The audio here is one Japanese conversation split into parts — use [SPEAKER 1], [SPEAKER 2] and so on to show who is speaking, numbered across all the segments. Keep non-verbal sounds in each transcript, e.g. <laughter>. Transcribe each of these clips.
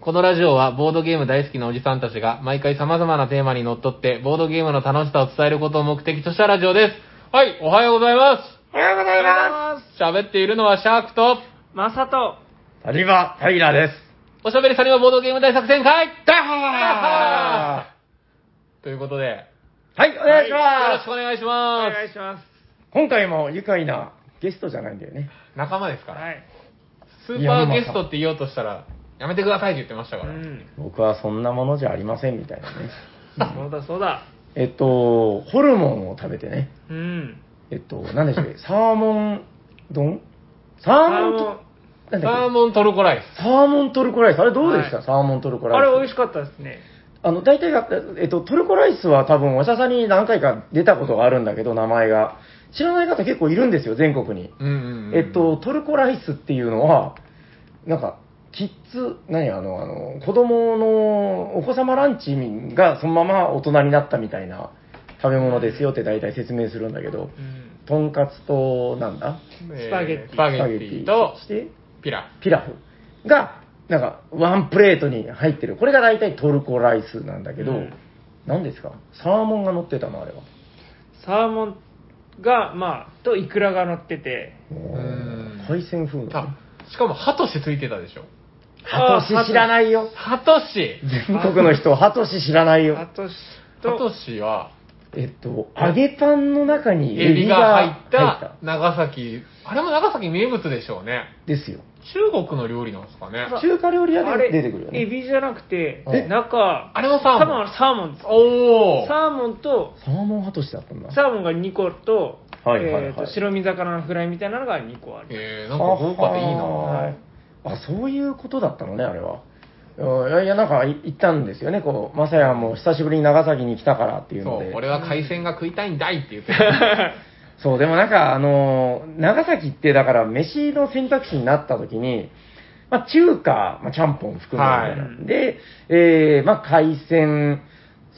[SPEAKER 1] このラジオはボードゲーム大好きなおじさんたちが毎回様々なテーマにのっとってボードゲームの楽しさを伝えることを目的としたラジオです。はい、おはようございま。
[SPEAKER 2] おはようございます
[SPEAKER 1] 喋っているのはシャークと、
[SPEAKER 2] す。まさと。
[SPEAKER 3] サニバ・タイラです。
[SPEAKER 1] おしゃべりサニバボードゲーム大作戦会
[SPEAKER 3] ダ
[SPEAKER 1] ハということで、よ
[SPEAKER 3] はい、お願いし
[SPEAKER 1] ろ
[SPEAKER 3] ま
[SPEAKER 1] し
[SPEAKER 3] す、
[SPEAKER 1] くお願いし
[SPEAKER 2] お
[SPEAKER 1] ま
[SPEAKER 2] 願いします
[SPEAKER 3] 今回も愉快なゲストじゃないんだよね。
[SPEAKER 1] す。仲間です。から、
[SPEAKER 2] はい。
[SPEAKER 1] スーパーゲストって言おうとしたら、やめてくださいって言ってました
[SPEAKER 2] う
[SPEAKER 1] から。
[SPEAKER 2] ん。
[SPEAKER 3] 僕はそんなものじゃありませんみたいなね。
[SPEAKER 2] そうだそうだ。
[SPEAKER 3] <laughs> えっと、ホルモンを食べてね。
[SPEAKER 2] うん。
[SPEAKER 3] えっと、なんでしょう <laughs> ね。サーモン丼サーモンと、なん
[SPEAKER 1] サ
[SPEAKER 3] だ
[SPEAKER 1] ー
[SPEAKER 3] っ
[SPEAKER 1] モントルコライ
[SPEAKER 3] けサーモントルコライス。あれどうでした、
[SPEAKER 2] はい
[SPEAKER 3] サーモントルコライ
[SPEAKER 2] あ
[SPEAKER 3] ス。
[SPEAKER 2] れ美味しかったですね。
[SPEAKER 3] あの、大体が、えっと、トルコライスは多分、おしゃさんに何回か出たことがあるんだけど、名前が。知らない方結構いるんですよ、全国に。
[SPEAKER 1] ス。うんうんうん
[SPEAKER 3] えっと、、トルコライスっていうのは、なんか、キッズ、何あの、あの、子供のお子様ランチがそのまま大人になったみたいな食べ物ですよって大体説明するんだけど、
[SPEAKER 2] うん。
[SPEAKER 3] とんかつと、なんだ
[SPEAKER 1] え
[SPEAKER 2] スパゲッティ
[SPEAKER 1] スパゲッティと
[SPEAKER 3] そ、して、
[SPEAKER 1] ピラ
[SPEAKER 3] ピラフが、なんか、ワンプレートに入ってる。これが大体トルコライスなんだけど、
[SPEAKER 2] うん
[SPEAKER 3] 何ですかサーモンが乗ってたのあれは。
[SPEAKER 2] サーモンが、まあ、とイクラが乗ってて。
[SPEAKER 1] ん
[SPEAKER 3] 海鮮風の。
[SPEAKER 1] あしかも、ハトシついてたでしょ。
[SPEAKER 3] ハト
[SPEAKER 2] あ
[SPEAKER 3] シ知らないよ。
[SPEAKER 1] ハトシ
[SPEAKER 3] 全国の人、ハトシ知らないよ
[SPEAKER 2] あ。とし
[SPEAKER 1] ハト
[SPEAKER 2] と、
[SPEAKER 1] シは、
[SPEAKER 3] えっと、揚げパンの中に
[SPEAKER 1] エ
[SPEAKER 3] エ
[SPEAKER 1] ビ
[SPEAKER 3] ビ
[SPEAKER 1] が入
[SPEAKER 3] が
[SPEAKER 1] っ
[SPEAKER 3] 入った
[SPEAKER 1] た、。長崎、あれも長崎名物でしょうね。
[SPEAKER 3] ですよ。
[SPEAKER 1] 中国の料理なんですかね。
[SPEAKER 3] 中華料理屋
[SPEAKER 2] あ
[SPEAKER 3] で
[SPEAKER 2] れ、
[SPEAKER 3] 出てくるよ
[SPEAKER 2] エ
[SPEAKER 3] ね。
[SPEAKER 2] ビじゃなくて
[SPEAKER 3] え、
[SPEAKER 2] 中、
[SPEAKER 1] あれもサーモン
[SPEAKER 2] 多分あれサーモンです。
[SPEAKER 1] おー
[SPEAKER 2] サーモンと、
[SPEAKER 3] サーモンハトシだったんだ。
[SPEAKER 2] サーモンが2個と、
[SPEAKER 3] はいはいはい
[SPEAKER 2] えーと白身魚のフライみたいなのが2個ある。
[SPEAKER 1] えー、なんか豪華でいいな
[SPEAKER 3] あああそういうことだったのねあれはうんいやいやなんかい行ったんですよねこうまさやも久しぶりに長崎に来たからっていう
[SPEAKER 1] そ
[SPEAKER 3] の
[SPEAKER 1] う
[SPEAKER 3] で、
[SPEAKER 1] 俺は海鮮が食いたいんだいって言って
[SPEAKER 3] <laughs> そうでもなんかあのー長崎ってだから飯の選択肢になった時にまあ、中華、まあ、ちゃんぽん含めて、
[SPEAKER 2] はい
[SPEAKER 3] で、えーまあ、海鮮、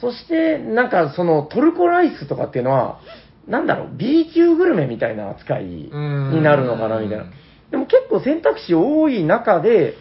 [SPEAKER 3] そして、なんか、その、トルコライスとかっていうのは、なんだろう、B 級グルメみたいな扱いになるのかな、みたいな
[SPEAKER 1] うん。
[SPEAKER 3] でも結構選択肢多い中で、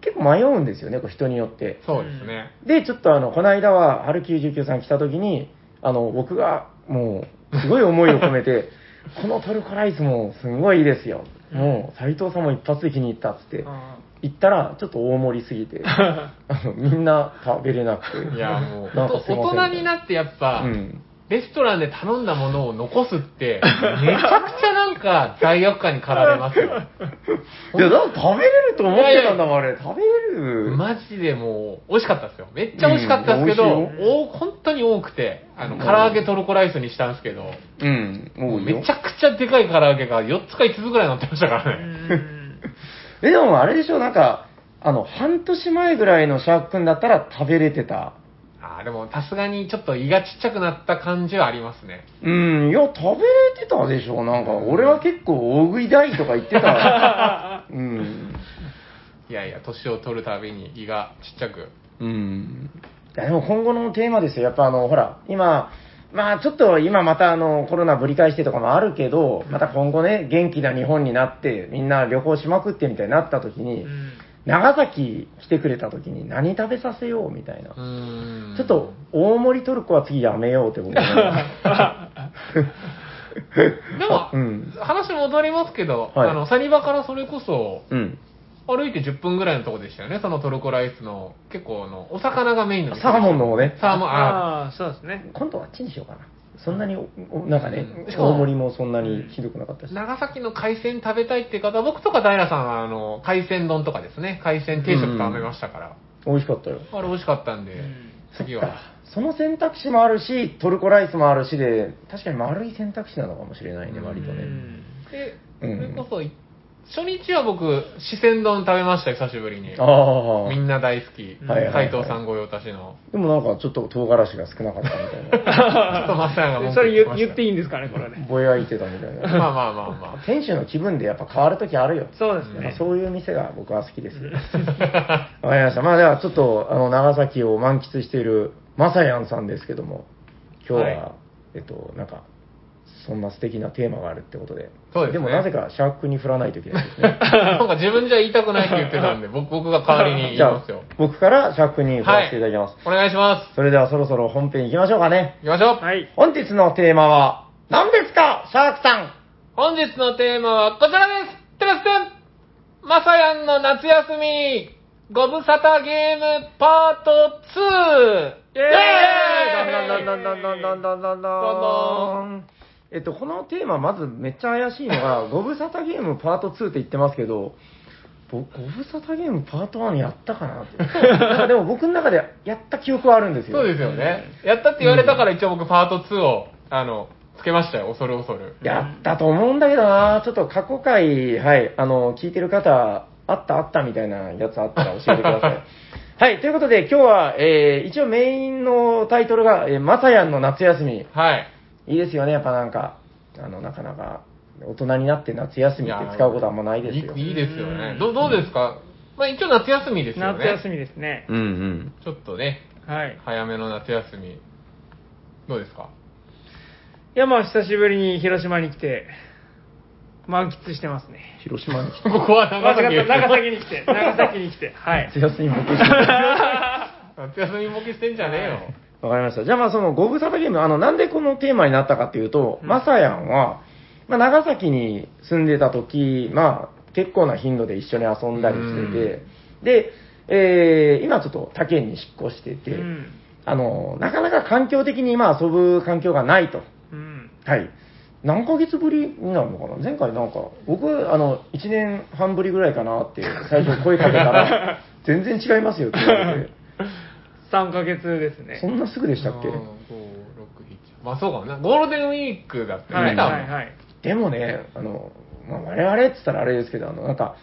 [SPEAKER 3] 結構迷うんですよね、こう人によって。
[SPEAKER 1] そうですね。
[SPEAKER 3] で、ちょっとあの、この間は、春99さん来た時に、あの、僕が、もう、すごい思いを込めて、 <laughs> このトルコライスもすごいいいですよ。もう、斎藤さんも一発で気に入ったっつ <laughs> って、
[SPEAKER 2] あ
[SPEAKER 3] 行ったら、ちょっと大盛りすぎ <laughs> て、あのみんな食べれなくて。
[SPEAKER 1] いや、もう、
[SPEAKER 3] なん
[SPEAKER 1] 大
[SPEAKER 3] かすいませ
[SPEAKER 1] 人
[SPEAKER 3] ん
[SPEAKER 1] になってやっぱ、
[SPEAKER 3] うん。
[SPEAKER 1] レストランで頼んだものを残すって、めちゃくちゃなんか罪悪感に駆られますよ。
[SPEAKER 3] いや、だって食べれると思ってたんだもん、あれ。食べれる。
[SPEAKER 1] マジでもう、美味しかったですよ。めっちゃ美味しかったですけど、
[SPEAKER 3] うん美味しいよ
[SPEAKER 1] お本当に多くて、あの、唐揚げトルコライスにしたんですけど、
[SPEAKER 3] うん。もういいよ
[SPEAKER 1] めちゃくちゃでかい唐揚げが4つか5つぐらい乗ってましたか
[SPEAKER 2] ー
[SPEAKER 1] ら
[SPEAKER 2] う
[SPEAKER 1] ね。
[SPEAKER 2] ん。
[SPEAKER 3] え、でもあれでしょ、なんか、あの、半年前ぐらいのシャーク君だったら食べれてた。
[SPEAKER 1] ああ、でもさすがにちょっと胃がちっちゃくなった感じはありますね。
[SPEAKER 3] うん、いや、食べれてたでしょ、なんか。俺は結構大食いだいとか言って
[SPEAKER 1] <laughs>
[SPEAKER 3] た。うん。
[SPEAKER 1] いやいや、年を取るたびに胃がちっちゃく。
[SPEAKER 3] うん。いや、でも今後のテーマですよ。やっぱあの、ほら、今、まあちょっと今またあの、コロナぶり返してとかもあるけど、また今後ね、元気な日本になって、みんな旅行しまくってみたいになった時
[SPEAKER 2] う
[SPEAKER 3] に、
[SPEAKER 2] ん
[SPEAKER 3] 長崎来てくれた時に何食べさせようみたいな
[SPEAKER 1] う。ーん。
[SPEAKER 3] ちょっと、大盛りトルコは次やめようって
[SPEAKER 1] <laughs>
[SPEAKER 3] <laughs> 僕
[SPEAKER 1] でも、
[SPEAKER 3] うん
[SPEAKER 1] 話戻りますけど、
[SPEAKER 3] はい
[SPEAKER 1] あの、サニバからそれこそ、
[SPEAKER 3] うん。
[SPEAKER 1] 歩いて10分ぐらいのとこでしたよね、そのトルコライスの、結構あの、お魚がメインの店
[SPEAKER 3] サーモンの方ね。
[SPEAKER 1] サーモン、あ
[SPEAKER 2] ああ、そうですね。
[SPEAKER 3] 今度はあっちにしようかな。そんなに、おなんかね
[SPEAKER 1] うん、しかも
[SPEAKER 3] 大盛りもそんなにひどくなかったし。
[SPEAKER 1] 長崎の海鮮食べたいっていう方、僕とか平さんは、あの、海鮮丼とかですね、海鮮定食食べましたから、
[SPEAKER 3] 美味しかったよ。
[SPEAKER 1] あれ美味しかったんで、
[SPEAKER 2] うん
[SPEAKER 1] 次は。
[SPEAKER 3] その選択肢もあるし、トルコライスもあるしで、確かに丸い選択肢なのかもしれないね、割と
[SPEAKER 2] う
[SPEAKER 3] ね。
[SPEAKER 2] ん
[SPEAKER 1] で、そ
[SPEAKER 3] うん
[SPEAKER 1] れこそ、初日は僕、四川丼食べましたよ、久しぶりに。
[SPEAKER 3] あ
[SPEAKER 1] みんな大好き、
[SPEAKER 3] はいはいはい
[SPEAKER 1] 斉藤さん御用達の。
[SPEAKER 3] あ。でもなんかちょっと唐辛子が少なかったみ
[SPEAKER 1] <laughs>
[SPEAKER 3] <laughs> たいな。
[SPEAKER 1] ちょっとマサヤが文
[SPEAKER 2] そ
[SPEAKER 1] 句
[SPEAKER 2] れ
[SPEAKER 1] 言って
[SPEAKER 2] 言
[SPEAKER 1] ました
[SPEAKER 2] 言っていいんですかね、これね。
[SPEAKER 3] ぼやいてたみたい
[SPEAKER 1] ま
[SPEAKER 3] な。
[SPEAKER 1] あまあまあまあ。
[SPEAKER 3] 店主の気分でやっぱ変わるときあるよ。
[SPEAKER 2] そうです
[SPEAKER 3] やっ
[SPEAKER 2] ね
[SPEAKER 3] ぱ。そういう店が僕は好きですよ。 <laughs> わかりました。まあではちょっと、あの、長崎を満喫しているまさやんさんですけども、今日は、
[SPEAKER 2] はい
[SPEAKER 3] えっと、なんか、そんな素敵なテーマがあるってことで。
[SPEAKER 1] そうですね
[SPEAKER 3] もなぜかシャークに振らないといけないですね。
[SPEAKER 1] なんか自分じゃ言いたくないって言ってたんで、僕僕が代わり <laughs> に言い
[SPEAKER 3] <laughs> じゃ
[SPEAKER 1] ま
[SPEAKER 3] あ
[SPEAKER 1] すよ。、
[SPEAKER 3] 僕からシャークに振らせていただきます。
[SPEAKER 1] お願いします。
[SPEAKER 3] それではそろそろ本編行きましょうかね。
[SPEAKER 1] 行きましょう。
[SPEAKER 2] はい。
[SPEAKER 3] 本日のテーマは、何ですか、シャークさん
[SPEAKER 1] 本日のテーマはこちらですテラスくんまさやんの夏休みご無沙汰ゲームパート 2!
[SPEAKER 2] イエーイ
[SPEAKER 1] イエーイ
[SPEAKER 3] どんどんどんどんどんどんどんどんどんえっと、このテーマ、まずめっちゃ怪しい
[SPEAKER 1] <laughs>
[SPEAKER 3] のが、ご無沙汰ゲームパート2って言ってますけど、ぼご無沙汰ゲームパート1やった
[SPEAKER 1] <laughs>
[SPEAKER 3] かなって。なんかでも僕の中でやった記憶はあるんですよ。
[SPEAKER 1] そうですよね。やったって言われたから一応僕パート2を、あの、つけましたよ。恐る恐る。
[SPEAKER 3] やったと思うんだけどなちょっと過去回、はい、あの、聞いてる方、あったあったみたいなやつあったら教えてくだ
[SPEAKER 1] <laughs>
[SPEAKER 3] さい。はい、ということで今日は、えー一応メインのタイトルが、えー、まさやんの夏休み。
[SPEAKER 1] はい。
[SPEAKER 3] いいですよね、やっぱなんか、あの、なかなか、大人になって夏休みって使うことはあんまないですよ。
[SPEAKER 1] いいいですよね
[SPEAKER 2] う。ん
[SPEAKER 1] どうどうですか、まあ一応夏休みですよね。
[SPEAKER 2] 夏休みですね。
[SPEAKER 3] うんうん。
[SPEAKER 1] ちょっとね、
[SPEAKER 2] はい。
[SPEAKER 1] 早めの夏休み。どうですか <laughs>
[SPEAKER 2] いや、まあ、久しぶりに広島に来て、満喫してますね。
[SPEAKER 3] 広島に来
[SPEAKER 1] ここは長
[SPEAKER 2] 間
[SPEAKER 1] 崎
[SPEAKER 2] 違
[SPEAKER 1] で
[SPEAKER 2] っ
[SPEAKER 1] す
[SPEAKER 2] た、長崎に来て、長崎に来て、
[SPEAKER 3] <laughs>
[SPEAKER 2] はい。
[SPEAKER 3] て、夏休みも来てる
[SPEAKER 1] 夏休みボケしてんじゃねえよ。
[SPEAKER 3] わかりました。じゃあまあそのご無沙汰ゲーム、あの、なんでこのテーマになったかっていうと、
[SPEAKER 2] うん
[SPEAKER 3] まさやんは、まあ長崎に住んでた時、まあ結構な頻度で一緒に遊んだりしてて、で、えー今ちょっと他県に引っ越して
[SPEAKER 2] う
[SPEAKER 3] て、
[SPEAKER 2] ん。
[SPEAKER 3] あの、なかなか環境的に今遊ぶ環境がないと。
[SPEAKER 2] うん。
[SPEAKER 3] はい。何ヶ月ぶりになるのかな前回なんか、僕、あの、1年半ぶりぐらいかなって最初声かけた
[SPEAKER 1] <laughs>
[SPEAKER 3] ら、全然違いますよって言われて、
[SPEAKER 2] 3ヶ月ですね。
[SPEAKER 3] そんなすぐでしたっけ
[SPEAKER 1] うん五六七まあそうかもな。ゴールデンウィークだったよ
[SPEAKER 2] は
[SPEAKER 1] ね、
[SPEAKER 2] い
[SPEAKER 1] 多
[SPEAKER 2] はい
[SPEAKER 1] 分。
[SPEAKER 2] はい。
[SPEAKER 3] でもね、あの、まあ、我々って言ったらあれですけど、あの、なんか、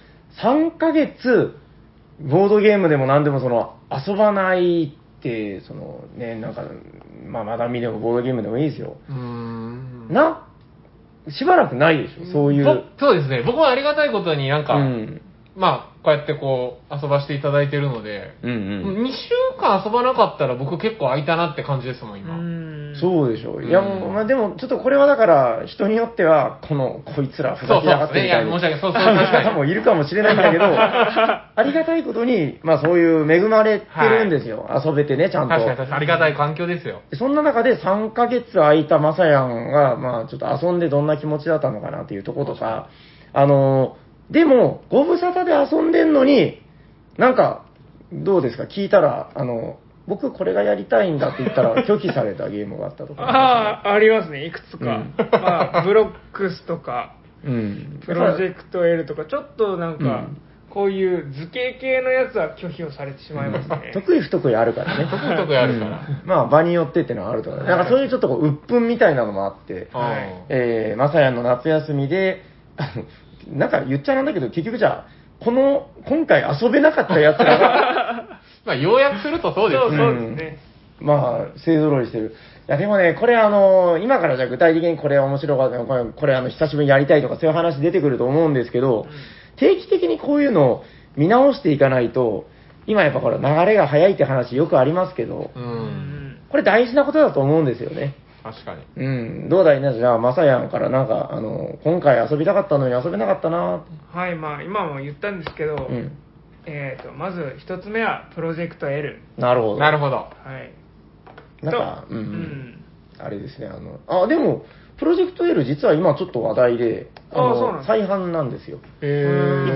[SPEAKER 3] 3ヶ月、ボードゲームでも何でもその、遊ばないって、そのね、なんか、まあ、マダミでもボードゲームでもいいですよ。
[SPEAKER 1] うーん。
[SPEAKER 3] な、しばらくないでしょ、そういう。
[SPEAKER 1] ぼそうですね。僕もありがたいことになんか、
[SPEAKER 3] うん。
[SPEAKER 1] まあ、こうやってこう、遊ばせていただいてるので、
[SPEAKER 3] うんうん。
[SPEAKER 1] 2週間遊ばなかったら僕結構空いたなって感じですもん、今。
[SPEAKER 2] うん
[SPEAKER 3] そうでしょう。いや、
[SPEAKER 1] うん
[SPEAKER 3] まあ、でも、ちょっとこれはだから、人によっては、この、こいつら、ふ
[SPEAKER 1] そ
[SPEAKER 3] ざ
[SPEAKER 1] うそう
[SPEAKER 3] けやが
[SPEAKER 1] です
[SPEAKER 3] って
[SPEAKER 1] ね。
[SPEAKER 3] み
[SPEAKER 1] い
[SPEAKER 3] た
[SPEAKER 1] や、申
[SPEAKER 3] いな
[SPEAKER 1] し訳ない。そう、そう、確か
[SPEAKER 3] 方
[SPEAKER 1] に。
[SPEAKER 3] <laughs> もいるかもしれないんだ
[SPEAKER 1] <laughs>
[SPEAKER 3] けど、ありがたいことに、まあそういう恵まれてるんですよ。遊べてね、ちゃん
[SPEAKER 1] 確
[SPEAKER 3] と。
[SPEAKER 1] かに、確かに。ありがたい環境ですよ。
[SPEAKER 3] そんな中で3ヶ月空いたまさやんが、まあちょっと遊んでどんな気持ちだったのかなっていうところとか、あのー、でも、ご無沙汰で遊んでんのに、なんか、どうですか聞いたら、あの、僕これがやりたいんだって言ったら拒否されたゲームがあったとか。
[SPEAKER 2] ああ、ありますね、いくつか。
[SPEAKER 3] うん
[SPEAKER 2] まあ、ブロックスとか、
[SPEAKER 3] <laughs> うん。
[SPEAKER 2] プロジェクト L とか、ちょっとなんか、
[SPEAKER 3] うん
[SPEAKER 2] こういう図形系のやつは拒否をされてしまいますね。
[SPEAKER 3] 得意不得意あるからね。
[SPEAKER 1] 得意得意あるから。
[SPEAKER 3] うんまあ場によってってのはあるとか、なんかそういうちょっとこう、鬱憤みたいなのもあって、
[SPEAKER 2] はい
[SPEAKER 1] うん
[SPEAKER 3] えー、まさやの夏休みで、 <laughs> あのなんか言っちゃなんだけど、結局じゃあ、この、今回遊べなかった奴
[SPEAKER 1] <laughs>
[SPEAKER 3] らが、
[SPEAKER 1] まあ、要約するとそうです
[SPEAKER 2] そう
[SPEAKER 1] ね。
[SPEAKER 2] そうですね。
[SPEAKER 3] まあ、勢ぞろいしてる。いや、でもね、これあの、今からじゃあ具体的にこれ面白かった、これ、これあの、久しぶりにやりたいとかそういう話出てくると思うんですけど、定期的にこういうのを見直していかないと、今やっぱほら、流れが早いって話よくありますけど、
[SPEAKER 1] う。
[SPEAKER 2] うんん
[SPEAKER 3] これ大事なことだと思うんですよね。
[SPEAKER 1] 確かに。
[SPEAKER 3] うん、どうだいな、じゃあ、まさやんからなんか、あの、今回遊びたかったのに遊べなかったな、
[SPEAKER 2] はい、まあ、今も言ったんですけど、
[SPEAKER 3] うん。
[SPEAKER 2] えー、とまず一つ目はプロジェクト L、
[SPEAKER 3] なるほど。
[SPEAKER 1] なるほど。
[SPEAKER 2] はい、
[SPEAKER 3] なんか、
[SPEAKER 2] と
[SPEAKER 3] うん、
[SPEAKER 2] うん
[SPEAKER 3] あれですね、あの、あ、でも、プロジェクト L 実は今ちょっと話題で、
[SPEAKER 2] あ
[SPEAKER 3] の
[SPEAKER 2] そうなんです
[SPEAKER 3] 再販なんですよ。
[SPEAKER 1] え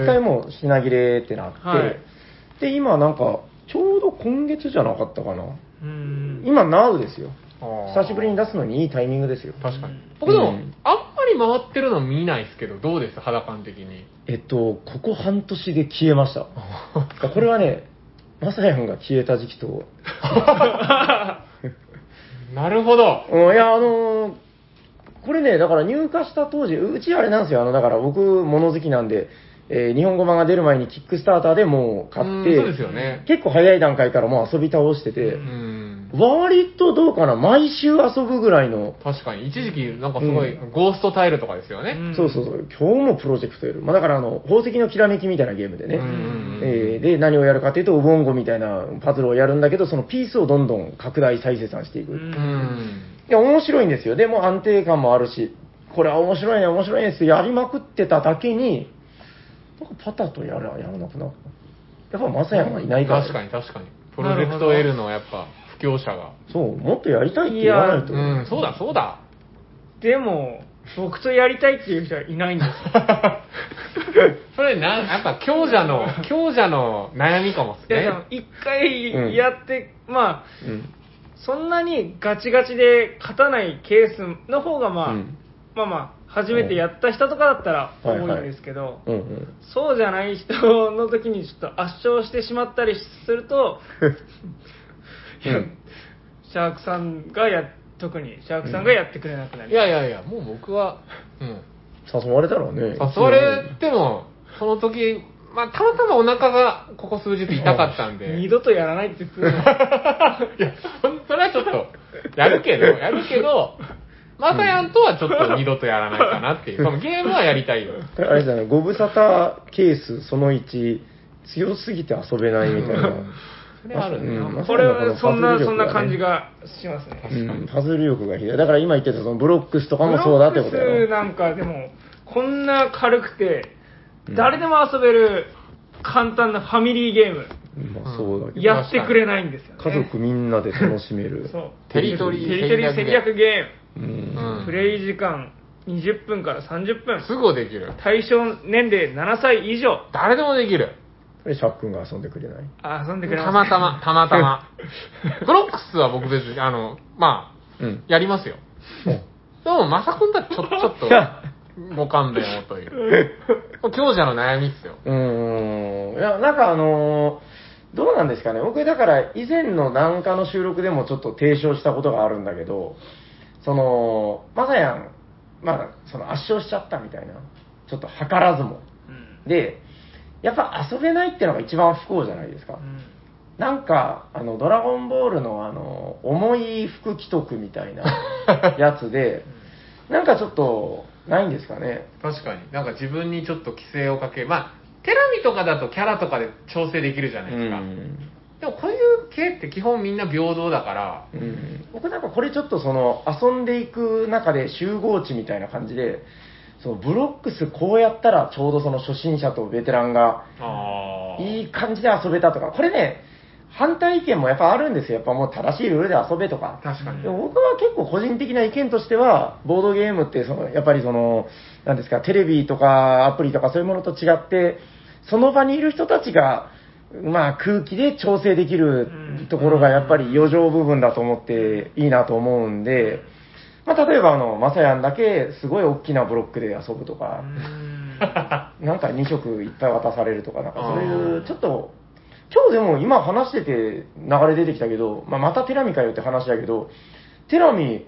[SPEAKER 3] 一回もう品切れってなって、
[SPEAKER 2] はい
[SPEAKER 3] で、今なんか、ちょうど今月じゃなかったかな。
[SPEAKER 2] うん
[SPEAKER 3] 今、NOW ですよ。久
[SPEAKER 1] 久
[SPEAKER 3] しぶりに出すのにいいタイミングですよ。
[SPEAKER 1] 確かに
[SPEAKER 2] うん
[SPEAKER 1] 僕でも、
[SPEAKER 3] うん
[SPEAKER 1] あんまり回ってるの見ないですけどどうです肌感的
[SPEAKER 3] <laughs>
[SPEAKER 1] に
[SPEAKER 3] えっと、ここ半年で消え
[SPEAKER 1] <laughs>
[SPEAKER 3] ました。これはね、まさやんが消えた時期と
[SPEAKER 1] なるほど
[SPEAKER 3] うんいや、あのーこれね、だから入荷した当時、うちあれなんですよ、あの、だから僕、物好きなんで、えー日本語版が出る前にキックスターターでもう買っ
[SPEAKER 1] うんそうです
[SPEAKER 3] て、
[SPEAKER 1] よね
[SPEAKER 3] 結構早い段階からもう遊び倒してて
[SPEAKER 1] う、ん
[SPEAKER 3] 割とどうかな、毎週遊ぶぐらいの、
[SPEAKER 1] 確かに一時期なんかすごい、
[SPEAKER 3] う
[SPEAKER 1] ゴーストタイルとかですよね、
[SPEAKER 2] ん
[SPEAKER 3] そうそうそう、今日もプロジェクトやる。まあだからあの、宝石のきらめきみたいなゲームでね、
[SPEAKER 1] うんうんうん
[SPEAKER 3] えーで、何をやるかというと、ウボンゴみたいなパズルをやるんだけど、そのピースをどんどん拡大再生産していく。
[SPEAKER 2] うん
[SPEAKER 1] うん
[SPEAKER 3] いや、面白いんですよ。でも安定感もあるし、これは面白いね、面白いねってやりまくってただけに、なんかパタとやらやらなくなった。やっぱマサヤンがいないから。
[SPEAKER 1] 確かに確かに。プロ
[SPEAKER 2] な
[SPEAKER 1] ジ
[SPEAKER 2] る
[SPEAKER 1] ェ
[SPEAKER 2] ほ
[SPEAKER 1] ク
[SPEAKER 2] ど
[SPEAKER 1] ト L のやっぱ、不況者が。
[SPEAKER 3] そう、もっとやりたいって言わないと。
[SPEAKER 1] うん、そうだそう
[SPEAKER 3] <laughs>
[SPEAKER 1] だ。
[SPEAKER 2] でも、僕とやりたいっていう人はいない
[SPEAKER 3] <laughs>
[SPEAKER 2] んですよ。
[SPEAKER 1] それな、やっぱ強者の、強者の悩みかもし
[SPEAKER 2] いや
[SPEAKER 1] れ
[SPEAKER 2] で
[SPEAKER 1] な
[SPEAKER 2] も
[SPEAKER 1] い。
[SPEAKER 2] 一
[SPEAKER 3] うん
[SPEAKER 2] 回やって、まあ、
[SPEAKER 3] うん
[SPEAKER 2] そんなにガチガチで勝たないケースの方が、まあ、
[SPEAKER 3] うん
[SPEAKER 2] まあまあ、初めてやった人とかだったら多いんですけど、
[SPEAKER 3] うんうん。
[SPEAKER 2] そうじゃない人の時にちょっと圧勝してしまったりすると、い
[SPEAKER 3] う
[SPEAKER 2] や
[SPEAKER 3] ん
[SPEAKER 2] シャークさんがや、特にシャークさんがやってくれなくなり
[SPEAKER 1] いやいやいや、もう僕は、うん。
[SPEAKER 3] 誘われたらね。
[SPEAKER 1] 誘われても、その時、まあ、たまたまお腹がここ数日痛かったんで。
[SPEAKER 2] 二度とやらないって言ってたのに
[SPEAKER 1] いや、そんそれはちょっと、やるけど、やるけど、マサヤンとはちょっと二度とやらないかなっていう。 <laughs> そのゲームはやりたいよ。
[SPEAKER 3] あれだね、ご無沙汰ケースその1、強すぎて遊べないみたいな。
[SPEAKER 1] それはあるね。
[SPEAKER 3] うん
[SPEAKER 2] これはそんな、そんな感じ。
[SPEAKER 3] ま
[SPEAKER 2] がしますね。
[SPEAKER 3] さやのこのパズル力がねうん、パズル力がひどい。だから今言ってたそのブロックスとかもそうだってこと
[SPEAKER 2] ブロック
[SPEAKER 3] よ
[SPEAKER 2] ス。なんかでも、こんな軽くて
[SPEAKER 3] うん、
[SPEAKER 2] 誰でも遊べる簡単なファミリーゲーム、
[SPEAKER 3] まあそうだけど。
[SPEAKER 2] やってくれないんですよ、ね。
[SPEAKER 3] 家族みんなで楽しめる。
[SPEAKER 2] そう。
[SPEAKER 1] テリトリー
[SPEAKER 2] テリトリー戦略ゲ
[SPEAKER 3] う。
[SPEAKER 1] うん
[SPEAKER 2] ーム。
[SPEAKER 1] ん。
[SPEAKER 2] プレイ時間20分から30分。
[SPEAKER 1] すぐできる。
[SPEAKER 2] 対象年齢7歳以上。
[SPEAKER 1] 誰でもできる。
[SPEAKER 3] これ、シャックンが遊んでくれない。
[SPEAKER 2] あ遊んでくれ
[SPEAKER 1] た
[SPEAKER 2] ま。
[SPEAKER 1] ますた <laughs> ま、たまたま。ブロックスは僕別に、あの、ま
[SPEAKER 3] うん
[SPEAKER 1] あ、。やりますよ。でも、マサコンだ <laughs> ってちょ、ちょっと、ご勘弁をという。強者の悩みっすよ。
[SPEAKER 3] うーん。いや、なんかあのーどうなんですかね。僕、だから、以前のなんかの収録でもちょっと提唱したことがあるんだけど、その、まさやん、まあ、その圧勝しちゃったみたいな。ちょっと図らずも。
[SPEAKER 2] うん
[SPEAKER 3] で、やっぱ遊べないってのが一番不幸じゃないですか。
[SPEAKER 2] うん
[SPEAKER 3] なんか、あの、ドラゴンボールのあの、重い服規徳みたいなやつ <laughs> で、なんかちょっと、ないんですかね。
[SPEAKER 1] 確かに。なんか自分にちょっと規制をかけ、まあ、テラミとかだとキャラとかで調整できるじゃ
[SPEAKER 3] う
[SPEAKER 1] ないですか。
[SPEAKER 3] ん。
[SPEAKER 1] でもこういう系って基本みんな平等だから、
[SPEAKER 3] うん僕なんかこれちょっとその遊んでいく中で集合値みたいな感じでそのブロックスこうやったらちょうどその初心者とベテランが
[SPEAKER 1] あ
[SPEAKER 3] いい感じで遊べたとかこれね反対意見もやっぱあるんですよやっぱもう正しいルールで遊べとか
[SPEAKER 1] 確かに
[SPEAKER 3] で。も僕は結構個人的な意見としてはボードゲームってそのやっぱりそのなんですかテレビとかアプリとかそういうものと違ってその場にいる人たちがまあ空気で調整できる
[SPEAKER 2] うん
[SPEAKER 3] ところがやっぱり余剰部分だと思っていいなと思うんで、まあ、例えばあのマサヤンだけすごい大きなブロックで遊ぶと
[SPEAKER 2] う
[SPEAKER 3] か、
[SPEAKER 2] ん
[SPEAKER 1] <laughs>
[SPEAKER 3] なんか2色いっぱい渡されるとか、なんかそう
[SPEAKER 1] あ
[SPEAKER 3] い
[SPEAKER 1] ー
[SPEAKER 3] う、ちょっと、今日でも今話してて流れ出てきたけど、まあ、またテラミかよって話だけど、テラミ、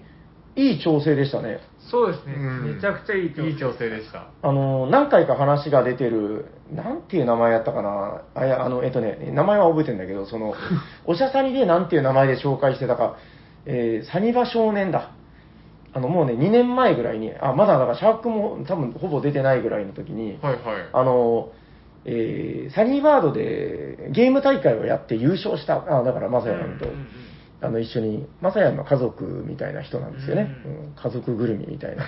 [SPEAKER 3] いい調整でしたね。
[SPEAKER 2] そう
[SPEAKER 1] <laughs>
[SPEAKER 2] ですね、
[SPEAKER 1] うん
[SPEAKER 2] めちゃくちゃいいと思う
[SPEAKER 1] いい調整でした。
[SPEAKER 3] あの、何回か話が出てる、なんていう名前やったかな、あ、いや、あの、えっとね、名前は覚えてんだけど、そ
[SPEAKER 2] <laughs>
[SPEAKER 3] の、おしゃさにでなんていう名前で紹介してたか、えーサニバ少年だ。あの、もうね、2年前ぐらいに、あ、まだだからシャークも多分ほぼ出てないぐらいの時に、
[SPEAKER 1] はいは
[SPEAKER 3] あの、えーサニーバードでゲーム大会をやって優勝した、あだから、まさやんと、
[SPEAKER 2] うんうんうん
[SPEAKER 3] あの一緒に、まさやんの家族みたいな人なんですよね、
[SPEAKER 2] うん
[SPEAKER 3] うん家族ぐるみみたい
[SPEAKER 2] <laughs>
[SPEAKER 3] な。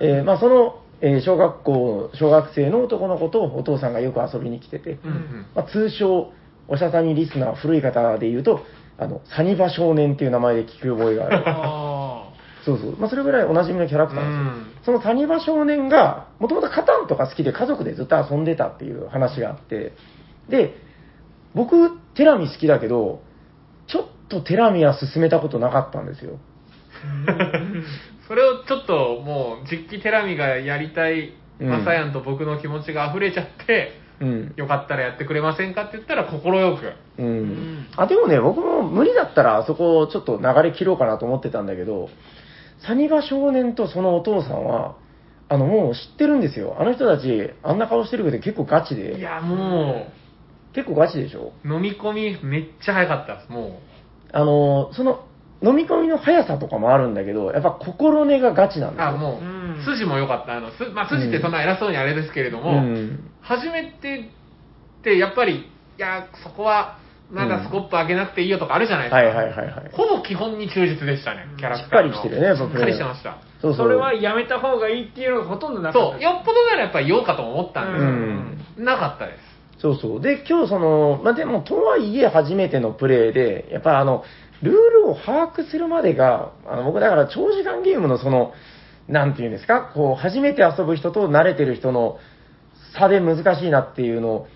[SPEAKER 3] えーまあ、その、えー小学校、小学生の男の子とお父さんがよく遊びに来て
[SPEAKER 1] い。
[SPEAKER 3] て、
[SPEAKER 1] うんうん。
[SPEAKER 3] まあ、通称、おしゃさにリスナー、古い方で言うと、あのサニバ少年っていう名前で聞く覚えがある。
[SPEAKER 1] <laughs>
[SPEAKER 2] あ
[SPEAKER 3] そうそう。まあ、それぐらいおなじみのキャラクターなんですよ。
[SPEAKER 1] うん
[SPEAKER 3] その谷場少年が、もともとカタンとか好きで家族でずっと遊んでたっていう話があって、で、僕、テラミ好きだけど、ちょっとテラミは進めたことなかったんですよ。
[SPEAKER 1] それをちょっともう実機テラミがやりたい
[SPEAKER 3] うん
[SPEAKER 1] マサヤンと僕の気持ちが溢れちゃって、
[SPEAKER 3] うん。
[SPEAKER 1] よかったらやってくれませんかって言ったら快く。
[SPEAKER 3] うんん。あ、でもね、僕も無理だったらあそこをちょっと流れ切ろうかなと思ってたんだけど、サニバ少年とそのお父さんは、あの、もう知ってるんですよ。あの人たち、あんな顔してるけど結構ガチ
[SPEAKER 1] い
[SPEAKER 3] で、
[SPEAKER 1] やも
[SPEAKER 3] 結構ガチでしょ
[SPEAKER 1] う、飲み込みめっちゃ早かったです、も
[SPEAKER 3] あの、その、飲み込みの速さとかもあるんだけど、やっぱ心根がガチなん
[SPEAKER 1] う。
[SPEAKER 3] ですよ。
[SPEAKER 1] あ、も
[SPEAKER 2] うん
[SPEAKER 1] う、筋も良かった。あの、すまあ、筋ってそんな偉そうにあれですけれども、
[SPEAKER 3] うん。
[SPEAKER 1] 初めてってやっぱりいやそこはなんかスコップ開けなくていいよとかあるじゃないですか。
[SPEAKER 3] はいはいはいはい。
[SPEAKER 1] ほぼ基本に忠実でしたね、キャラ
[SPEAKER 3] し
[SPEAKER 1] ク
[SPEAKER 3] っ
[SPEAKER 1] タ
[SPEAKER 3] か
[SPEAKER 1] ー
[SPEAKER 3] り
[SPEAKER 1] の。
[SPEAKER 3] してるよね、やっぱ
[SPEAKER 1] しっかりしてました。
[SPEAKER 3] そうそう。
[SPEAKER 2] それはやめた方がいいっていうのがほとんどなか
[SPEAKER 1] そ
[SPEAKER 2] った
[SPEAKER 1] う、よっぽどならやっぱり言おうかとも思ったんです
[SPEAKER 3] う
[SPEAKER 1] よ、
[SPEAKER 3] ん
[SPEAKER 1] なかったです。
[SPEAKER 3] そうそう。で、今日その、まあ、でも、とはいえ初めてのプレイで、やっぱあの、ルールを把握するまでが、あの僕だから長時間ゲームのその、なんていうんですか、こう、初めて遊ぶ人と慣れてる人の差で難しいなっていうのを、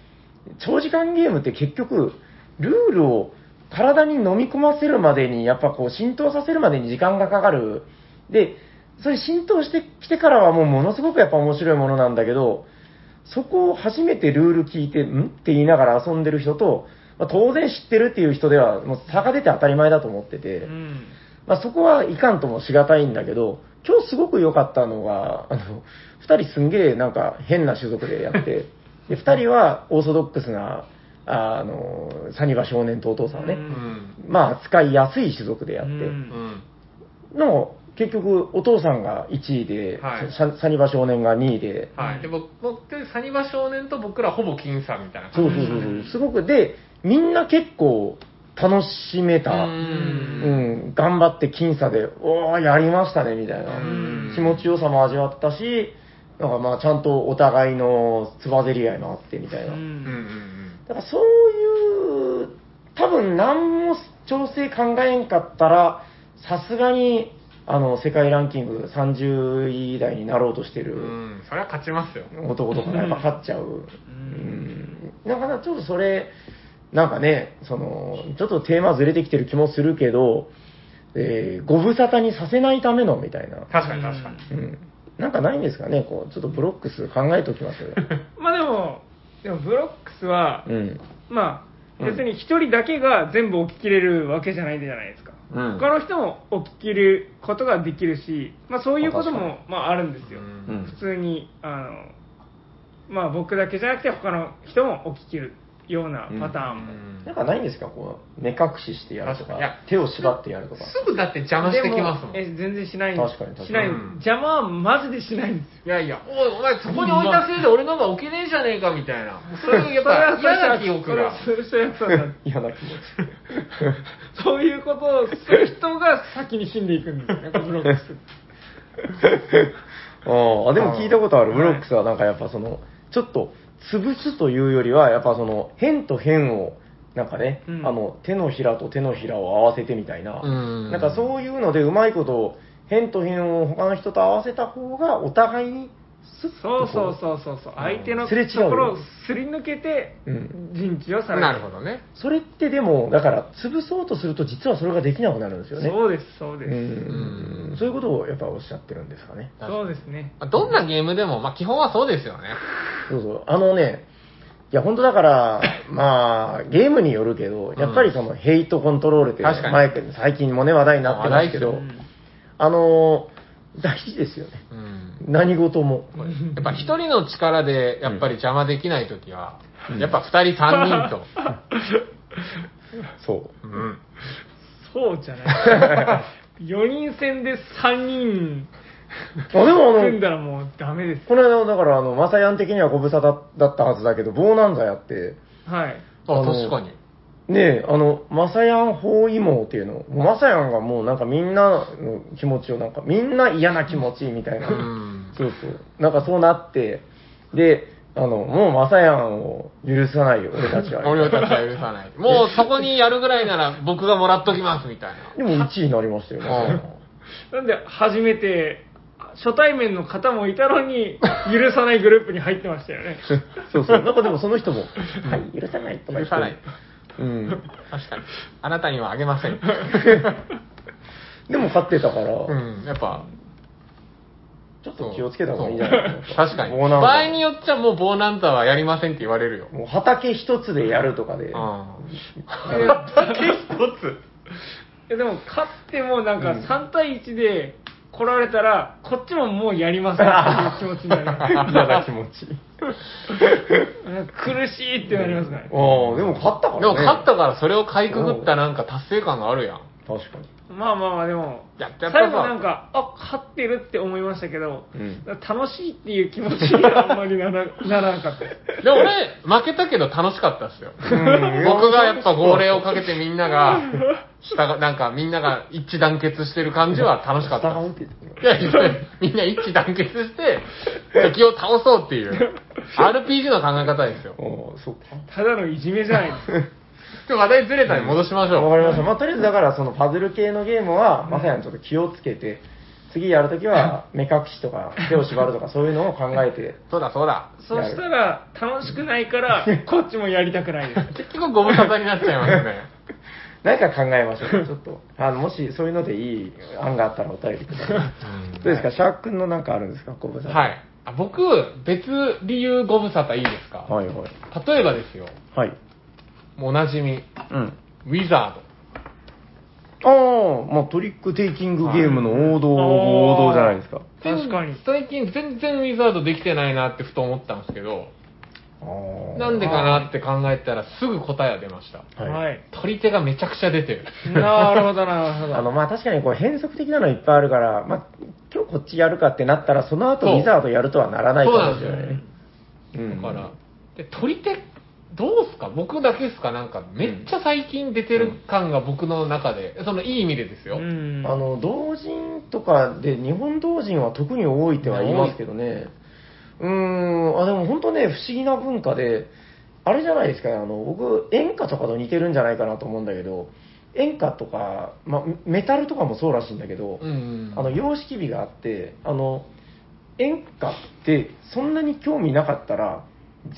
[SPEAKER 3] 長時間ゲームって結局、ルールを体に飲み込ませるまでに、やっぱこう、浸透させるまでに時間がかかる。で、それ浸透してきてからはもうものすごくやっぱ面白いものなんだけど、そこを初めてルール聞いて、んって言いながら遊んでる人と、まあ、当然知ってるっていう人では、もう差が出て当たり前だと思ってて、
[SPEAKER 2] うん
[SPEAKER 3] まあ、そこはいかんともしがたいんだけど、今日すごく良かったのが、あの、二人すんげえなんか変な種族でやって、で、二人はオーソドックスな、ああの、サニバ少年とお父さんね、
[SPEAKER 2] うん
[SPEAKER 3] まあ、使いやすい種族でやって、
[SPEAKER 2] うん。
[SPEAKER 1] うん
[SPEAKER 3] の、結局、お父さんが1位で、
[SPEAKER 1] はい
[SPEAKER 3] ササニバ少年が2位で、
[SPEAKER 1] はい、で僕僕ってサニバ少年と僕らほぼ僅差みたいな
[SPEAKER 3] そ
[SPEAKER 1] 感
[SPEAKER 3] う
[SPEAKER 1] じ
[SPEAKER 3] そうそうそううんすごく、で、みんな結構楽しめた。
[SPEAKER 1] う
[SPEAKER 3] うんん、頑張って僅差で、おー、やりましたね、みたいな
[SPEAKER 1] うん。
[SPEAKER 3] 気持ちよさも味わったし、なんかまあ、ちゃんとお互いのつばぜり合いもあって、みたいな。
[SPEAKER 1] う
[SPEAKER 2] う
[SPEAKER 1] んう
[SPEAKER 2] ん
[SPEAKER 1] んうん
[SPEAKER 3] だからそういう、多分何も調整考えんかったら、さすがに、あの、世界ランキング30位以内になろうとして
[SPEAKER 1] う
[SPEAKER 3] る
[SPEAKER 1] んそれは勝ちますよ
[SPEAKER 3] 男とかがやっぱ勝っちゃう。
[SPEAKER 2] ん
[SPEAKER 3] うん。だからちょっとそれ、なんかね、その、ちょっとテーマずれてきてる気もするけど、えーご無沙汰にさせないためのみたいな。
[SPEAKER 1] 確かに確かに、
[SPEAKER 3] うん。なんかないんですかね、こう、ちょっとブロックス考えてお <laughs> きます。
[SPEAKER 2] まあでも、でもブロックスは、
[SPEAKER 3] うん。
[SPEAKER 2] まあ、
[SPEAKER 3] うん
[SPEAKER 2] 別に一人だけが全部起ききれるわけじゃないじゃないですか。
[SPEAKER 3] うん
[SPEAKER 2] 他の人も起ききることができるし、まあそういうこと
[SPEAKER 3] まあ
[SPEAKER 2] も、まああるんですよ。
[SPEAKER 3] うん
[SPEAKER 2] 普通に、あの、まあ僕だけじゃなくて他の人も起ききるようなパターンも。
[SPEAKER 3] なんかないんですかこう、目隠ししてやると
[SPEAKER 1] 確かに
[SPEAKER 3] か
[SPEAKER 1] いや、
[SPEAKER 3] 手を縛ってやるとか。
[SPEAKER 1] すぐだって邪魔してきますもん
[SPEAKER 2] でえ全然しないん
[SPEAKER 3] 確かに確かに
[SPEAKER 2] しない、
[SPEAKER 1] うん
[SPEAKER 2] 邪魔はマジでしないんですよ
[SPEAKER 1] いやいや、おい、お前そこに置いたせいで俺の方が起きねえじゃねえかみたいな。そういう、やっぱ
[SPEAKER 2] それは
[SPEAKER 1] 嫌な記憶が。
[SPEAKER 2] それはそれはそうだ
[SPEAKER 3] 嫌な気持ち。 <laughs>
[SPEAKER 2] そういうことをする人が先に死んでいくんですよ
[SPEAKER 1] <laughs>
[SPEAKER 2] ね、ブロックス。
[SPEAKER 3] <laughs> ああ、でも聞いたことある。
[SPEAKER 2] はい
[SPEAKER 3] ブロックスはなんかやっぱその、ちょっと、潰すというよりは、やっぱその、変と変を、なんかね、
[SPEAKER 2] うん
[SPEAKER 3] あの、手のひらと手のひらを合わせてみたいな、
[SPEAKER 1] うん
[SPEAKER 3] なんかそういうので、うまいこと、変と変を他の人と合わせた方が、お互いに、スッと
[SPEAKER 2] そうそう
[SPEAKER 3] う。
[SPEAKER 2] そうそうそう、相手の
[SPEAKER 3] すれ違う
[SPEAKER 2] ところをすり抜けて、
[SPEAKER 3] うん。
[SPEAKER 2] 陣地をされ
[SPEAKER 1] なるほどね。
[SPEAKER 3] それってでも、だから、潰そうとすると、実はそれができなくなるんですよね。
[SPEAKER 2] そうです、そうで
[SPEAKER 3] う
[SPEAKER 2] す。
[SPEAKER 1] うん
[SPEAKER 3] んそういうことをやっぱおっしゃってるんですかね。
[SPEAKER 2] そうですね。
[SPEAKER 1] まあどんなゲームでも、まあ基本はそうですよね。
[SPEAKER 3] そうそう。あのね、いや、本当だから、まあ、ゲームによるけど、やっぱりその、ヘイトコントロールって、
[SPEAKER 1] 確かに
[SPEAKER 3] マイク最近もね、話題になってますけ
[SPEAKER 1] う
[SPEAKER 3] ど
[SPEAKER 2] ん、
[SPEAKER 3] あの、大事ですよね。
[SPEAKER 1] うん。
[SPEAKER 3] 何事も。
[SPEAKER 1] やっぱ一人の力で、やっぱり邪魔できないときは、やっぱ二人三人と。
[SPEAKER 3] そう。
[SPEAKER 1] うん。
[SPEAKER 2] <laughs> そうじゃない。4人
[SPEAKER 1] <laughs>
[SPEAKER 2] 戦で3人
[SPEAKER 3] あ、で
[SPEAKER 2] <laughs>
[SPEAKER 3] もあ
[SPEAKER 2] 組ん
[SPEAKER 3] の、
[SPEAKER 2] だらもうダメで
[SPEAKER 3] この間、だから、あの、マサヤン的にはご無沙汰だったはずだけど、ボーナンザやって、
[SPEAKER 2] す。はい。
[SPEAKER 1] あ、
[SPEAKER 3] あの
[SPEAKER 1] 確かに。
[SPEAKER 3] ねえ、あの、マサヤン包囲網っていうの、マサヤンがもうなんかみんなの気持ちをなんか、みんな嫌な気持ちみたいな。
[SPEAKER 1] うん。
[SPEAKER 3] そうそう。なんかそうなって、で、あの、もうマサヤンを許さないよ、俺たちは。
[SPEAKER 1] 俺たちは許さない。もうそこにやるぐらいなら僕がもらっときますみたい
[SPEAKER 3] でも1位になりましたよ、マサ
[SPEAKER 1] な。う
[SPEAKER 3] ヤン
[SPEAKER 1] ん。
[SPEAKER 2] なんで初めて初対面の方もいたのに許さないグループに入ってました
[SPEAKER 1] <laughs>
[SPEAKER 2] よね。
[SPEAKER 3] そうそう。なんかでもその人も、はい、許さないとか
[SPEAKER 1] 許
[SPEAKER 3] 言って
[SPEAKER 1] さない。
[SPEAKER 3] うん。
[SPEAKER 1] 確かに。あなたにはあげません。
[SPEAKER 3] でも勝ってたから、
[SPEAKER 1] うん、やっぱ。
[SPEAKER 3] ちょっ
[SPEAKER 1] そ
[SPEAKER 3] と
[SPEAKER 1] う
[SPEAKER 3] 気をつけた方がいいんじゃない
[SPEAKER 1] そう
[SPEAKER 3] か
[SPEAKER 1] 確
[SPEAKER 3] <laughs>
[SPEAKER 1] かに。
[SPEAKER 3] もうなん
[SPEAKER 1] 場合に
[SPEAKER 3] よ
[SPEAKER 1] よっちゃもうボーナンザはやりませんって言われるよ。
[SPEAKER 3] もう畑一つでやるとかで。
[SPEAKER 1] うん。
[SPEAKER 3] あ
[SPEAKER 2] いやでも勝ってもなんか3対1で来られたらこっちももうやりませんっていう気持ちになり
[SPEAKER 3] <laughs>
[SPEAKER 2] ま
[SPEAKER 3] 嫌な気持ち。
[SPEAKER 2] すなんか苦しいってなりますからね。
[SPEAKER 3] ああ、でも勝ったからね。
[SPEAKER 1] でも勝ったからそれをかいくぐったなんか達成感があるやん。
[SPEAKER 3] 確かに。
[SPEAKER 2] まあまあまあでも、
[SPEAKER 1] やっぱ
[SPEAKER 2] 最後な
[SPEAKER 1] さ
[SPEAKER 2] ん、か、あ、勝ってるって思いましたけど、
[SPEAKER 3] うん
[SPEAKER 2] 楽しいっていう気持ちにはあんまりならならなかった。
[SPEAKER 1] でも俺、負けたけど楽しかったっすよ。
[SPEAKER 3] うん
[SPEAKER 1] <laughs> 僕がやっぱ号令をかけてみんなが、下が、なんかみんなが一致団結してる感じは楽しかった
[SPEAKER 3] 下が
[SPEAKER 1] っ
[SPEAKER 3] 打ててる
[SPEAKER 1] す。いや、みんな一致団結して、敵を倒そうって
[SPEAKER 3] <laughs>
[SPEAKER 1] いう、RPG の考え方ですよ。
[SPEAKER 3] おーそうか。
[SPEAKER 2] ただのいじめじゃないです
[SPEAKER 1] で話題ずれたに戻しましょ
[SPEAKER 3] わ
[SPEAKER 1] う。
[SPEAKER 3] かりました。まあ、とりあえずだから、そのパズル系のゲームは、まさやんちょっと気をつけて、次やるときは、目隠しとか、手を縛るとか、そういうのを考えて、
[SPEAKER 1] そうだそうだ。
[SPEAKER 2] そしたら、楽しくないから、こっちもやりたくないです。
[SPEAKER 1] 結局ご無沙汰になっちゃいますね。
[SPEAKER 3] 何か考えましょ <laughs> う。ちょっと、あの、もし、そういうのでいい案があったらお便りください。ど <laughs> う <laughs> ですか、シャーク君のなんかあるんですか、ご無沙汰。
[SPEAKER 1] はい。あ僕、別理由ご無沙汰いいですか、
[SPEAKER 3] はいはい。
[SPEAKER 1] 例えばですよ、
[SPEAKER 3] はい。
[SPEAKER 1] もうおなじみ、
[SPEAKER 3] うん。
[SPEAKER 1] ウィザ
[SPEAKER 3] ああ、まあトリックテイキングゲームの王道、
[SPEAKER 2] はい
[SPEAKER 3] 王道じゃないですか。
[SPEAKER 1] ード。
[SPEAKER 2] 確かに。
[SPEAKER 1] 最近全然ウィザードできてないなってふと思ったんですけど、
[SPEAKER 3] あー
[SPEAKER 1] なんでかなって考えたらすぐ答えが出ました。
[SPEAKER 3] はい
[SPEAKER 2] はい。
[SPEAKER 1] 取り手がめちゃくちゃ出てる。
[SPEAKER 2] なるほど、なるほど。
[SPEAKER 3] あの、まあ確かにこう変則的なのいっぱいあるから、まあ今日こっちやるかってなったら、その後
[SPEAKER 1] そう
[SPEAKER 3] ウィザードやるとはならないかもしれないね。
[SPEAKER 1] だから、で取り手、どうすか僕だけですかなんか、めっちゃ最近出てる感が僕の中で、そのいい意味でですよ。
[SPEAKER 2] うん。
[SPEAKER 3] あの、同人とかで、日本同人は特に多いっては言いますけどね。うーん、あ、でも本当ね、不思議な文化で、あれじゃないですかね、あの、僕、演歌とかと似てるんじゃないかなと思うんだけど、演歌とか、まあ、メタルとかもそうらしいんだけど、
[SPEAKER 1] うん
[SPEAKER 3] あの、様式美があって、あの、演歌ってそんなに興味なかったら、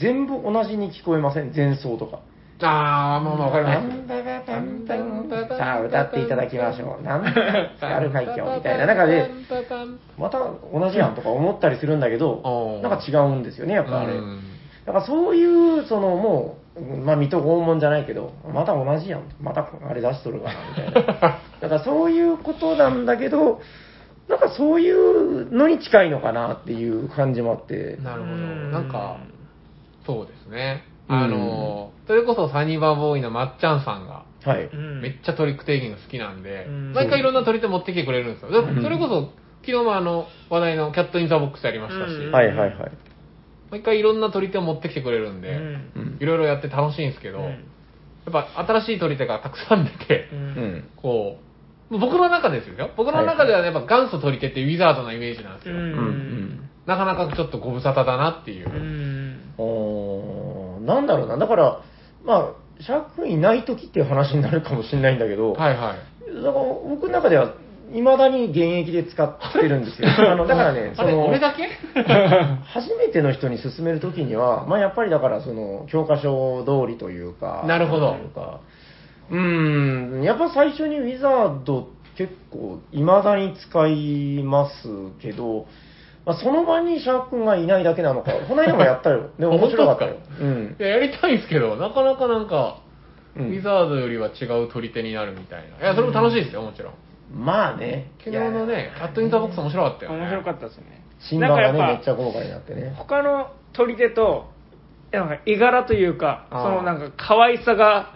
[SPEAKER 3] 全部同じに聞こえません前奏とか。
[SPEAKER 1] あー、まあまあわかります。
[SPEAKER 3] さあ、歌っていただきましょう。なん
[SPEAKER 1] <laughs>
[SPEAKER 3] あるまいよ、みたいな中で、また同じやんとか思ったりするんだけど
[SPEAKER 1] う、ん
[SPEAKER 3] なんか違うんですよね、やっぱあれ
[SPEAKER 1] う。ん <laughs>
[SPEAKER 3] だからそういう、そのもう、まあ、水戸黄門じゃないけど、また同じやん、またあれ出しとるかな、みた
[SPEAKER 1] <laughs>
[SPEAKER 3] いな。だからそういうことなんだけど、なんかそういうのに近いのかなっていう感じもあって。
[SPEAKER 1] なるほ
[SPEAKER 2] う
[SPEAKER 1] ど。
[SPEAKER 2] ん
[SPEAKER 1] なんか、そうですね。
[SPEAKER 3] うん
[SPEAKER 1] あの、それこそサニバボーイのまっちゃんさんが、
[SPEAKER 3] はい。
[SPEAKER 2] うん
[SPEAKER 1] めっちゃトリックテイキング好きなんで、
[SPEAKER 2] うん
[SPEAKER 1] 毎回いろんな取り手持ってきてくれるんですよ。だ
[SPEAKER 3] うん
[SPEAKER 1] それこそ、昨日もあの、話題のキャットインザボックスやりましたし、
[SPEAKER 2] うん
[SPEAKER 3] はいはいはい。
[SPEAKER 1] 毎回いろんな取り手を持ってきてくれるん
[SPEAKER 2] う
[SPEAKER 1] で、
[SPEAKER 2] ん
[SPEAKER 3] うん
[SPEAKER 1] いろいろやって楽しいんですけど、
[SPEAKER 2] う
[SPEAKER 1] や
[SPEAKER 2] ん
[SPEAKER 1] っぱ新しい取り手がたくさん出て、
[SPEAKER 2] う
[SPEAKER 3] うんん。
[SPEAKER 1] こう、僕の中ですよ。僕の中ではやっぱ元祖取り手ってウィザードなイメージなんです
[SPEAKER 2] う
[SPEAKER 1] よ。
[SPEAKER 2] ん
[SPEAKER 1] なかなかちょっとご無沙汰だなっていう
[SPEAKER 2] う。ん
[SPEAKER 3] おーなんだろうな、だから、まあ、シャーク君いない時っていう話になるかもしれないんだけど、
[SPEAKER 1] はいはい。
[SPEAKER 3] だから僕の中では、いまだに現役で使ってるんで
[SPEAKER 1] <laughs>
[SPEAKER 3] すよ。あのだからね、そ
[SPEAKER 1] あれ、
[SPEAKER 3] の
[SPEAKER 1] 俺、だけ
[SPEAKER 3] <laughs> 初めての人に勧める時には、まあやっぱりだから、その、教科書通りというか、
[SPEAKER 1] なるほど
[SPEAKER 3] んというかうーん、やっぱ最初にウィザード結構、いまだに使いますけど、まあ、その場にシャーク君がいないだけなのか、この間もやったよ。でも面白かったよ
[SPEAKER 1] <laughs> 本。
[SPEAKER 3] うん。
[SPEAKER 1] いや、やりたいんですけど、なかなかなんか、
[SPEAKER 3] うん
[SPEAKER 1] ウィザードよりは違う取り手になるみたいな。いや、それも楽しいですよ、もちろん。
[SPEAKER 3] まあね。
[SPEAKER 1] 昨日のね、カットインザボックス面白かったよ、ね。
[SPEAKER 2] 面白か
[SPEAKER 1] っ
[SPEAKER 2] ったですね
[SPEAKER 3] 新版がね、
[SPEAKER 2] なんかや
[SPEAKER 3] め
[SPEAKER 2] っぱ
[SPEAKER 3] っちゃ豪華になってね。
[SPEAKER 2] 他の取り手となんか絵柄というかそ
[SPEAKER 1] あー
[SPEAKER 2] のなんか可愛さが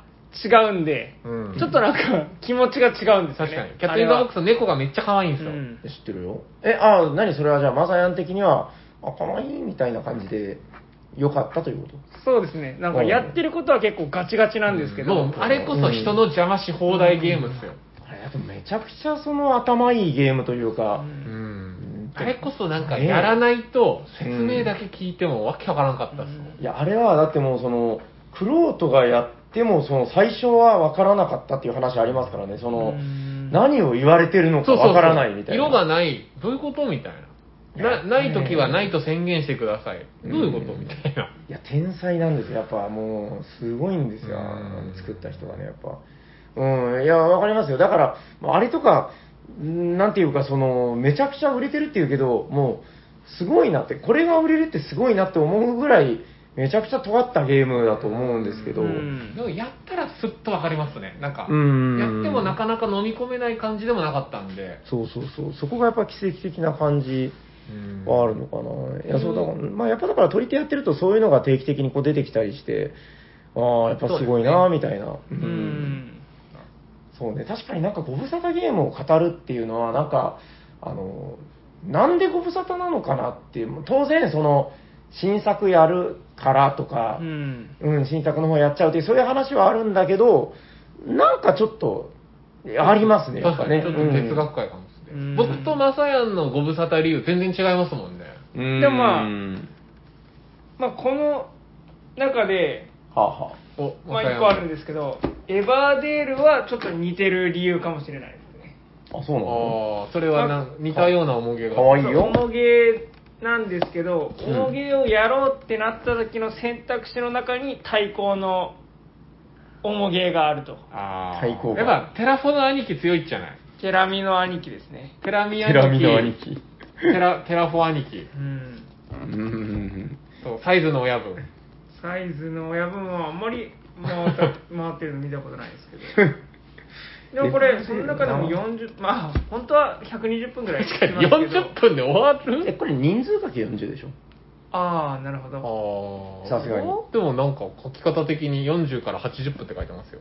[SPEAKER 2] 違うんで、
[SPEAKER 1] うん
[SPEAKER 2] ちょっとなんか気持ちが違うんですよ
[SPEAKER 1] 確
[SPEAKER 2] ね
[SPEAKER 1] かに。キャットインザボックス
[SPEAKER 2] ス
[SPEAKER 1] の猫がめっちゃ可愛いんですよ。
[SPEAKER 2] うん
[SPEAKER 3] 知ってるよ。え、ああ、何それはじゃあ、マサヤン的には、あ、かわいいみたいな感じで、良かったということ
[SPEAKER 2] そうですねなんかやってることは結構ガチガチなんですけど、
[SPEAKER 1] もう、あれこそ人の邪魔し放題ゲームですよ。
[SPEAKER 3] あれ、あとめちゃくちゃその頭いいゲームというか、
[SPEAKER 1] うん。
[SPEAKER 3] ん
[SPEAKER 1] あれこそなんかやらないと、説明だけ聞いてもわけわからんかったっすもん
[SPEAKER 3] いや、あれはだってもうその、クロートがやっても、その最初は分からなかったっていう話ありますからね、その、
[SPEAKER 2] うん
[SPEAKER 3] 何を言われてるのか
[SPEAKER 1] そうそうそう
[SPEAKER 3] 分からないみたいな。
[SPEAKER 1] 色がないどういうことみたいななない時はないと宣言してくださいどういうことみたいない
[SPEAKER 3] や、天才なんですよ。やっぱもう、すごいんですよ。
[SPEAKER 1] うん
[SPEAKER 3] 作った人がね、やっぱ。うん、いや、わかりますよ。だから、まああれとか、んなんていうか、その、めちゃくちゃ売れてるっていうけど、もう、すごいなって、これが売れるってすごいなって思うぐらい、めちゃくちゃ尖ったゲームだと思うんですけど、
[SPEAKER 2] うん
[SPEAKER 1] でもやったらすっとわかりますねなんかや
[SPEAKER 3] うん
[SPEAKER 1] ってもなかなか飲み込めない感じでもなかったんで
[SPEAKER 3] そうそうそう、そこがやっぱ奇跡的な感じ
[SPEAKER 1] うん
[SPEAKER 3] はあるのかな。いや、そうだから、まあ、やっぱだから、取り手やってると、そういうのが定期的にこう出てきたりして、ああ、やっぱすごいな、みたいな。う
[SPEAKER 2] うん
[SPEAKER 3] そうね、確かになんかご無沙汰ゲームを語るっていうのは、なんか、あの、なんでご無沙汰なのかなっていう、当然その、新作やるからとか、
[SPEAKER 2] うん。
[SPEAKER 3] うん、新作の方やっちゃうっていう、そういう話はあるんだけど、なんかちょっと、ありますね、やっ
[SPEAKER 1] 確
[SPEAKER 3] ぱ
[SPEAKER 1] かに
[SPEAKER 3] ね。
[SPEAKER 1] ちょっと哲学会かもしれ
[SPEAKER 2] うん
[SPEAKER 1] ない。僕とマサヤンのご無沙汰理由全然違いますもんね。
[SPEAKER 3] うん。
[SPEAKER 2] でもまあ
[SPEAKER 3] うん
[SPEAKER 2] まあ、この中で、
[SPEAKER 3] はあ、はあ、
[SPEAKER 1] お、
[SPEAKER 2] ま
[SPEAKER 1] マ
[SPEAKER 2] あ、
[SPEAKER 1] サヤ
[SPEAKER 2] 一
[SPEAKER 1] ン
[SPEAKER 2] 個あるんですけど、エバーデールはちょっと似てる理由かもしれないですね。
[SPEAKER 3] あ、そうなの
[SPEAKER 1] ああ、それはな似たような面影が。
[SPEAKER 3] かわいい
[SPEAKER 2] そう
[SPEAKER 3] よ
[SPEAKER 2] オ。モゲーなんですけど、
[SPEAKER 3] うん
[SPEAKER 2] オモゲーをやろうってなった時の選択肢の中に対抗のオモゲーがあると。
[SPEAKER 1] ああ。
[SPEAKER 3] 対抗馬
[SPEAKER 1] やっぱ、テラフォの兄貴強いじゃない。
[SPEAKER 2] ケラミの兄貴ですね。
[SPEAKER 1] テラミ
[SPEAKER 3] テ
[SPEAKER 1] 兄貴。
[SPEAKER 3] ラミの兄貴。
[SPEAKER 1] テラ、テラフォ兄貴。
[SPEAKER 2] うん。
[SPEAKER 3] うん。
[SPEAKER 1] そう、サイズの親
[SPEAKER 3] <laughs>
[SPEAKER 1] 分。
[SPEAKER 2] サイズの親分はあんまり回った回ってるの見たことないですけど。 <laughs> でもこれ、その中でも40、まあ、本当は120分ぐらい
[SPEAKER 1] 確かに40分で終わ
[SPEAKER 3] え、
[SPEAKER 1] る
[SPEAKER 3] これ人数かけ40でしょ
[SPEAKER 2] ああ、なるほ
[SPEAKER 1] あ
[SPEAKER 2] ど。
[SPEAKER 1] あ。
[SPEAKER 3] さすがに
[SPEAKER 1] でもなんか書き方的に40から80分って書いてますよ。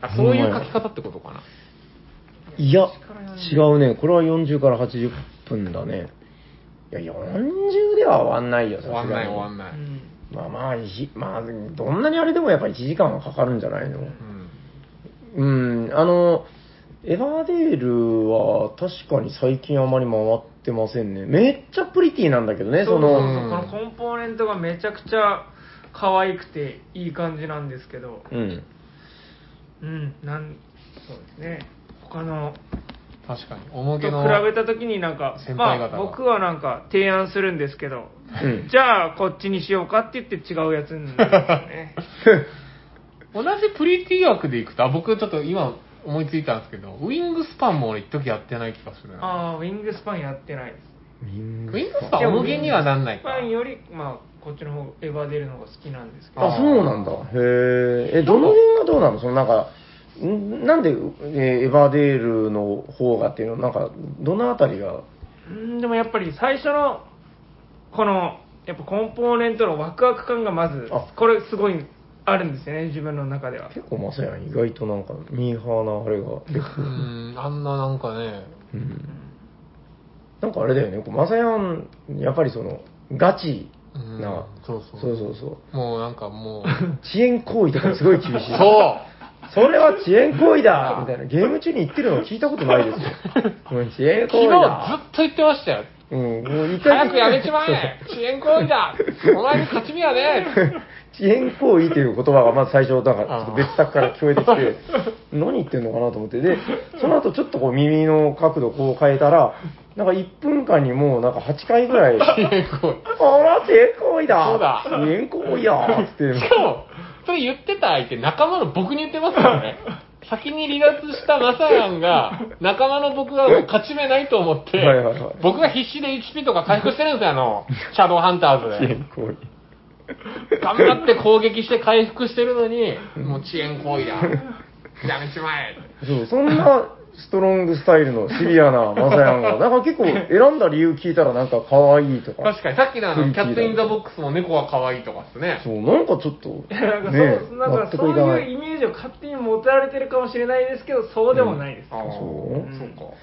[SPEAKER 1] あ、そういう書き方ってことかな。
[SPEAKER 3] いや、違
[SPEAKER 2] 違。
[SPEAKER 3] うね。これは40から80分だね。いや、40では終わんないよ、
[SPEAKER 1] 終わんない終わん
[SPEAKER 3] い。
[SPEAKER 1] ないう
[SPEAKER 2] ん
[SPEAKER 3] まあまあ、いじまあ、どんなにあれでもやっぱ1時間はかかるんじゃないの
[SPEAKER 1] うん。
[SPEAKER 3] うん、あの、エバーデールは確かに最近あまり回ってませんね。めっちゃプリティなんだけどね、
[SPEAKER 2] そ
[SPEAKER 3] そう
[SPEAKER 2] そう
[SPEAKER 3] の、
[SPEAKER 2] そうこのコンポーネントがめちゃくちゃ可愛くていい感じなんですけど、
[SPEAKER 3] うん。
[SPEAKER 2] うん、なんそうですね、他の
[SPEAKER 1] 確かに。
[SPEAKER 2] と
[SPEAKER 1] 重
[SPEAKER 2] 比
[SPEAKER 1] げの。
[SPEAKER 2] べた時になんか、
[SPEAKER 1] 先
[SPEAKER 2] ま
[SPEAKER 1] 輩方が
[SPEAKER 2] あ、僕はなんか提案するんですけど、
[SPEAKER 3] うん
[SPEAKER 2] じゃあこっちにしようかって言って違うやつになるんです
[SPEAKER 1] <laughs> 同じプリティ枠でいくと、あ、僕ちょっと今思いついたんですけど、ウィングスパンも俺一時やってない気がする
[SPEAKER 2] よね。
[SPEAKER 1] な。
[SPEAKER 2] ああ、ウィングスパンやってないです。
[SPEAKER 1] ウィングスパン重げにはなんない
[SPEAKER 2] ウィングス
[SPEAKER 1] か。
[SPEAKER 2] パンより、まあ、こっちの方、エヴァデルの方が好きなんですけど、
[SPEAKER 3] あ、そうなんだ。へえ。え、どの辺がどうなのそのなんか、んなんで、えーエヴァーデールの方がっていうの、なんか、どのあたりが、
[SPEAKER 2] うん、でもやっぱり最初の、この、やっぱコンポーネントのワクワク感がまず
[SPEAKER 3] あ、
[SPEAKER 2] これすごいあるんですよね、自分の中では。
[SPEAKER 3] 結構まさやん、意外となんか、ミーハーなあれが結
[SPEAKER 1] う
[SPEAKER 3] 構。
[SPEAKER 1] ん、あんななんかね、
[SPEAKER 3] うんなんかあれだよね、こうまさやん、やっぱりその、ガチ
[SPEAKER 1] うん
[SPEAKER 3] な、
[SPEAKER 1] そうそう
[SPEAKER 3] そうそうそう。
[SPEAKER 1] もうなんかもう、 <laughs>
[SPEAKER 3] 遅延行為とかすごい厳しい。
[SPEAKER 1] そう
[SPEAKER 3] それは遅延行
[SPEAKER 1] <laughs>
[SPEAKER 3] 為だみたいな。ゲーム中に言ってるの聞いたことないですよ。うん遅延
[SPEAKER 1] 昨日
[SPEAKER 3] 行為
[SPEAKER 1] ずっ
[SPEAKER 3] だ。
[SPEAKER 1] と言ってましたよ。
[SPEAKER 3] うん、もう一回
[SPEAKER 1] 早くやめちまえ遅延行為だお前に勝ち目はねえ
[SPEAKER 3] 遅延行為という言葉がまず最初、なんかちょっと別作から聞こえてき
[SPEAKER 2] <laughs>
[SPEAKER 3] て、何言ってんのかなと思って、で、その後ちょっとこう耳の角度こう変えたら、なんか1分間にもうなんか8回ぐら
[SPEAKER 2] <laughs>
[SPEAKER 3] い、あ
[SPEAKER 1] 遅延行為。
[SPEAKER 3] ら、遅延行為だ
[SPEAKER 1] そうだ
[SPEAKER 3] 遅延行為だっつって、
[SPEAKER 1] しかも、それ言ってた相手、仲間の僕に言ってますから <laughs> ね。先に離脱したマサヤンが、仲間の僕が勝ち目ないと思って、
[SPEAKER 3] はいはいはい
[SPEAKER 1] 僕が必死で HP とか回復してるんですよ、あ <laughs> の、シャドウハンター
[SPEAKER 3] 遅
[SPEAKER 1] ズで。
[SPEAKER 3] 延行
[SPEAKER 1] <laughs>
[SPEAKER 3] 為。
[SPEAKER 1] 頑張って攻撃して回復してるのに、もう遅延行 <laughs> 為だ。やめちまえ。
[SPEAKER 3] そう、そんなストロングスタイルのシビアなマサヤンが、なんか結構選んだ理由聞いたらなんか可愛いとか。
[SPEAKER 1] 確かに、さっきのあ
[SPEAKER 3] 雰
[SPEAKER 1] の、
[SPEAKER 3] 囲気
[SPEAKER 1] キ
[SPEAKER 3] だ
[SPEAKER 1] ャットインザボックスも猫が可愛いとかですね。
[SPEAKER 3] そう、なんかちょっと、
[SPEAKER 2] <laughs> なんかそう、
[SPEAKER 3] ね、
[SPEAKER 2] なん
[SPEAKER 3] 納
[SPEAKER 2] か
[SPEAKER 3] 得
[SPEAKER 2] そう
[SPEAKER 3] いかない
[SPEAKER 2] いうイ。メージを勝手に持たれてるかもしれないですけど、そうでもないです。
[SPEAKER 1] あー
[SPEAKER 3] そう
[SPEAKER 1] そうか。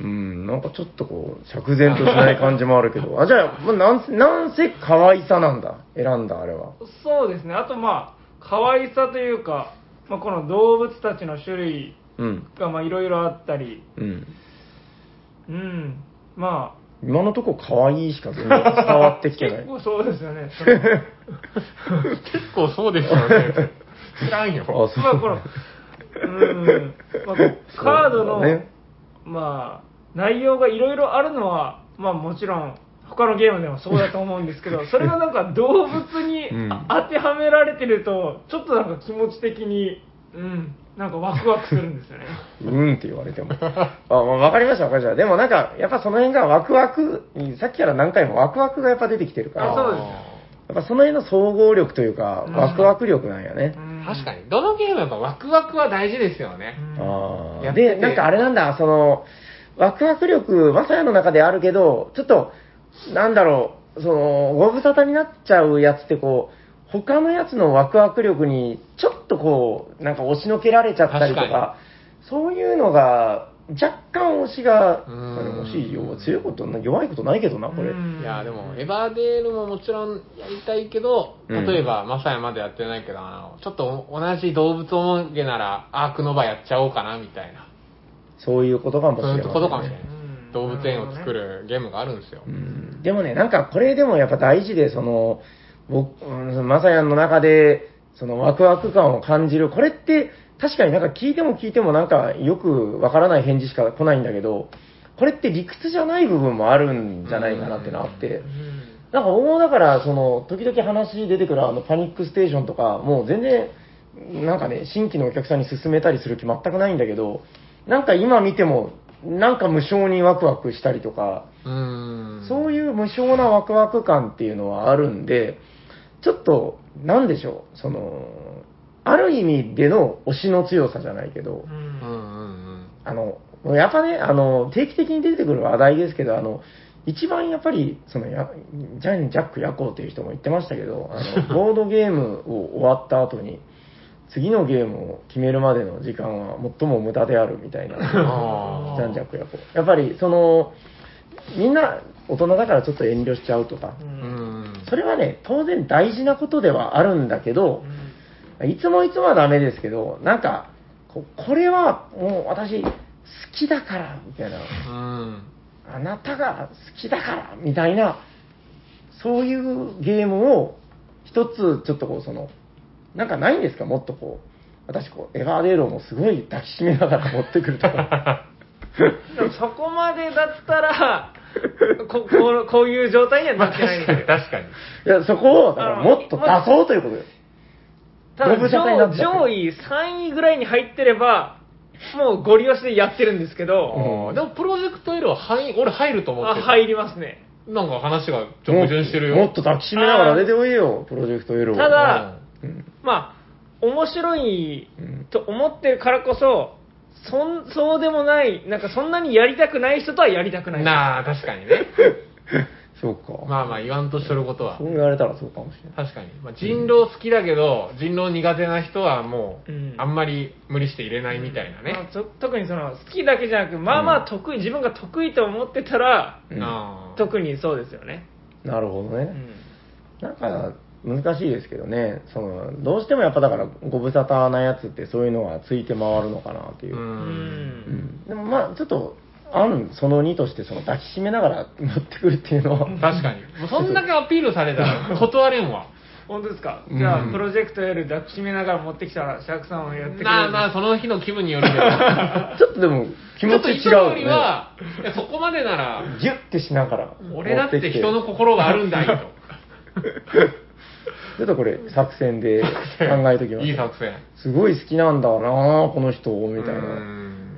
[SPEAKER 3] うん、なんかちょっとこう、釈然としない感じもあるけ
[SPEAKER 2] <laughs>
[SPEAKER 3] ど、あ、じゃあ、まあ、なんせ、なんせ可愛さなんだ、選んだあれは。
[SPEAKER 2] そうですね、あとまあ、可愛さというか、まあ、この動物たちの種類
[SPEAKER 3] うん、
[SPEAKER 2] がまあいろいろあったり、
[SPEAKER 3] うん。
[SPEAKER 2] うん、まあ、
[SPEAKER 3] 今のとこ可愛いしか全然伝わってきて
[SPEAKER 2] <laughs>
[SPEAKER 3] ない
[SPEAKER 2] 結。構そうで
[SPEAKER 3] <laughs>
[SPEAKER 2] すよね。その
[SPEAKER 1] 結構そうですよ
[SPEAKER 3] <laughs>
[SPEAKER 1] ね。知らんよ。
[SPEAKER 3] あ
[SPEAKER 2] まあこの、うん、まあこう
[SPEAKER 3] そう
[SPEAKER 2] カードの、
[SPEAKER 3] だね
[SPEAKER 2] まあ、内容がいろいろあるのは、まあもちろん、他のゲームでもそうだと思うんです
[SPEAKER 3] <laughs>
[SPEAKER 2] けど、それがなんか動物に
[SPEAKER 3] うん
[SPEAKER 2] 当てはめられてると、ちょっとなんか気持ち的に、うん、なんかワクワクするんですよね。
[SPEAKER 3] うんって言われても。あ、まあ、わかりました、わかりました。でもなんか、やっぱその辺がワクワク、さっきから何回もワクワクがやっぱ出てきてるから、
[SPEAKER 2] あそう
[SPEAKER 3] やっぱその辺の総合力というか、
[SPEAKER 2] うん
[SPEAKER 3] ワクワク力なんやね
[SPEAKER 2] う。ん
[SPEAKER 1] 確かに、どのゲームもやっぱワクワクは大事ですよね。
[SPEAKER 2] うん
[SPEAKER 3] あ
[SPEAKER 1] や
[SPEAKER 3] あ。
[SPEAKER 1] って
[SPEAKER 3] で、
[SPEAKER 1] て
[SPEAKER 3] なんかあれなんだ、その、ワクワク力、まさやの中であるけど、ちょっと、なんだろう、その、ご無沙汰になっちゃうやつってこう、他のやつのワクワク力に、ちょっとこう、なんか押しのけられちゃったりと
[SPEAKER 1] 確か
[SPEAKER 3] か、そういうのが、若干推しが、
[SPEAKER 1] うん
[SPEAKER 3] あれ推し弱強いことな、弱いことないけどな、これ。
[SPEAKER 2] うん
[SPEAKER 1] いや、でも、エヴァデールももちろんやりたいけど、
[SPEAKER 3] うん
[SPEAKER 1] 例えば、マサヤまでやってないけど、あの、ちょっと同じ動物おもげなら、アークノバやっちゃおうかな、みたいな。
[SPEAKER 3] そういうことかもしれ
[SPEAKER 1] そう
[SPEAKER 3] ないい、
[SPEAKER 1] うことかもしれない
[SPEAKER 2] うん。
[SPEAKER 1] 動物園を作るゲームがあるんですよ
[SPEAKER 3] う。んでもね、なんかこれでもやっぱ大事で、その、僕、うんまさやんの中で、そのワクワク感を感じる。これって、確かになんか聞いても聞いてもなんかよくわからない返事しか来ないんだけど、これって理屈じゃない部分もあるんじゃないかなってのあって
[SPEAKER 2] う。ん
[SPEAKER 3] なんか僕もだから、その、時々話に出てくるあのパニックステーションとか、もう全然、なんかね、新規のお客さんに勧めたりする気全くないんだけど、なんか今見ても、なんか無性にワクワクしたりとか、
[SPEAKER 1] うーん。
[SPEAKER 3] そういう無償なワクワク感っていうのはあるんで、ちょっと、なんでしょう、その、ある意味での推しの強さじゃないけど
[SPEAKER 1] う
[SPEAKER 2] う、
[SPEAKER 1] んうんん
[SPEAKER 3] あの、やっぱね、あの、定期的に出てくる話題ですけど、あの、一番やっぱり、そのや、ジャン・ジャック・ヤコウという人も言ってましたけど、あの、ボードゲームを終わった後に、次のゲームを決めるまでの時間は最も無駄であるみたいな。
[SPEAKER 1] うん。あ
[SPEAKER 3] ジャンジャ
[SPEAKER 1] ー
[SPEAKER 3] ックやこうやっぱりそのみんな大人だからちょっと遠慮しちゃうとか
[SPEAKER 2] う
[SPEAKER 1] うんん。
[SPEAKER 3] それはね当然大事なことではあるんだけど
[SPEAKER 2] うん
[SPEAKER 3] いつもいつもはダメですけどなんかこうこれはもう私好きだからみたいな
[SPEAKER 1] うん。
[SPEAKER 3] あなたが好きだからみたいなそういうゲームを一つちょっとこうそのなんかないんですかもっとこう私こうエヴァーデーローもすごい抱きしめながら持ってくるとか
[SPEAKER 2] でもそこまでだったら、ここうこういう状態には
[SPEAKER 1] ま
[SPEAKER 2] な
[SPEAKER 1] あ
[SPEAKER 2] ってないん
[SPEAKER 1] 確
[SPEAKER 2] で
[SPEAKER 1] か
[SPEAKER 2] す
[SPEAKER 1] に確
[SPEAKER 2] よ。
[SPEAKER 1] かに。
[SPEAKER 3] いや、そこを、だからもっと出そうということよ。
[SPEAKER 2] た
[SPEAKER 3] ご無沙汰になっ
[SPEAKER 2] だ
[SPEAKER 3] ちゃっ
[SPEAKER 2] 上
[SPEAKER 3] て
[SPEAKER 2] 上位3位ぐらいに入ってれば、もうゴリ押しでやってるんですけど、
[SPEAKER 1] あーでもプロジェクト L は入、俺入ると思っ
[SPEAKER 2] あ
[SPEAKER 1] てる。
[SPEAKER 2] 入りますね。
[SPEAKER 1] なんか話が直順してるよ。
[SPEAKER 3] もっと抱きしめながら出ておいでよ、プロジェクトエロを。
[SPEAKER 2] た
[SPEAKER 1] う
[SPEAKER 2] だ
[SPEAKER 1] ん
[SPEAKER 3] うん、
[SPEAKER 2] まあ、面白い
[SPEAKER 3] うん
[SPEAKER 2] と思ってるからこそ、そんそうでもない、なんかそんなにやりたくない人とはやりたくない。
[SPEAKER 1] なあ、確かにね。
[SPEAKER 3] そうか。
[SPEAKER 1] まあまあ言わんとしとることは
[SPEAKER 3] そう。言われたらそうかもしれない。
[SPEAKER 1] 確かに。まあ、人狼好きだけど、人狼苦手な人はもう、
[SPEAKER 2] うん
[SPEAKER 1] あんまり無理して入れないみたいな
[SPEAKER 2] ま
[SPEAKER 1] ね。
[SPEAKER 2] あと特にその好きだけじゃなく、まあまあ得意、自分が得意と思ってたら、
[SPEAKER 3] うん
[SPEAKER 1] あー。
[SPEAKER 2] 特にそうですよね。
[SPEAKER 3] なるほど
[SPEAKER 2] う
[SPEAKER 3] ね。
[SPEAKER 2] ん
[SPEAKER 3] なんか、難しいですけどね、その、どうしてもやっぱだから、ご無沙汰なやつってそういうのはついて回るのかなっていうう。
[SPEAKER 2] うん
[SPEAKER 3] うんんでもまあ、ちょっと、案その2として、その抱きしめながら持ってくるっていうのは、
[SPEAKER 1] 確かに。もうそんだけアピールされたら断れんわ。
[SPEAKER 2] 本当ですか、
[SPEAKER 3] うん
[SPEAKER 2] じゃあプロジェクト L 抱きしめながら持ってきたらシャークさんはやってくれる
[SPEAKER 1] まあまあ、その日の気分によるけど。
[SPEAKER 3] ちょっとでも、気
[SPEAKER 1] ちょ
[SPEAKER 3] 持ち違う
[SPEAKER 1] っといつも
[SPEAKER 3] よ
[SPEAKER 1] より
[SPEAKER 3] ね。
[SPEAKER 1] は、いやそこまでなら、
[SPEAKER 3] ギュッてしながら。
[SPEAKER 1] 俺だって人の心があるんだよと。
[SPEAKER 3] <laughs> ちょっとこれ、作戦で考えときます。
[SPEAKER 1] いい <laughs> 作戦。
[SPEAKER 3] すごい好きなんだなぁこの人、みたいうな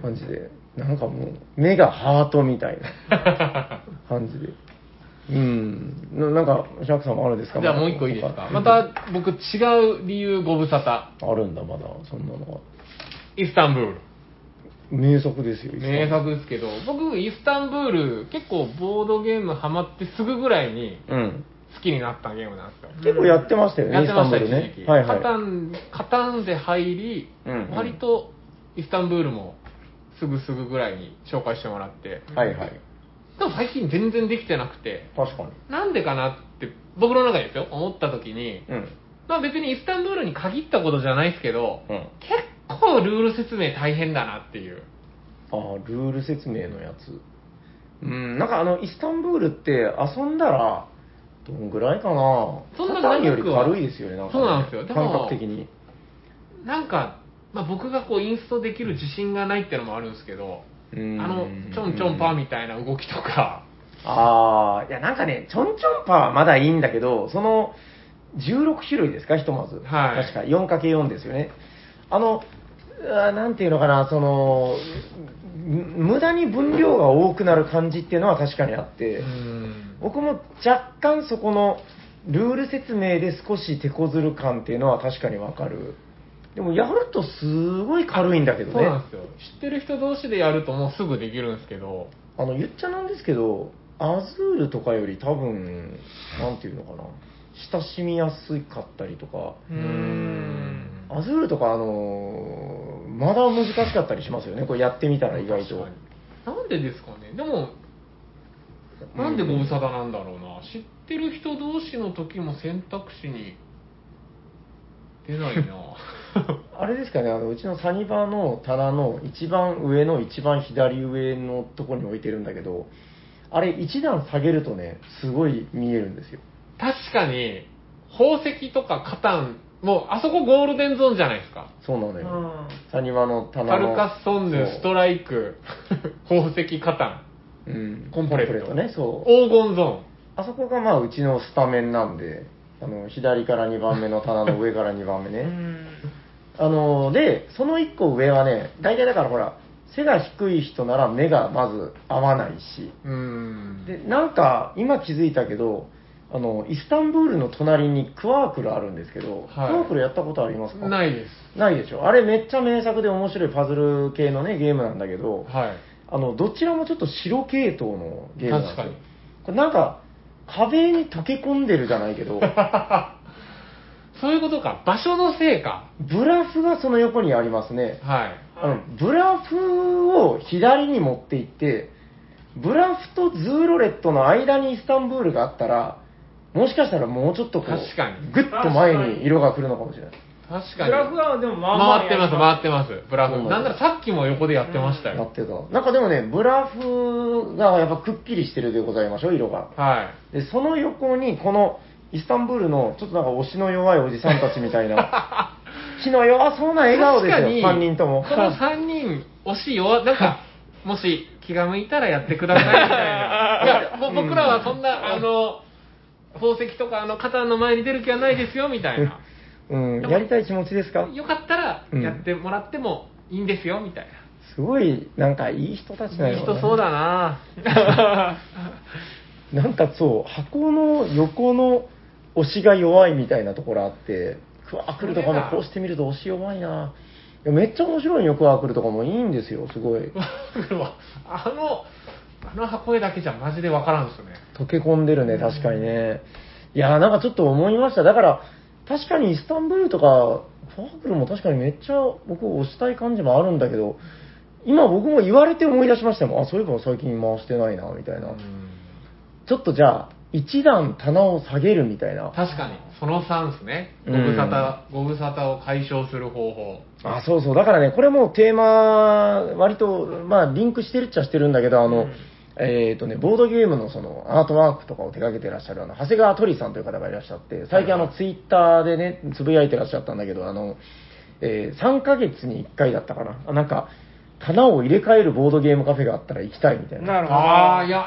[SPEAKER 3] 感
[SPEAKER 1] ん
[SPEAKER 3] じで。なんかもう、目がハートみたい
[SPEAKER 1] <laughs>
[SPEAKER 3] な感じで。うん。ななんか、シャークさんもあるんですか
[SPEAKER 1] じゃあもう一個いいですか。ま、た、僕違う理由ご無沙汰。
[SPEAKER 3] 他あるんだ、まだ、そんなのが。
[SPEAKER 1] イスタンブール。
[SPEAKER 3] 名作ですよ、
[SPEAKER 1] 名作ですけど、僕、イスタンブール、結構ボードゲームハマってすぐぐらいに
[SPEAKER 3] うん。
[SPEAKER 1] 好きになったゲームなんですよ。
[SPEAKER 3] 結構やってましたよね、
[SPEAKER 1] やってました、
[SPEAKER 3] イスタンブール
[SPEAKER 1] 一時
[SPEAKER 3] ね。
[SPEAKER 1] 期。
[SPEAKER 3] はい
[SPEAKER 1] カタ
[SPEAKER 3] は
[SPEAKER 1] ン、カタンで入り、
[SPEAKER 3] うんうん
[SPEAKER 1] 割とイスタンブールもすぐすぐぐらいに紹介してもらって、
[SPEAKER 3] い。はいはい。
[SPEAKER 1] でも最近全然できてなくて、
[SPEAKER 3] 確かに。
[SPEAKER 1] なんでかなって僕の中でですよ、思った時に、
[SPEAKER 3] うん。
[SPEAKER 1] まあ別にイスタンブールに限ったことじゃないですけど、
[SPEAKER 3] うん。
[SPEAKER 1] 結構ルール説明大変だなっていう。
[SPEAKER 3] あールール説明のやつうんなんかあのイスタンブールって遊んだらどんぐらいかな
[SPEAKER 1] そんな
[SPEAKER 3] タタン
[SPEAKER 1] 長
[SPEAKER 3] より
[SPEAKER 1] くは
[SPEAKER 3] 軽いですよねなんかね
[SPEAKER 1] そうなんですよでも
[SPEAKER 3] 感覚的に
[SPEAKER 1] なんか、まあ、僕がこうインストできる自信がないってのもあるんですけど、
[SPEAKER 3] あ
[SPEAKER 1] あのちょんちょんパーみたいな動きとか、
[SPEAKER 3] ああいやなんかねちょんちょんパーはまだいいんだけどその16種類ですかひとまず、
[SPEAKER 1] はい
[SPEAKER 3] 確か 4×4 ですよねあのあーなんていうのかなそのむ無駄に分量が多くなる感じっていうのは確かにあって、
[SPEAKER 1] うん
[SPEAKER 3] 僕も若干そこのルール説明で少し手こずる感っていうのは確かにわかるでもやるとすごい軽いんだけど
[SPEAKER 1] そう
[SPEAKER 3] ね
[SPEAKER 1] なんですよ知ってる人同士でやるともうすぐできるんですけど
[SPEAKER 3] あの言っちゃなんですけどアズールとかより多分なんていうのかな親しみやすかったりとか
[SPEAKER 2] うーん
[SPEAKER 3] アズールとかあのーまだ難しかったりしますよね、これやってみたら意外と。
[SPEAKER 1] なんでですかねでもなんでご無沙汰なんだろうな、知ってる人同士の時も選択肢に出ない <laughs> な
[SPEAKER 3] あれですかね、あのうちのサニバの棚の一番上の一番左上のとこに置いてるんだけど、あれ、一段下げるとね、すごい見えるんですよ。
[SPEAKER 1] 確かに宝石とかカタンもうあそこゴールデンゾーンじゃないですか
[SPEAKER 3] そうなの
[SPEAKER 2] うん
[SPEAKER 3] よ。サニバの
[SPEAKER 1] タ
[SPEAKER 3] 棚の。
[SPEAKER 1] ルカスソンヌ
[SPEAKER 3] そう
[SPEAKER 1] ストライ <laughs> ク宝石カタン
[SPEAKER 3] うん、
[SPEAKER 1] コンプレット
[SPEAKER 3] ね、そう。
[SPEAKER 1] 黄金ゾ
[SPEAKER 3] あそこがまあうちのスタメンなんで、あの左から2番目の棚の上から2番目
[SPEAKER 2] う
[SPEAKER 3] ね。
[SPEAKER 2] ん
[SPEAKER 3] あので、その1個上はね、大体だからほら、背が低い人なら目がまず合わないし、
[SPEAKER 1] ーンうーん
[SPEAKER 3] で、なんか今気づいたけど、あの、イスタンブールの隣にクワークルあるんですけど、
[SPEAKER 1] はい
[SPEAKER 3] クワークルやったことありますか。
[SPEAKER 1] ないいです
[SPEAKER 3] ないでしょ。あれめっちゃ名作で面白いパズル系のね、ゲームなんだけど、
[SPEAKER 1] はい
[SPEAKER 3] あの、どちらもちょっと白系統のゲームなんです
[SPEAKER 1] 確
[SPEAKER 3] よ
[SPEAKER 1] かに
[SPEAKER 3] これなんか、壁に溶け込んでるじゃない
[SPEAKER 1] <laughs>
[SPEAKER 3] けど、
[SPEAKER 1] そういうことか場所のせいか
[SPEAKER 3] ブラフがその横にありますね。
[SPEAKER 1] はい
[SPEAKER 3] あの、ブラフを左に持っていって、ブラフとズーロレットの間にイスタンブールがあったら、もしかしたらもうちょっとこ
[SPEAKER 1] 確かに
[SPEAKER 3] う、ぐっと前に色が来るのかもしれない。
[SPEAKER 1] 確
[SPEAKER 2] ブ
[SPEAKER 1] かに
[SPEAKER 2] ラフはでもまあまあ
[SPEAKER 1] 回ってます回ってますブラ
[SPEAKER 3] そう
[SPEAKER 1] フ
[SPEAKER 3] な
[SPEAKER 1] なんん
[SPEAKER 3] だ
[SPEAKER 1] ならさっきも横でやってました
[SPEAKER 3] な
[SPEAKER 1] よ
[SPEAKER 3] ってた。なんかでもね、ブラフがやっぱくっきりしてるでございましょう、色が。
[SPEAKER 1] はい
[SPEAKER 3] で、その横に、この、イスタンブールの、ちょっとなんか推しの弱いおじさんたちみたい
[SPEAKER 1] <laughs>
[SPEAKER 3] な、気の弱そうな笑顔ですよ、
[SPEAKER 1] 確か
[SPEAKER 3] 3
[SPEAKER 1] に
[SPEAKER 3] 人とも。
[SPEAKER 1] この3人、推し弱、なんか、もし気が向いたらやってくださいみたい
[SPEAKER 3] <laughs>
[SPEAKER 1] な。いや、ぼ僕らはそんな、あの、宝石とかあの肩の前に出る気はないですよみたいな。
[SPEAKER 3] <laughs> うん、やりたい気持ちですか
[SPEAKER 1] よかったらやってもらってもいいんですよみたい
[SPEAKER 3] すごい、なんかいい人たち
[SPEAKER 1] な。
[SPEAKER 3] だ
[SPEAKER 1] いい
[SPEAKER 3] よ、ね。
[SPEAKER 1] 人そうだ
[SPEAKER 3] <laughs>
[SPEAKER 1] な
[SPEAKER 3] なんかそう、箱の横の押しが弱いみたいなところあって、クワークルとかもこうしてみると押し弱いな。いやめっちゃ面白いよ、クワークルとかもいいんですよ、すごい。
[SPEAKER 1] あの、あの箱絵だけじゃマジでわからんっすね。
[SPEAKER 3] 溶け込んでるね、確かにね。いやー、なんかちょっと思いました。だから、確かにイスタンブールとか、ファークルも確かにめっちゃ僕押したい感じもあるんだけど、今僕も言われて思い出しましたもん。あ、そういえば最近回してないな、みたいな。
[SPEAKER 1] うん
[SPEAKER 3] ちょっとじゃあ、一段棚を下げるみたいな。
[SPEAKER 1] 確かに、その3ですね。ご
[SPEAKER 3] うん
[SPEAKER 1] 無沙汰、ご無沙汰を解消する方法。
[SPEAKER 3] あ、そうそう。だからね、これもうテーマ、割と、まあ、リンクしてるっちゃしてるんだけど、あの、
[SPEAKER 2] うん
[SPEAKER 3] えっ、とね、ボードゲームのその、アートワークとかを手掛けてらっしゃる、あの、長谷川鳥さんという方がいらっしゃって、最近あの、ツイッターでね、つぶやいてらっしゃったんだけど、あの、えー3ヶ月に1回だったかな。あなんか、棚を入れ替えるボードゲームカフェがあったら行きたいみたいな。
[SPEAKER 2] なるほど
[SPEAKER 1] ああ、いや、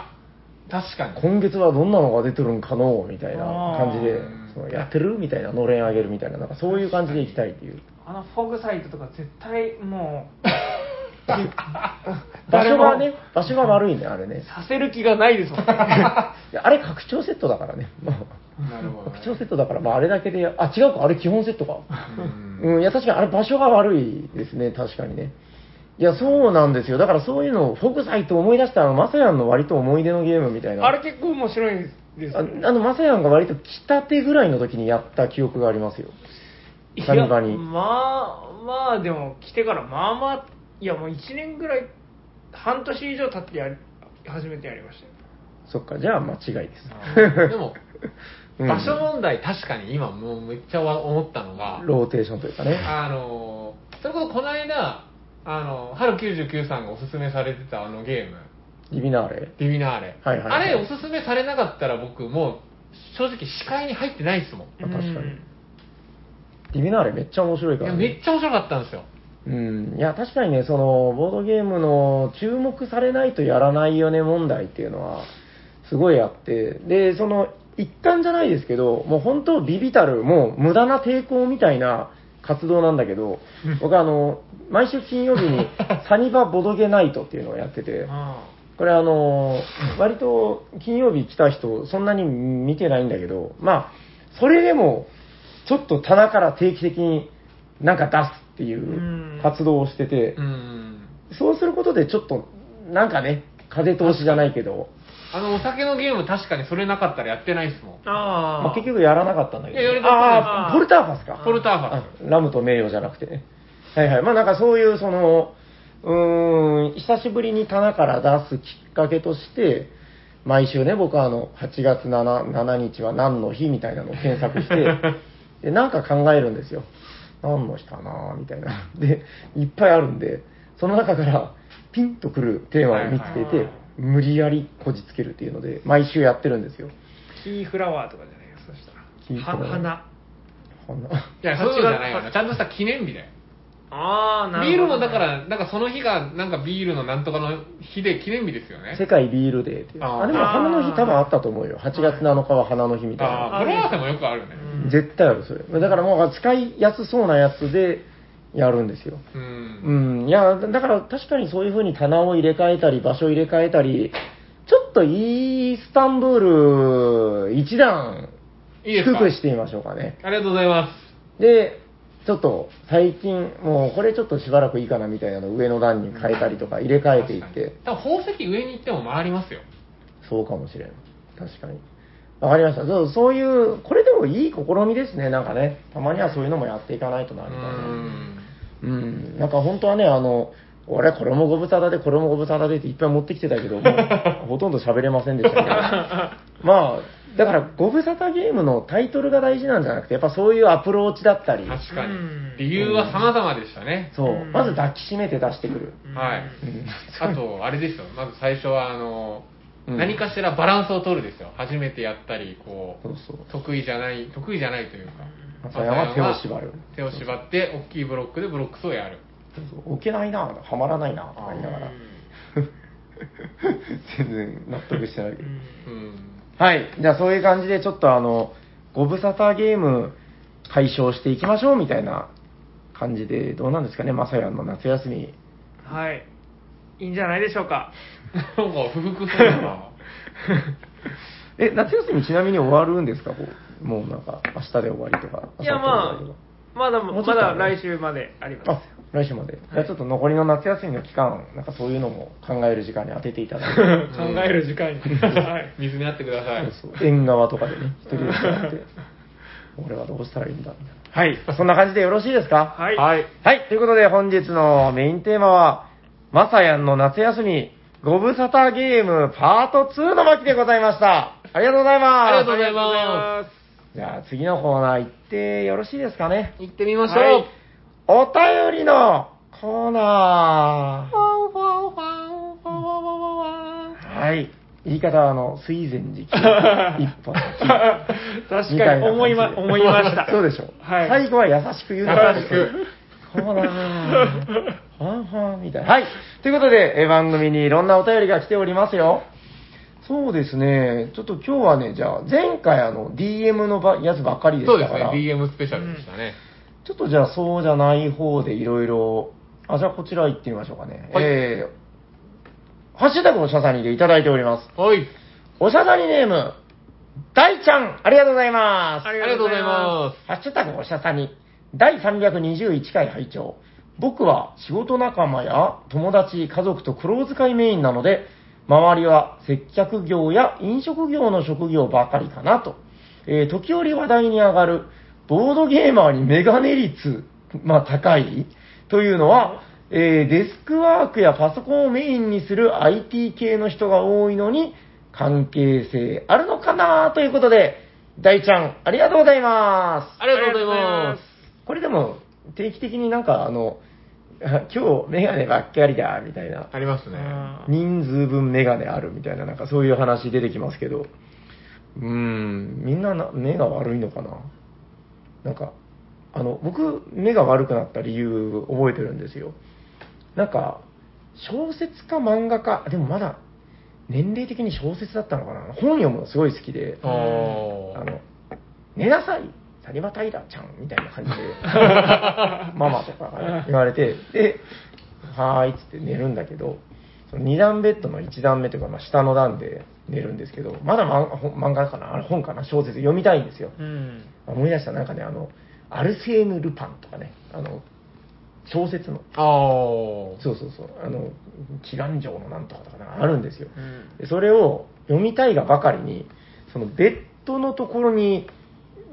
[SPEAKER 1] 確かに。
[SPEAKER 3] 今月はどんなのが出てるんかのうみたいな感じで
[SPEAKER 1] あー、
[SPEAKER 3] そのやってるみたいな、のれんあげるみたいな、なんかそういう感じで行きたいっていう。
[SPEAKER 2] あのフォグサイトとか絶対も
[SPEAKER 3] <laughs> 場所が
[SPEAKER 2] う誰
[SPEAKER 3] ね
[SPEAKER 2] も、
[SPEAKER 3] 場所が悪いね、あれね。
[SPEAKER 2] させる気がな
[SPEAKER 3] <laughs>
[SPEAKER 2] いですもんね
[SPEAKER 3] いやあれ拡張セットだからね。まあ
[SPEAKER 1] なるほどね、
[SPEAKER 3] 拡張セットだから、まああれだけで、あ、違うか、あれ基本セットか。
[SPEAKER 1] うん
[SPEAKER 3] うん、いや確かにあれ場所が悪いですね、確かにね。いや、そうなんですよ。だからそういうのを、フォグサイト思い出したあの、マサヤンの割と思い出のゲームみたいな。
[SPEAKER 2] あれ結構面白いです
[SPEAKER 3] ああの、マサヤンが割と来たてぐらいの時にやった記憶がありますよ。サニバ
[SPEAKER 2] いや
[SPEAKER 3] に。
[SPEAKER 2] まあまあでも来てからまあまあいやもう1年ぐらい半年以上経ってやり初めてやりましたよ
[SPEAKER 3] そっか、じゃあ間違いです。
[SPEAKER 1] でも、
[SPEAKER 3] うん
[SPEAKER 1] 場所問題、確かに今、もうめっちゃ思ったのが、
[SPEAKER 3] <laughs> ローテーションというかね。
[SPEAKER 1] あのーそれこそこの間、あの春99さんがおすすめされてたあのゲーム、
[SPEAKER 3] リビナーレ。
[SPEAKER 1] ディビナーレ、
[SPEAKER 3] はいはいはい
[SPEAKER 1] あれ、おすすめされなかったら、僕、もう正直、視界に入ってないですもん。
[SPEAKER 3] 確かに
[SPEAKER 2] うん
[SPEAKER 3] リビナーレめっちゃ面白い
[SPEAKER 1] い
[SPEAKER 3] から、
[SPEAKER 1] や
[SPEAKER 3] ね。
[SPEAKER 1] めっちゃ面白かったんですよ。
[SPEAKER 3] うん、いや確かにね、そのボードゲームの注目されないとやらないよね問題っていうのは、すごいあって、で、その一環じゃないですけど、もう本当、ビビたる、もう無駄な抵抗みたいな活動なんだけど、僕はあの、毎週金曜日にサニバボドゲナイトっていうのをやってて、
[SPEAKER 2] あ
[SPEAKER 3] これあの、割と金曜日来た人、そんなに見てないんだけど、まあ、それでも、ちょっと棚から定期的になんか出すっていう活動をしてて
[SPEAKER 1] う、ん
[SPEAKER 3] そうすることでちょっと、なんかね、風通しじゃないけど、
[SPEAKER 1] あのお酒のゲーム、確かにそれなかったらやってないですもん。
[SPEAKER 2] あ、
[SPEAKER 3] まあ、結局やらなかったんだけ
[SPEAKER 1] いややり
[SPEAKER 3] ど、
[SPEAKER 1] たくない
[SPEAKER 3] ああ、ポルターファスか。
[SPEAKER 1] ポルターファス
[SPEAKER 3] あラムと名誉じゃなくてね。はいはい。まあなんかそういう、その、うーん、久しぶりに棚から出すきっかけとして、毎週ね、僕はあの、8月 7, 7日は何の日みたいなのを検索 <laughs> して、で、なんか考えるんですよ。何の日かなみたいな。で、いっぱいあるんで、その中からピンとくるテーマを見つけ
[SPEAKER 2] はいはい
[SPEAKER 3] て
[SPEAKER 2] はい、
[SPEAKER 3] 無理やりこじつけるっていうので、毎週やってるんですよ。
[SPEAKER 2] キーフラワーとかじゃないよそした
[SPEAKER 3] キーフラ
[SPEAKER 2] ら
[SPEAKER 3] ワー
[SPEAKER 2] は花
[SPEAKER 3] こんな。
[SPEAKER 1] いや、そうじゃないよな。ちゃんとした記念日だよ。
[SPEAKER 2] ああなる
[SPEAKER 1] ビール
[SPEAKER 2] ほ
[SPEAKER 1] も
[SPEAKER 2] ど
[SPEAKER 1] だから、なんかその日が、なんかビールのなんとかの日で記念日ですよね。
[SPEAKER 3] 世界ビールデーっていう。
[SPEAKER 1] あー
[SPEAKER 3] あ、でも花の日多分あったと思うよ。8月7日は花の日みたいな。
[SPEAKER 1] ああ、語呂合わせもよくあるよね。
[SPEAKER 2] うん
[SPEAKER 3] 絶対あるそれだからもう使いやすそうなやつでやるんですよ
[SPEAKER 1] う。
[SPEAKER 3] うんんいやだから確かにそういう風に棚を入れ替えたり場所入れ替えたりちょっとイスタンブール一段
[SPEAKER 1] いいです
[SPEAKER 3] 低
[SPEAKER 1] か
[SPEAKER 3] くしてみましょうかね
[SPEAKER 1] ありがとうございま
[SPEAKER 3] でちょっと最近もうこれちょっとしばらくいいかなみたいなの上の段に変えたりとか入れ替えていっ
[SPEAKER 1] す
[SPEAKER 3] て。
[SPEAKER 1] 多分宝石上に行っても回りますよ。
[SPEAKER 3] そうかもしれん確かにわかりましたそうそういうこれでもいい試みですねなんかねたまにはそういうのもやっていかないと
[SPEAKER 1] う
[SPEAKER 3] なみたいな
[SPEAKER 1] ーん。
[SPEAKER 3] うん、なんか本当はね、あの、俺、これもご無沙汰で、これもご無沙汰でっていっぱい持ってきてたけど、もうほとんど喋れませんでしたけど、まあ、だから、ご無沙汰ゲームのタイトルが大事なんじゃなくて、やっぱそういうアプローチだったり、
[SPEAKER 1] 確か
[SPEAKER 2] うん
[SPEAKER 1] に。理由は様々でしたね。
[SPEAKER 3] そうう、
[SPEAKER 2] ん
[SPEAKER 3] まず抱きしめて出してくる。
[SPEAKER 2] うん
[SPEAKER 1] はい
[SPEAKER 3] うん
[SPEAKER 1] あと、あれですよ。まず最初は、あの、
[SPEAKER 3] うん
[SPEAKER 1] 何かしらバランスを取るですよ。初めてやったり、こ
[SPEAKER 3] そうう、そう。
[SPEAKER 1] 得意じゃない、得意じゃないというか。
[SPEAKER 3] 朝山は手を縛る。
[SPEAKER 1] 手を縛って、大きいブロックでブロックスをやる。
[SPEAKER 3] そうそう置けないな、はまらないな、とか言いながら。全然納得してないけ
[SPEAKER 2] う
[SPEAKER 3] ど。
[SPEAKER 2] ん
[SPEAKER 1] うん。
[SPEAKER 3] はい。じゃあそういう感じで、ちょっとあの、ご無沙汰ゲーム解消していきましょうみたいな感じで、どうなんですかね、まさやんの夏休
[SPEAKER 2] <laughs>
[SPEAKER 3] み。
[SPEAKER 2] はいいいんじゃないでしょうか
[SPEAKER 1] なんか、不服そうだな。
[SPEAKER 3] え、夏休みちなみに終わるんですかこうもうなんか、明日で終わりとか。
[SPEAKER 2] いやまあまだ
[SPEAKER 3] もう
[SPEAKER 2] ま
[SPEAKER 3] ちょっとあ
[SPEAKER 2] だ
[SPEAKER 3] る
[SPEAKER 2] 来週まであります
[SPEAKER 3] あ、来週まで。じゃあちょっと残りの夏休みの期間、なんかそういうのも考える時間に当てていた
[SPEAKER 2] <laughs>
[SPEAKER 3] だいて。
[SPEAKER 2] <laughs> 考える時間に、はい
[SPEAKER 1] 見つめ合ってください。
[SPEAKER 3] そうそう縁側とかでね、一人でや
[SPEAKER 1] <laughs>
[SPEAKER 3] って、俺はどうしたらいいんだみたいな。はい。そんな感じでよろしいですか
[SPEAKER 2] はい
[SPEAKER 1] はい。
[SPEAKER 3] はい、ということで本日のメインテーマは、まさやんの夏休み、ご無沙汰ゲームパート2の巻でございました。ありがとうございます。
[SPEAKER 1] ありがとうございます
[SPEAKER 3] じゃあ次のコーナー行ってよろしいですかね。
[SPEAKER 1] 行ってみましょう。
[SPEAKER 2] はい
[SPEAKER 3] お便りのコーナ
[SPEAKER 1] <laughs>
[SPEAKER 3] ー。はい。言い方はあの、水前寺
[SPEAKER 1] <laughs>
[SPEAKER 3] 清一本。
[SPEAKER 2] 確かに思いま思いまし
[SPEAKER 3] <laughs>
[SPEAKER 2] た
[SPEAKER 3] そうでしょ。
[SPEAKER 2] はい
[SPEAKER 3] 最後は優しく言うのが
[SPEAKER 1] 優しく
[SPEAKER 3] コーナー。はんはんみたいな。はい。ということで、えー番組にいろんなお便りが来ておりますよ。そうですね。ちょっと今日はね、じゃあ、前回あの、DM のばやつばっかりで
[SPEAKER 1] そう
[SPEAKER 3] し
[SPEAKER 1] です
[SPEAKER 3] たか
[SPEAKER 1] ね
[SPEAKER 3] ら。、
[SPEAKER 1] DM スペシャルでしたね。
[SPEAKER 3] ちょっとじゃあ、そうじゃない方でいろいろ、あ、じゃあこちら行ってみましょうかね。
[SPEAKER 1] はい
[SPEAKER 3] えー、ハッシュタグおしゃさにでいただいております。
[SPEAKER 1] はい。
[SPEAKER 3] おしゃさにネーム、大ちゃん、ありがとうございます。
[SPEAKER 1] ありがとうございま
[SPEAKER 3] ハッシュタグおしゃさに、第321回拝聴僕は仕事仲間や友達、家族とクローズ会メインなので、周りは接客業や飲食業の職業ばかりかなと。えー時折話題に上がる、ボードゲーマーにメガネ率、まあ高いというのは、えーデスクワークやパソコンをメインにする IT 系の人が多いのに、関係性あるのかなということで、大ちゃん、ありがとうございます。
[SPEAKER 1] す。ありがとうございます。
[SPEAKER 3] これでも、定期的になんかあの、 <laughs> あ今日メガネばっかりだ、みたいな。
[SPEAKER 1] ありますね。
[SPEAKER 2] う
[SPEAKER 3] 人
[SPEAKER 2] ん
[SPEAKER 3] 数分メガネあるみたいな、なんかそういう話出てきますけど。うーん、みんなな目が悪いのかななんか、あの、僕、目が悪くなった理由覚えてるんですよ。なんか、小説か漫画か、でもまだ、年齢的に小説だったのかな本読むのすごい好きで。
[SPEAKER 1] あ
[SPEAKER 3] あ
[SPEAKER 1] ー
[SPEAKER 3] の、寝なさい、サリバタイラちゃんみたいな感じで、
[SPEAKER 1] <laughs>
[SPEAKER 3] ママとかがね言われて、で、はーいっつって寝るんだけど、その2段ベッドの1段目というか、まあ、下の段で寝るんですけど、まだ漫画ほん漫画かなあれ本かな小説読みたいんですよ。
[SPEAKER 2] うん
[SPEAKER 3] 思い出した、なんかね、あの、アルセーヌ・ルパンとかね、あの、小説の、
[SPEAKER 1] あー。
[SPEAKER 3] そうそうそう、あの、祈願城のなんとかとかなんかあるんですよ。
[SPEAKER 2] うん
[SPEAKER 3] でそれを読みたいがばかりに、そのベッドのところに、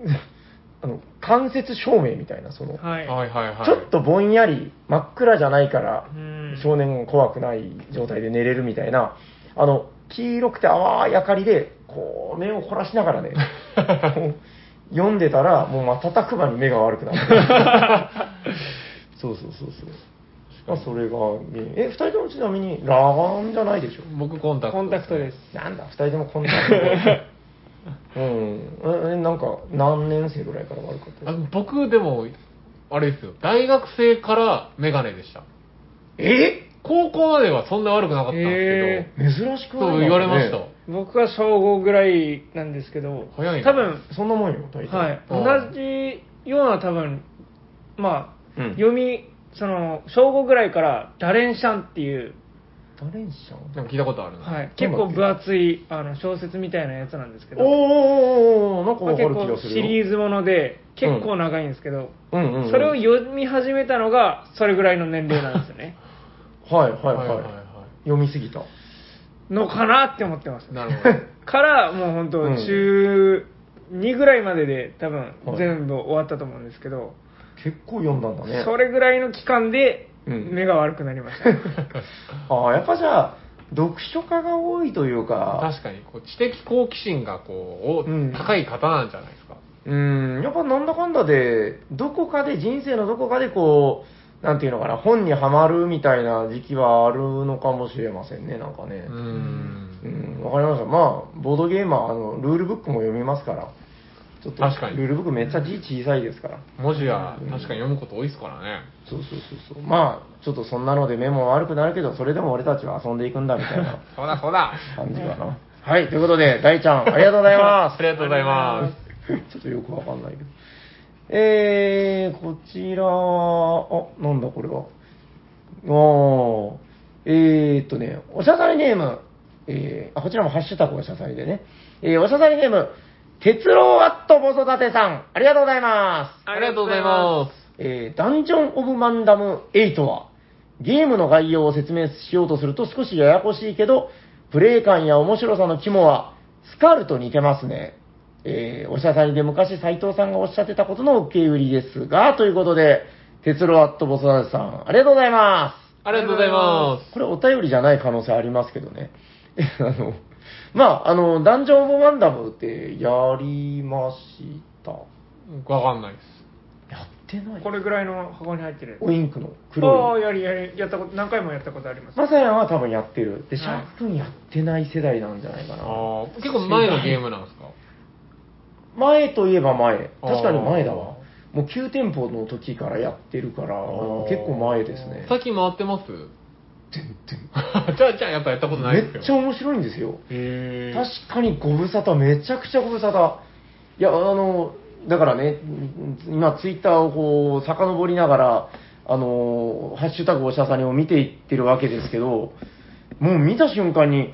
[SPEAKER 3] <laughs> あの、間接照明みたいな、その、
[SPEAKER 2] はい。
[SPEAKER 1] はいはいはい。
[SPEAKER 3] ちょっとぼんやり真っ暗じゃないから
[SPEAKER 2] う、ん。
[SPEAKER 3] 少年怖くない状態で寝れるみたいな、あの、黄色くて淡い明かりで、こう、目を凝らしなが
[SPEAKER 1] <laughs>
[SPEAKER 3] らね、こう読んでたら、もう瞬く間に目が悪く
[SPEAKER 1] <laughs>
[SPEAKER 3] なる。そうそうそうそう。まあ、それが原因、え、二人ともちなみに、裸眼じゃないでしょ
[SPEAKER 1] 僕コンタクト。
[SPEAKER 2] コンタクトです。
[SPEAKER 3] なんだ、二人ともこんな。うん、ええなんか何年生ぐらいから悪かった
[SPEAKER 1] あ
[SPEAKER 3] ですか
[SPEAKER 1] 僕でも、あれですよ。大学生からメガネでした。
[SPEAKER 3] え
[SPEAKER 1] 高校まではそんな悪くなかったんです
[SPEAKER 3] 珍し
[SPEAKER 1] け
[SPEAKER 3] く
[SPEAKER 1] ど、
[SPEAKER 3] ない
[SPEAKER 1] そう言われました。
[SPEAKER 3] ね
[SPEAKER 2] 僕は小5ぐらいなんですけど、
[SPEAKER 1] 早いな
[SPEAKER 2] 多分、
[SPEAKER 3] そんなもんよ大体
[SPEAKER 2] はい。
[SPEAKER 1] うん
[SPEAKER 2] 同じような多分、まあ、
[SPEAKER 3] うん
[SPEAKER 2] 読み、その、小5ぐらいから、ダレンシャンっていう、
[SPEAKER 3] ダレンシャン
[SPEAKER 1] なんか聞いたことあるな。
[SPEAKER 2] はい、結構分厚いあの小説みたいなやつなんですけ
[SPEAKER 3] おーお
[SPEAKER 2] ど、
[SPEAKER 3] ーおーおーなんか
[SPEAKER 2] まあ
[SPEAKER 3] わかる
[SPEAKER 2] 結
[SPEAKER 3] 気
[SPEAKER 2] 構
[SPEAKER 3] がす
[SPEAKER 2] シ
[SPEAKER 3] る
[SPEAKER 2] リ
[SPEAKER 3] ーズ
[SPEAKER 2] ーズもので、結構長いんですけど、
[SPEAKER 3] うんうんうん、
[SPEAKER 2] それを読み始めたのが、それぐらいの年齢なんです
[SPEAKER 3] <laughs>
[SPEAKER 2] よね。
[SPEAKER 3] はいはいはい、
[SPEAKER 1] はいはいは
[SPEAKER 3] 読みすぎた
[SPEAKER 2] のかなって思ってます。
[SPEAKER 1] い。なるほど。
[SPEAKER 2] から、もう本当
[SPEAKER 3] うん
[SPEAKER 2] 中2ぐらいまでで多分
[SPEAKER 3] はい
[SPEAKER 2] 全部終わったと思うんですけど、
[SPEAKER 3] 結構読んだんだね
[SPEAKER 2] それぐらいの期間で
[SPEAKER 3] うん
[SPEAKER 2] 目が悪くなりました。
[SPEAKER 3] <laughs> ああやっぱじゃあ読書家が多いという
[SPEAKER 1] <laughs>
[SPEAKER 3] か
[SPEAKER 1] 確かにこう知的好奇心がこう、
[SPEAKER 3] うん
[SPEAKER 1] 高い方なんじゃないですか
[SPEAKER 3] うんやっぱなんだかんだでどこかで人生のどこかでこうなんていうのかな本にはまるみたいな時期はあるのかもしれませんねなんかね、
[SPEAKER 1] うー
[SPEAKER 3] うんん、わかりました。まあ、ボードゲーマー、あの、ルールブックも読みますから。ちょっと、
[SPEAKER 1] 確かに
[SPEAKER 3] ルールブックめっちゃ字小さいですから。
[SPEAKER 1] 文字は確かに読むこと多いですからね
[SPEAKER 3] そうそうそうそう。まあ、ちょっとそんなので目も悪くなるけど、それでも俺たちは遊んでいくんだみたいな
[SPEAKER 1] そうだそうだ
[SPEAKER 3] 感じかな。はい、ということで、大ちゃん、ありがとうございま
[SPEAKER 1] ありがとうございます
[SPEAKER 3] す。ちょっとよくわかんないけど。えー、こちら、あ、なんだこれは。おー、えーっとね、おしゃさりネーム、えー、あ、こちらもハッシュタグおしゃさりでね。えー、おしゃさりネーム、鉄郎アットボソダテさん、ありがとうございま
[SPEAKER 1] <laughs>
[SPEAKER 3] す。
[SPEAKER 1] ありがとうございま
[SPEAKER 3] えーダンジョン・オブ・マンダム8は、ゲームの概要を説明しようとすると少しややこしいけど、プレイ感や面白さの肝は、スカルと似てますね。えーおしゃさりで昔斉藤さんがおっしゃってたことの受け売りですが、ということで、鉄郎アットボスダさん、ありがとうございます。
[SPEAKER 1] すありがとうございま
[SPEAKER 3] これお便りじゃない可能性ありますけどね。あの、まあ、あの、ダンジョン・オブ・マンダムってやりました。
[SPEAKER 1] すわかんないです
[SPEAKER 3] やってない
[SPEAKER 2] これぐらいの箱に入ってるや
[SPEAKER 3] オインクの
[SPEAKER 2] つ。
[SPEAKER 3] 黒い。
[SPEAKER 2] ああ、やりやり、やったこと、何回もやったことあります。
[SPEAKER 3] マサヤンは多分やってる。で、
[SPEAKER 2] はい
[SPEAKER 3] シャーク君やってない世代なんじゃないか
[SPEAKER 1] あ
[SPEAKER 3] な。
[SPEAKER 1] ー結構前のゲームなんですか
[SPEAKER 3] 前といえば前。
[SPEAKER 1] あー
[SPEAKER 3] 確かに前だわ。もう旧店舗の時からやってるから、結構前ですね。
[SPEAKER 1] 最近回ってます <laughs> じゃあじゃあやっぱやったことない
[SPEAKER 3] め
[SPEAKER 1] ですよ
[SPEAKER 3] っちゃ面白いんですよ。
[SPEAKER 1] へー
[SPEAKER 3] 確かにご無沙汰、めちゃくちゃご無沙汰。いや、あの、だからね、うん今ツイッターをこう、遡りながら、あの、ハッシュタグおしゃさにを見ていってるわけですけど、もう見た瞬間に、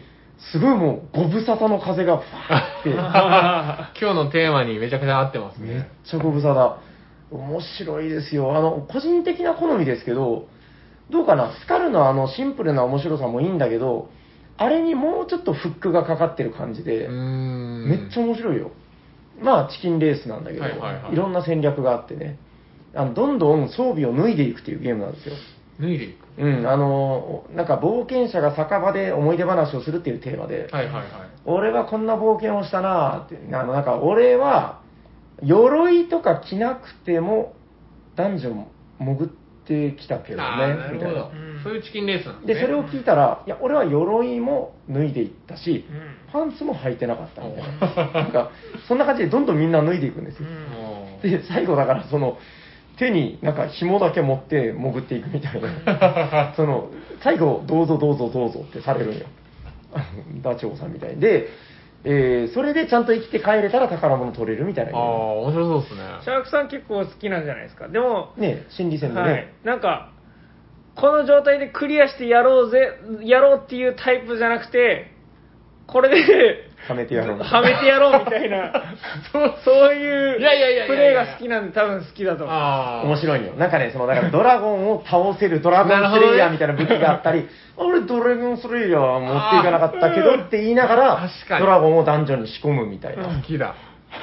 [SPEAKER 3] すごいもう、ご無沙汰の風が、ファ
[SPEAKER 1] <laughs>
[SPEAKER 3] ーって。
[SPEAKER 1] 今日のテーマにめちゃくちゃ合ってます
[SPEAKER 3] めっ
[SPEAKER 1] ね
[SPEAKER 3] ちゃご無沙汰。面白いですよ。あの、個人的な好みですけど、どうかな、スカルのあのシンプルな面白さもいいんだけど、あれにもうちょっとフックがかかってる感じ
[SPEAKER 1] う
[SPEAKER 3] で、
[SPEAKER 1] ーん
[SPEAKER 3] めっちゃ面白いよ。まあ、チキンレースなんだけど、
[SPEAKER 1] はいいはいはい
[SPEAKER 3] ろんな戦略があってねあの、どんどん装備を脱いでいくっていうゲームなんですよ。
[SPEAKER 1] 脱いでいく
[SPEAKER 3] うん、あの、なんか冒険者が酒場で思い出話をするっていうテーマで、
[SPEAKER 1] はいはいはい
[SPEAKER 3] 俺はこんな冒険をしたなぁって、あの、なんか俺は、鎧とか着なくても、ダンジョン潜ってきたけどね
[SPEAKER 1] あーな、る
[SPEAKER 3] み
[SPEAKER 1] ほ
[SPEAKER 3] たい
[SPEAKER 1] ど
[SPEAKER 3] な。
[SPEAKER 2] うん
[SPEAKER 1] そういうチキンレースなん
[SPEAKER 3] で、
[SPEAKER 1] ね
[SPEAKER 3] それを聞いたら、いや、俺は鎧も脱いでいったし、パンツも履いてなかったみたいな。な
[SPEAKER 1] <laughs>
[SPEAKER 3] んか、そんな感じでどんどんみんな脱いでいくんです
[SPEAKER 2] うん
[SPEAKER 3] よ
[SPEAKER 2] う。ん
[SPEAKER 1] もう
[SPEAKER 3] で、最後だから、その、手になんか紐だけ持って潜っていくみたいな。その、最後、どうぞどうぞどうぞってされるんよ。 <laughs> あのダチョウさんみたいに。で、えーそれでちゃんと生きて帰れたら宝物取れるみたい
[SPEAKER 1] ああ
[SPEAKER 3] な。
[SPEAKER 1] 面白そうですね
[SPEAKER 2] シャークさん結構好きなんじゃないですか。でも、
[SPEAKER 3] ね、心理戦でね。
[SPEAKER 2] はい、なんか、この状態でクリアしてやろうぜ、やろうっていうタイプじゃなくて、これ
[SPEAKER 3] <laughs>
[SPEAKER 2] で、
[SPEAKER 3] はめてやろうみたいな
[SPEAKER 2] はめてやろうみたいな、そうそういう
[SPEAKER 1] いやいやいやいやいや
[SPEAKER 2] プレイが好きなんで多分好きだと思う。
[SPEAKER 1] ああ
[SPEAKER 3] 面白いんよ。なんかね、その、だからドラゴンを倒せるドラゴンスレイヤーみたいな武器があったり、 <laughs> あ俺ドラゴンスレイヤーは持っていかなかったけどって言いながら
[SPEAKER 1] あー確か、に
[SPEAKER 3] ドラゴンをダンジョンに仕込むみたいな。
[SPEAKER 1] 好きだ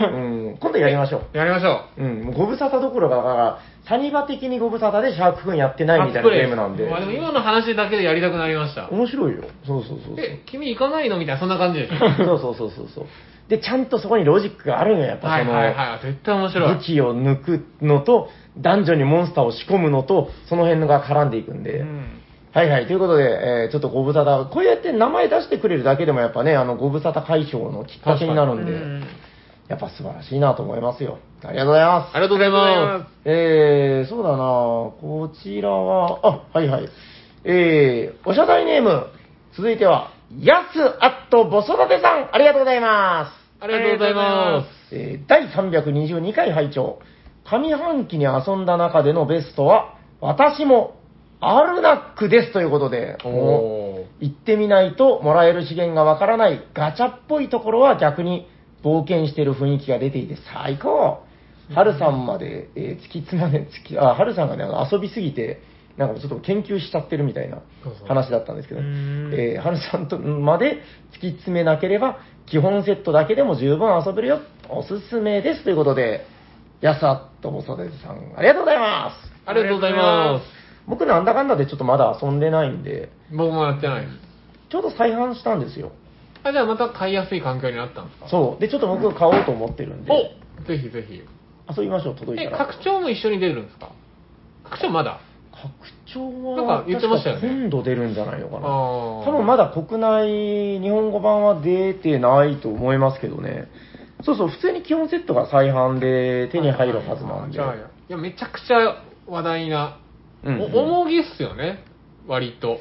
[SPEAKER 3] うん、今度やりましょ
[SPEAKER 1] やりましょ
[SPEAKER 3] う。うん、もうご無沙汰どころか、だから、サニバ的にご無沙汰でシャークくんやって
[SPEAKER 1] う。
[SPEAKER 3] ないみたいなゲームなんで、
[SPEAKER 1] まあ、でも今の話だけでやりたくなりました。
[SPEAKER 3] 面白いよ。そうそうそうそう。
[SPEAKER 1] え、君行かないのみたいな、そんな感じでしょ。
[SPEAKER 3] そうそうそうそうそう。で、ちゃんとそこにロジックがあるのよ、やっぱ
[SPEAKER 1] は
[SPEAKER 3] そ
[SPEAKER 1] い
[SPEAKER 3] の、
[SPEAKER 1] はいはい。絶対面白い
[SPEAKER 3] 武。器を抜くのと、男女にモンスターを仕込むのと、その辺のが絡んでいくんで。
[SPEAKER 2] うん
[SPEAKER 3] はいはい、ということで、えーちょっとご無沙汰、こうやって名前出してくれるだけでもやっぱね、あの、ご無沙汰解消のきっかけになるんで、
[SPEAKER 2] うん
[SPEAKER 3] やっぱ素晴らしいなと思いますよ。ありがとうございます。
[SPEAKER 1] ありがとうございま。
[SPEAKER 3] えー、そうだなこちらは、あ、はいはい。えー、おしゃだいネーム、続いては、やすあっとぼそだてさん、ありがとうございます。
[SPEAKER 1] ありがとうございます
[SPEAKER 3] えー、第322回拝聴上半期に遊んだ中でのベストは、私も、アルナックですということで、
[SPEAKER 1] す。おー。
[SPEAKER 3] 行ってみないともらえる資源がわからないガチャっぽいところは逆に冒険してる雰囲気が出ていて最高ハルさんまで、えー突き詰まね、突き、あ、ハルさんがね、あの遊びすぎて、なんかちょっと研究しちゃってるみたいな
[SPEAKER 1] そうそう
[SPEAKER 3] 話だったんですけど、
[SPEAKER 2] う
[SPEAKER 3] え
[SPEAKER 2] ん
[SPEAKER 3] ー、ハルさんとまで突き詰めなければ、基本セットだけでも十分遊べるよ。おすすめです。ということで、やさっとぼそでさん、ありがとうございます。
[SPEAKER 1] ありがとうございま
[SPEAKER 3] 僕なんだかんだでちょっとまだ遊んでないんで、
[SPEAKER 1] す。僕もやってないです。
[SPEAKER 3] ちょうど再販したんですよ。
[SPEAKER 1] あ、じゃあまた買いやすい環境になったんですか
[SPEAKER 3] そう。で、ちょっと僕買おうと思ってるんで、
[SPEAKER 1] おぜひぜひ。
[SPEAKER 3] 遊びましょう、届
[SPEAKER 1] え、
[SPEAKER 3] いたら。
[SPEAKER 1] 拡張も一緒に出るんですか拡張まだ
[SPEAKER 3] 拡張は、
[SPEAKER 1] なんか言ってましたよね
[SPEAKER 3] 確か今度出るんじゃないのかな。
[SPEAKER 1] あー
[SPEAKER 3] 多分まだ国内、日本語版は出てないと思いますけどね。そうそう、普通に基本セットが再販で手に入るはずなん
[SPEAKER 1] あじ
[SPEAKER 3] で。
[SPEAKER 1] ゃあいや、めちゃくちゃ話題な、
[SPEAKER 3] うんうん
[SPEAKER 1] お重ぎっすよね、割と。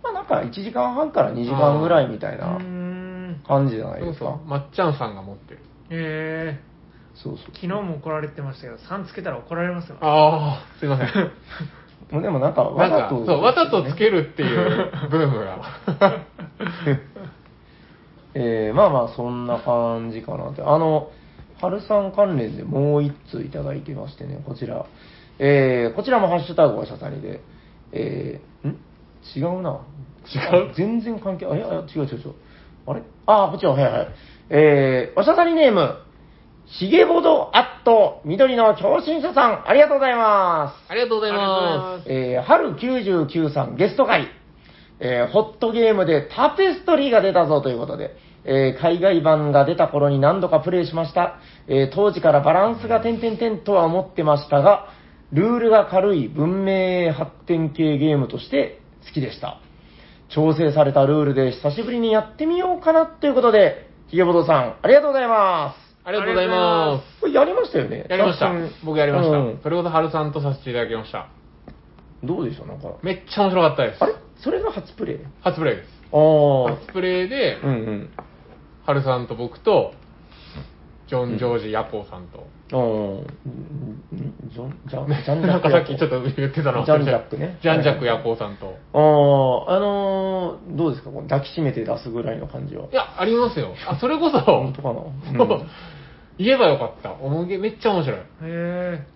[SPEAKER 3] まあなんか1時間半から2時間ぐらいみたいな
[SPEAKER 2] うん
[SPEAKER 3] 感じじゃない
[SPEAKER 1] そ
[SPEAKER 3] で
[SPEAKER 1] う
[SPEAKER 3] す
[SPEAKER 1] そ
[SPEAKER 3] か
[SPEAKER 1] う。。まっちゃんさんが持ってる。
[SPEAKER 2] へえ
[SPEAKER 3] そうそう。
[SPEAKER 2] 昨日も怒られてましたけど3つけたら怒られますよ
[SPEAKER 1] ああ、すいません。
[SPEAKER 3] <laughs> もうでもなんか
[SPEAKER 1] な
[SPEAKER 3] わ
[SPEAKER 1] ん
[SPEAKER 3] ざ
[SPEAKER 1] か、
[SPEAKER 3] と、
[SPEAKER 1] そう、わざとつけるっていうブーム
[SPEAKER 3] <laughs>
[SPEAKER 1] が。
[SPEAKER 3] えー、まあまあそんな感じかなって。あの、春さん関連でもう一通いただいてましてね、こちら。えー、こちらもハッシュタグはシャサニで。えー、ん違うな。
[SPEAKER 1] 違う
[SPEAKER 3] あ全然関係、あ、いや、いや違う違う違う。あれあー、こっちは、はいはい。えー、おしゃさにネーム、ひげぼどアット、緑の超新者さん、ありがとうございます。
[SPEAKER 1] ありがとうございます。
[SPEAKER 3] えー、春99さんゲスト会、えー、ホットゲームでタペストリーが出たぞということで、えー、海外版が出た頃に何度かプレイしました。えー、当時からバランスが点々点とは思ってましたが、ルールが軽い文明発展系ゲームとして好きでした。調整されたルールで久しぶりにやってみようかなということで、ひげぼどさん、ありがとうございます。
[SPEAKER 1] ありがとうございま
[SPEAKER 3] これやりましたよね
[SPEAKER 1] す。やりまし
[SPEAKER 3] さっき
[SPEAKER 1] た。僕やりまし
[SPEAKER 3] うん
[SPEAKER 1] た。それほど春さんとさせていただきました。
[SPEAKER 3] どうでしたなんか。
[SPEAKER 1] めっちゃ面白かったです
[SPEAKER 3] あ。れそれが初プレイ
[SPEAKER 1] 初プレイです。
[SPEAKER 3] ああ。
[SPEAKER 1] 初プレイで、
[SPEAKER 3] うんうん。
[SPEAKER 1] 春さんと僕と、ジョン・ジョージ・ヤコウさんと。
[SPEAKER 3] ああ。ジョン、ジャン、ジャンジャッ
[SPEAKER 1] <laughs>
[SPEAKER 3] ク。
[SPEAKER 1] なんかさっきちょっと言ってたの忘れちゃった
[SPEAKER 3] ジャンジャックね
[SPEAKER 1] ジャン・ジャック・ヤコウさんと。
[SPEAKER 3] ああ、あのー、どうですかこの抱きしめて出すぐらいの感じは。
[SPEAKER 1] いや、ありますよ。あ、それこそ、
[SPEAKER 3] 本当かな、うん、
[SPEAKER 1] 言えばよかった。おもげめっちゃ面白い。
[SPEAKER 2] へ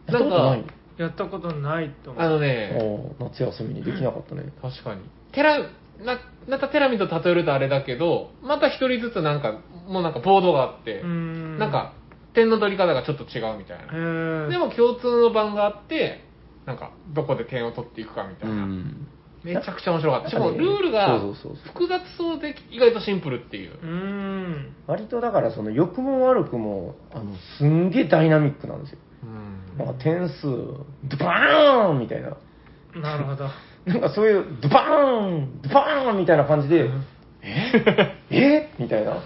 [SPEAKER 2] え
[SPEAKER 1] なんか
[SPEAKER 3] やったこ
[SPEAKER 2] やったことないと思う
[SPEAKER 1] あの
[SPEAKER 3] と
[SPEAKER 1] ね、
[SPEAKER 3] ないああ、夏休みにできなかったね。
[SPEAKER 1] 確かに。テラ、な、またテラミと例えるとあれだけど、また一人ずつなんか、もうなんかボードがあって、
[SPEAKER 2] うん
[SPEAKER 1] なんか、点の取り方がちょっと違うみたい
[SPEAKER 2] へ
[SPEAKER 1] な。
[SPEAKER 2] え
[SPEAKER 1] でも共通の版があって、なんか、どこで点を取っていくかみたいな。
[SPEAKER 3] ん。
[SPEAKER 1] めちゃくちゃ面白かった。しか
[SPEAKER 3] な
[SPEAKER 1] も
[SPEAKER 3] んか
[SPEAKER 1] ル
[SPEAKER 3] ね
[SPEAKER 1] ールが
[SPEAKER 3] そうそうそうそう
[SPEAKER 1] 複雑そうで意外とシンプルっていう。
[SPEAKER 2] うん
[SPEAKER 3] 割とだから、その、欲も悪くも、あの、すんげえダイナミックなんですよ。
[SPEAKER 1] うん
[SPEAKER 3] なんか点数、ドバーンみたいな。
[SPEAKER 2] なるほど
[SPEAKER 3] なんかそういう、ドバーン、ドバーンみたいな感じで、
[SPEAKER 1] <laughs>
[SPEAKER 3] ええみたいな。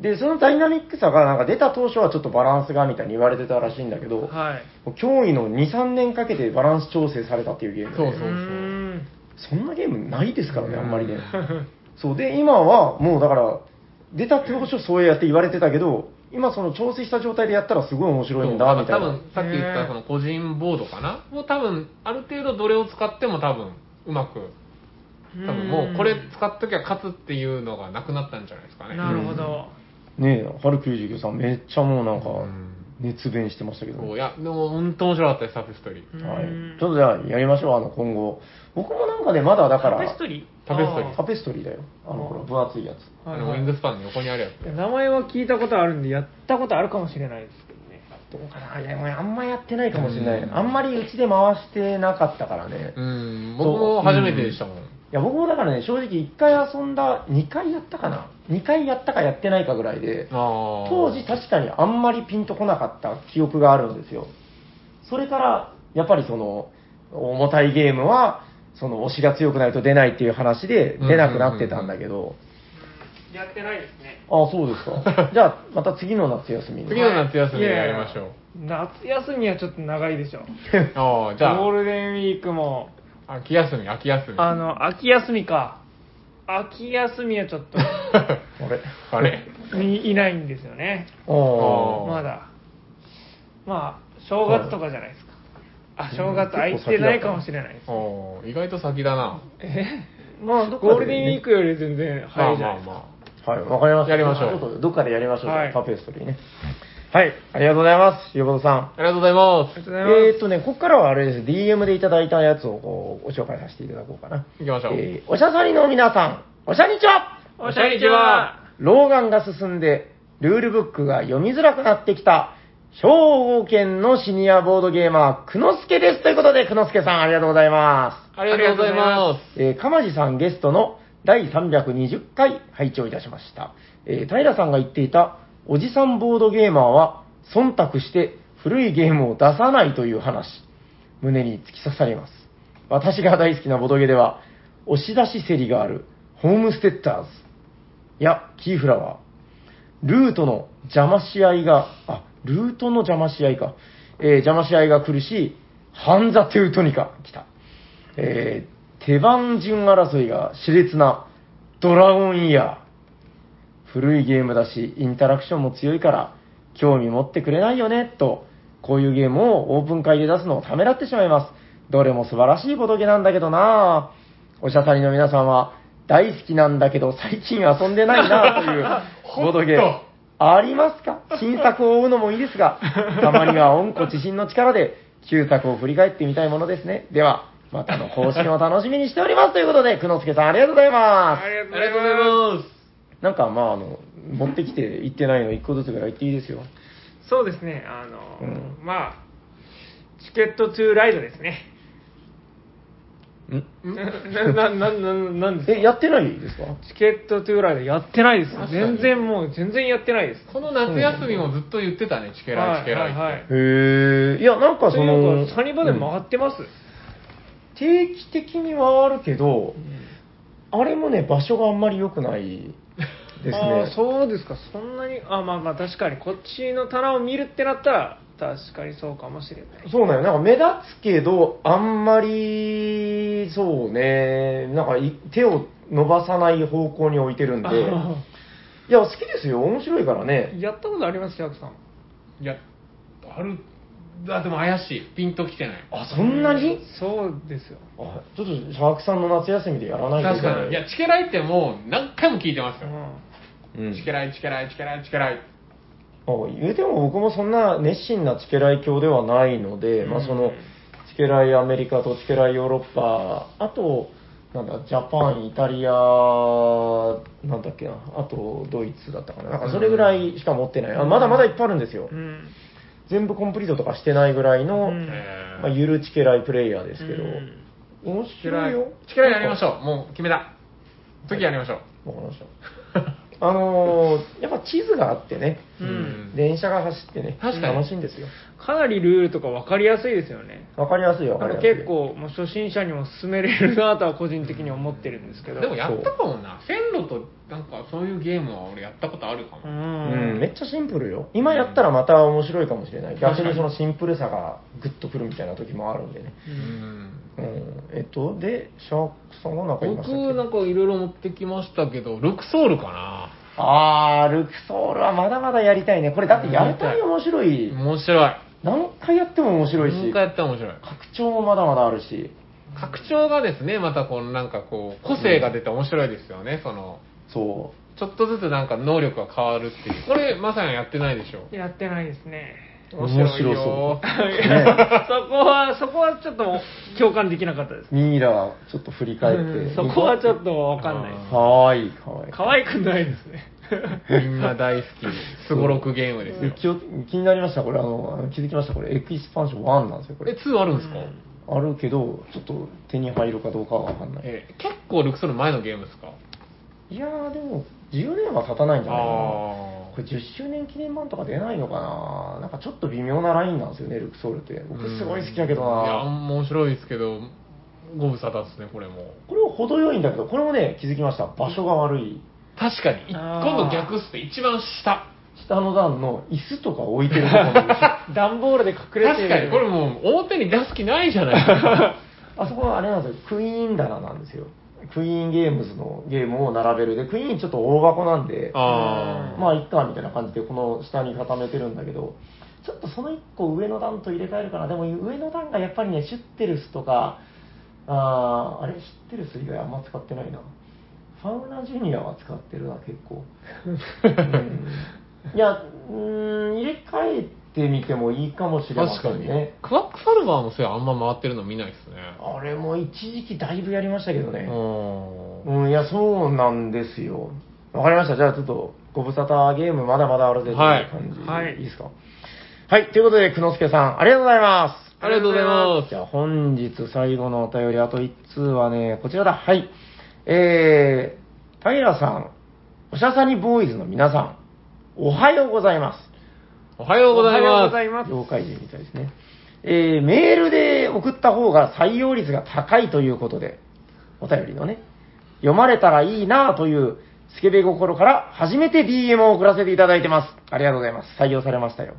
[SPEAKER 3] で、そのダイナミックさが、なんか出た当初はちょっとバランスがみたいに言われてたらしいんだけど、
[SPEAKER 2] はい
[SPEAKER 3] 驚異の2、3年かけてバランス調整されたっていうゲームで、
[SPEAKER 1] そうそう
[SPEAKER 2] うー
[SPEAKER 1] <laughs>
[SPEAKER 2] ん
[SPEAKER 3] そんなゲームないですからね、あんまりね。
[SPEAKER 2] <laughs>
[SPEAKER 3] そう、で、今はもうだから、出た当初そうやって言われてたけど、今その調整した状態でやったらすごい面白いんだ、みたい
[SPEAKER 1] 多
[SPEAKER 3] な。
[SPEAKER 1] 分さっき言ったその個人ボードかなもう多分ある程度どれを使っても多分うまく多分もうこれ使っときゃ勝つっていうのがなくなったんじゃないですかね
[SPEAKER 2] なるほど
[SPEAKER 3] ねえ、春99さんめっちゃもうなんか、
[SPEAKER 1] うん
[SPEAKER 3] 熱弁してましたけど、
[SPEAKER 1] そういや、でも本当面白かったです、タペストリー。
[SPEAKER 3] はい、
[SPEAKER 2] うん
[SPEAKER 3] ちょっとじゃあやりましょう、あの今後。僕もなんかね、まだだから、
[SPEAKER 2] タペストリー
[SPEAKER 1] タペストリー
[SPEAKER 3] タペストリーだよ。あの、ほら、分厚いやつ。
[SPEAKER 1] あのウィングスパンの横にあるやつ。
[SPEAKER 2] 名前は聞いたことあるんで、やったことあるかもしれないですけどね。
[SPEAKER 3] どうかな、いやもうあんまやってないかもしれない。あんまりうちで回してなかったからね。
[SPEAKER 1] う
[SPEAKER 3] い
[SPEAKER 1] ん、僕も初めてでしたもん。
[SPEAKER 3] や、僕もだからね、正直1回遊んだ、2回やったかな。2回やったかやってないかぐらいで、
[SPEAKER 1] ああ。
[SPEAKER 3] 当時確かにあんまりピンとこなかった記憶があるんですよ。それから、やっぱりその、重たいゲームは、その推しが強くないと出ないっていう話で出なくなってたんだけど、
[SPEAKER 2] やってないですね。
[SPEAKER 3] ああ、そうですか。じゃあ、また次の夏休みに。 <laughs>
[SPEAKER 1] 次の夏休みやりましょう。
[SPEAKER 2] 夏休みはちょっと長いでしょ。
[SPEAKER 1] ああ、じゃ
[SPEAKER 2] ゴールデンウィークも、
[SPEAKER 1] あ、秋休み、秋休み。
[SPEAKER 2] あ
[SPEAKER 1] <laughs>
[SPEAKER 2] の、秋休みか。秋休みはちょっ
[SPEAKER 3] あれ
[SPEAKER 1] あれ
[SPEAKER 2] と、いいないんですよね。
[SPEAKER 3] お
[SPEAKER 1] ー
[SPEAKER 2] まだ。まあ、正月とかじゃないですか。あ、正月空いてないかもしれないです。
[SPEAKER 1] おー意外と先だな。
[SPEAKER 2] え
[SPEAKER 3] まあ、どっかでね
[SPEAKER 2] ゴールデンウィークより全然早いじゃないですか。
[SPEAKER 1] まあまあま
[SPEAKER 3] はい、わかりました。
[SPEAKER 1] やりましょう
[SPEAKER 3] ちょっとどっかでやりましょう。
[SPEAKER 2] はい
[SPEAKER 3] タペストリーね。はい、ありがとうございます。ゆうことさん
[SPEAKER 1] あ。。ありがとうございま
[SPEAKER 2] あり
[SPEAKER 1] す。
[SPEAKER 2] がとうございます。
[SPEAKER 3] えーっとね、ここからはあれです。DM でいただいたやつをこうご紹介させていただこうかな。
[SPEAKER 1] 行きましょう。
[SPEAKER 3] えーおしゃさりの皆さん、おしゃにちは
[SPEAKER 2] おしゃれにちは。
[SPEAKER 3] 老眼が進んで、ルールブックが読みづらくなってきた、兵庫県のシニアボードゲーマー、くのすけです。ということで、くのすけさん、ありがとうございます。
[SPEAKER 1] ありがとうございま
[SPEAKER 3] えー、鎌地さんゲストの第320回拝聴いたしました。えー、平さんが言っていた、おじさんボードゲーマーは、忖度して古いゲームを出さないという話、胸に突き刺さります。私が大好きなボドゲでは、押し出し競りがある、ホームステッターズ、いや、キーフラワー、ルートの邪魔し合いが、あ、ルートの邪魔し合いか、えー邪魔し合いが苦しい、ハンザ・トゥートニカ、来た。えー手番順争いが熾烈なドラゴンイヤー。古いゲームだし、インタラクションも強いから、興味持ってくれないよね、と、こういうゲームをオープン会で出すのをためらってしまいます。どれも素晴らしいボドゲなんだけどなぁ。おしゃさりの皆さんは、大好きなんだけど最近遊んでないなぁ
[SPEAKER 1] <laughs>
[SPEAKER 3] というボドゲ
[SPEAKER 1] ほっと、
[SPEAKER 3] ありますか新作を追うのもいいですが、たまには温故知新の力で、旧作を振り返ってみたいものですね。では、またの更新を楽しみにしております。ということで、くのすけさんありがとうございます。
[SPEAKER 2] ありがと
[SPEAKER 1] す。
[SPEAKER 2] うご
[SPEAKER 1] あ
[SPEAKER 2] ざ
[SPEAKER 1] りが
[SPEAKER 2] い
[SPEAKER 1] とうござい
[SPEAKER 2] ま
[SPEAKER 1] ます。
[SPEAKER 3] す。なんか、まあ、あの、持ってきて行ってないの1個ずつぐらい言っていいですよ。
[SPEAKER 2] す。そうですね、あの、
[SPEAKER 3] うん
[SPEAKER 2] まあ、チケットトゥーライドですね。
[SPEAKER 3] ん
[SPEAKER 2] な、な、な、な、なんですか
[SPEAKER 3] え、やってないですか
[SPEAKER 2] チケットトゥーライドやってないです
[SPEAKER 1] 確。かに
[SPEAKER 2] 全然もう、全然やってないです。
[SPEAKER 1] この夏休みもずっと言ってたね、チケライ、チケライって。
[SPEAKER 2] はいはいはい
[SPEAKER 3] へえ。いや、なんか
[SPEAKER 2] と
[SPEAKER 3] そ
[SPEAKER 2] い
[SPEAKER 3] の
[SPEAKER 2] う、か、サニバで回
[SPEAKER 3] うん
[SPEAKER 2] ってます。
[SPEAKER 3] 定期的にはあるけど、あれもね、場所があんまり良くないですね。
[SPEAKER 2] あーそうですか、そんなに、あ、まあまあ、確かに、こっちの棚を見るってなったら、確かにそうかもしれない。
[SPEAKER 3] そうなんよ。なんか目立つけど、あんまり、そうね、なんかい手を伸ばさない方向に置いてるんで、いや、好きですよ。面白いからね。
[SPEAKER 2] やったことあります、ヤクさん。
[SPEAKER 1] いや、ある、あ、でも怪しい。ピンときてない。
[SPEAKER 3] あ、そんなに
[SPEAKER 2] そうですよ。
[SPEAKER 3] あちょっと、シャークさんの夏休みでやらないとい
[SPEAKER 1] 確
[SPEAKER 3] けな
[SPEAKER 1] かに。い
[SPEAKER 3] い
[SPEAKER 1] や、チケライってもう何回も聞いてます
[SPEAKER 2] う
[SPEAKER 1] よ。
[SPEAKER 2] ん
[SPEAKER 3] うん
[SPEAKER 1] チケライ、チケライ、チケライ、チケライ。
[SPEAKER 3] あ言うても僕もそんな熱心なチケライ教ではないので、まあその、チケライアメリカとチケライヨーロッパ、あと、なんだ、ジャパン、イタリア、なんだっけな、あとドイツだったかな。なんかそれぐらいしか持ってない。あまだまだいっぱいあるんですよ。
[SPEAKER 2] うん
[SPEAKER 3] 全部コンプリートとかしてないぐらいの、
[SPEAKER 2] うん
[SPEAKER 1] えー
[SPEAKER 3] まあ、ゆるチケライプレイヤーですけど、
[SPEAKER 2] うん
[SPEAKER 3] 面
[SPEAKER 1] チケライ
[SPEAKER 3] 白いよ。、
[SPEAKER 1] チケライやりましょう。もう決めた。次やりましょう。
[SPEAKER 3] わかりました。 <laughs> あのーやっぱ地図があってね、
[SPEAKER 2] うん
[SPEAKER 1] うん
[SPEAKER 3] 電車が走ってね、
[SPEAKER 1] 確かに
[SPEAKER 3] 楽しいんですよ。
[SPEAKER 2] かなりルールとか分かりやすいですよね。
[SPEAKER 3] わかりやすいよ、わか
[SPEAKER 2] な
[SPEAKER 3] り
[SPEAKER 2] ん
[SPEAKER 3] や
[SPEAKER 2] か
[SPEAKER 3] すい。
[SPEAKER 2] 結構、もう初心者にも勧めれるなとは個人的に思ってるんですけど。
[SPEAKER 1] でもやったかもな。線路となんかそういうゲームは俺やったことあるか
[SPEAKER 2] う
[SPEAKER 1] も。
[SPEAKER 3] うん、
[SPEAKER 2] ん
[SPEAKER 3] めっちゃシンプルよ。今やったらまた面白いかもしれない。逆にそのシンプルさがグッとくるみたいな時もあるんでね。
[SPEAKER 1] うん
[SPEAKER 3] うん、えっと、で、シャークさんはなんか言いましたっ
[SPEAKER 1] 僕
[SPEAKER 3] け
[SPEAKER 1] なんかいろいろ持ってきましたけど、ルクソールかな。
[SPEAKER 3] あー、ルクソールはまだまだやりたいね。これだってやるたに面白い。
[SPEAKER 1] 面白い。
[SPEAKER 3] 何回やっても面白い
[SPEAKER 1] 何
[SPEAKER 3] し、
[SPEAKER 1] 回や
[SPEAKER 3] 拡
[SPEAKER 1] ったら面白い。
[SPEAKER 3] 張もまだまだあるし、
[SPEAKER 1] 拡張がですね、またこのなんかこう、個性が出て面白いですよね、その、
[SPEAKER 3] そ
[SPEAKER 1] ちょっとずつなんか能力が変わるっていう。これ、まさやんやってないでしょ。
[SPEAKER 2] やってないですね。
[SPEAKER 3] 面白そうう。ね、
[SPEAKER 2] <laughs> そこは、そこはちょっと共感できなかったです。
[SPEAKER 3] ミイラはちょっと振り返って。
[SPEAKER 1] うん
[SPEAKER 2] そこはちょっとわかんないで
[SPEAKER 3] はーい、かわい
[SPEAKER 2] す。可愛くないですね。
[SPEAKER 3] <laughs>
[SPEAKER 1] みんな大好き、すごろくゲームですよ
[SPEAKER 3] い。。気を気になりました、これ、あの、あの気づきました、これ、エクスパンション1なんですよ、こ
[SPEAKER 1] え、
[SPEAKER 3] れ。
[SPEAKER 1] 2あるんですか、
[SPEAKER 3] あるけど、ちょっと手に入るかどうかはわかんない。
[SPEAKER 1] え結構ルクソの前のゲームですか
[SPEAKER 3] いやー、でも、10年は経たないんじゃないかな。
[SPEAKER 1] あ
[SPEAKER 3] これ10周年記念版とか出ないのかななんかちょっと微妙なラインなんですよね、ルクソールって。僕すごい好きだけど
[SPEAKER 1] いや、
[SPEAKER 3] な
[SPEAKER 1] 面白いですけど、ご無沙汰ですね、これも。
[SPEAKER 3] これは程よいんだけど、これもね、気づきました。場所が悪い。
[SPEAKER 1] 確かに、
[SPEAKER 2] あー
[SPEAKER 1] 今度逆っすね、一番下。
[SPEAKER 3] 下の段の椅子とか置いてるところの後ろ
[SPEAKER 2] 段ボールで隠れて
[SPEAKER 1] 確
[SPEAKER 2] る。
[SPEAKER 1] かに、これもう表に出す気ないじゃないです
[SPEAKER 3] <laughs>
[SPEAKER 1] か。
[SPEAKER 3] あそこはあれなんですよ、クイーン棚なんですよ。クイーンゲームズのゲームを並べる。で、クイーンちょっと大箱なんで、
[SPEAKER 1] あー
[SPEAKER 3] まあ、いっか、みたいな感じで、この下に固めてるんだけど、ちょっとその1個上の段と入れ替えるかな。でも、上の段がやっぱりね、シュッテルスとか、あーあれ、シュッテルス以外あんま使ってないな。ファウナジュニアは使ってるな、結構。うんいや、うーん、入れ替えてみてもいいかもしれま
[SPEAKER 1] 確
[SPEAKER 3] せ
[SPEAKER 1] か
[SPEAKER 3] ん
[SPEAKER 1] に
[SPEAKER 3] ね。。
[SPEAKER 1] クワックサルバーのせいあんま回ってるの見ないですね。
[SPEAKER 3] あれも一時期だいぶやりましたけどね。
[SPEAKER 1] うん。
[SPEAKER 3] うん、いや、そうなんですよ。わかりました。じゃあ、ちょっと、ご無沙汰ゲームまだまだあるでという
[SPEAKER 1] はい
[SPEAKER 3] 感じ。
[SPEAKER 2] はい
[SPEAKER 3] いですか。はい、ということで、くのすけさん、ありがとうございます。
[SPEAKER 1] ありがとうございま
[SPEAKER 3] じ
[SPEAKER 1] す。
[SPEAKER 3] ゃあ、本日最後のお便り、あと1通はね、こちらだ。はい。えー、平さん、おしゃさにボーイズの皆さん、おはようございます。
[SPEAKER 1] おはようござい
[SPEAKER 2] おはよう
[SPEAKER 1] ま
[SPEAKER 2] ござい
[SPEAKER 1] す。
[SPEAKER 2] ます。
[SPEAKER 3] 業界人みたいですね。えーメールで送った方が採用率が高いということで、お便りのね、読まれたらいいなという、スケベ心から初めて DM を送らせていただいてます。ありがとうございます。採用されましたよ。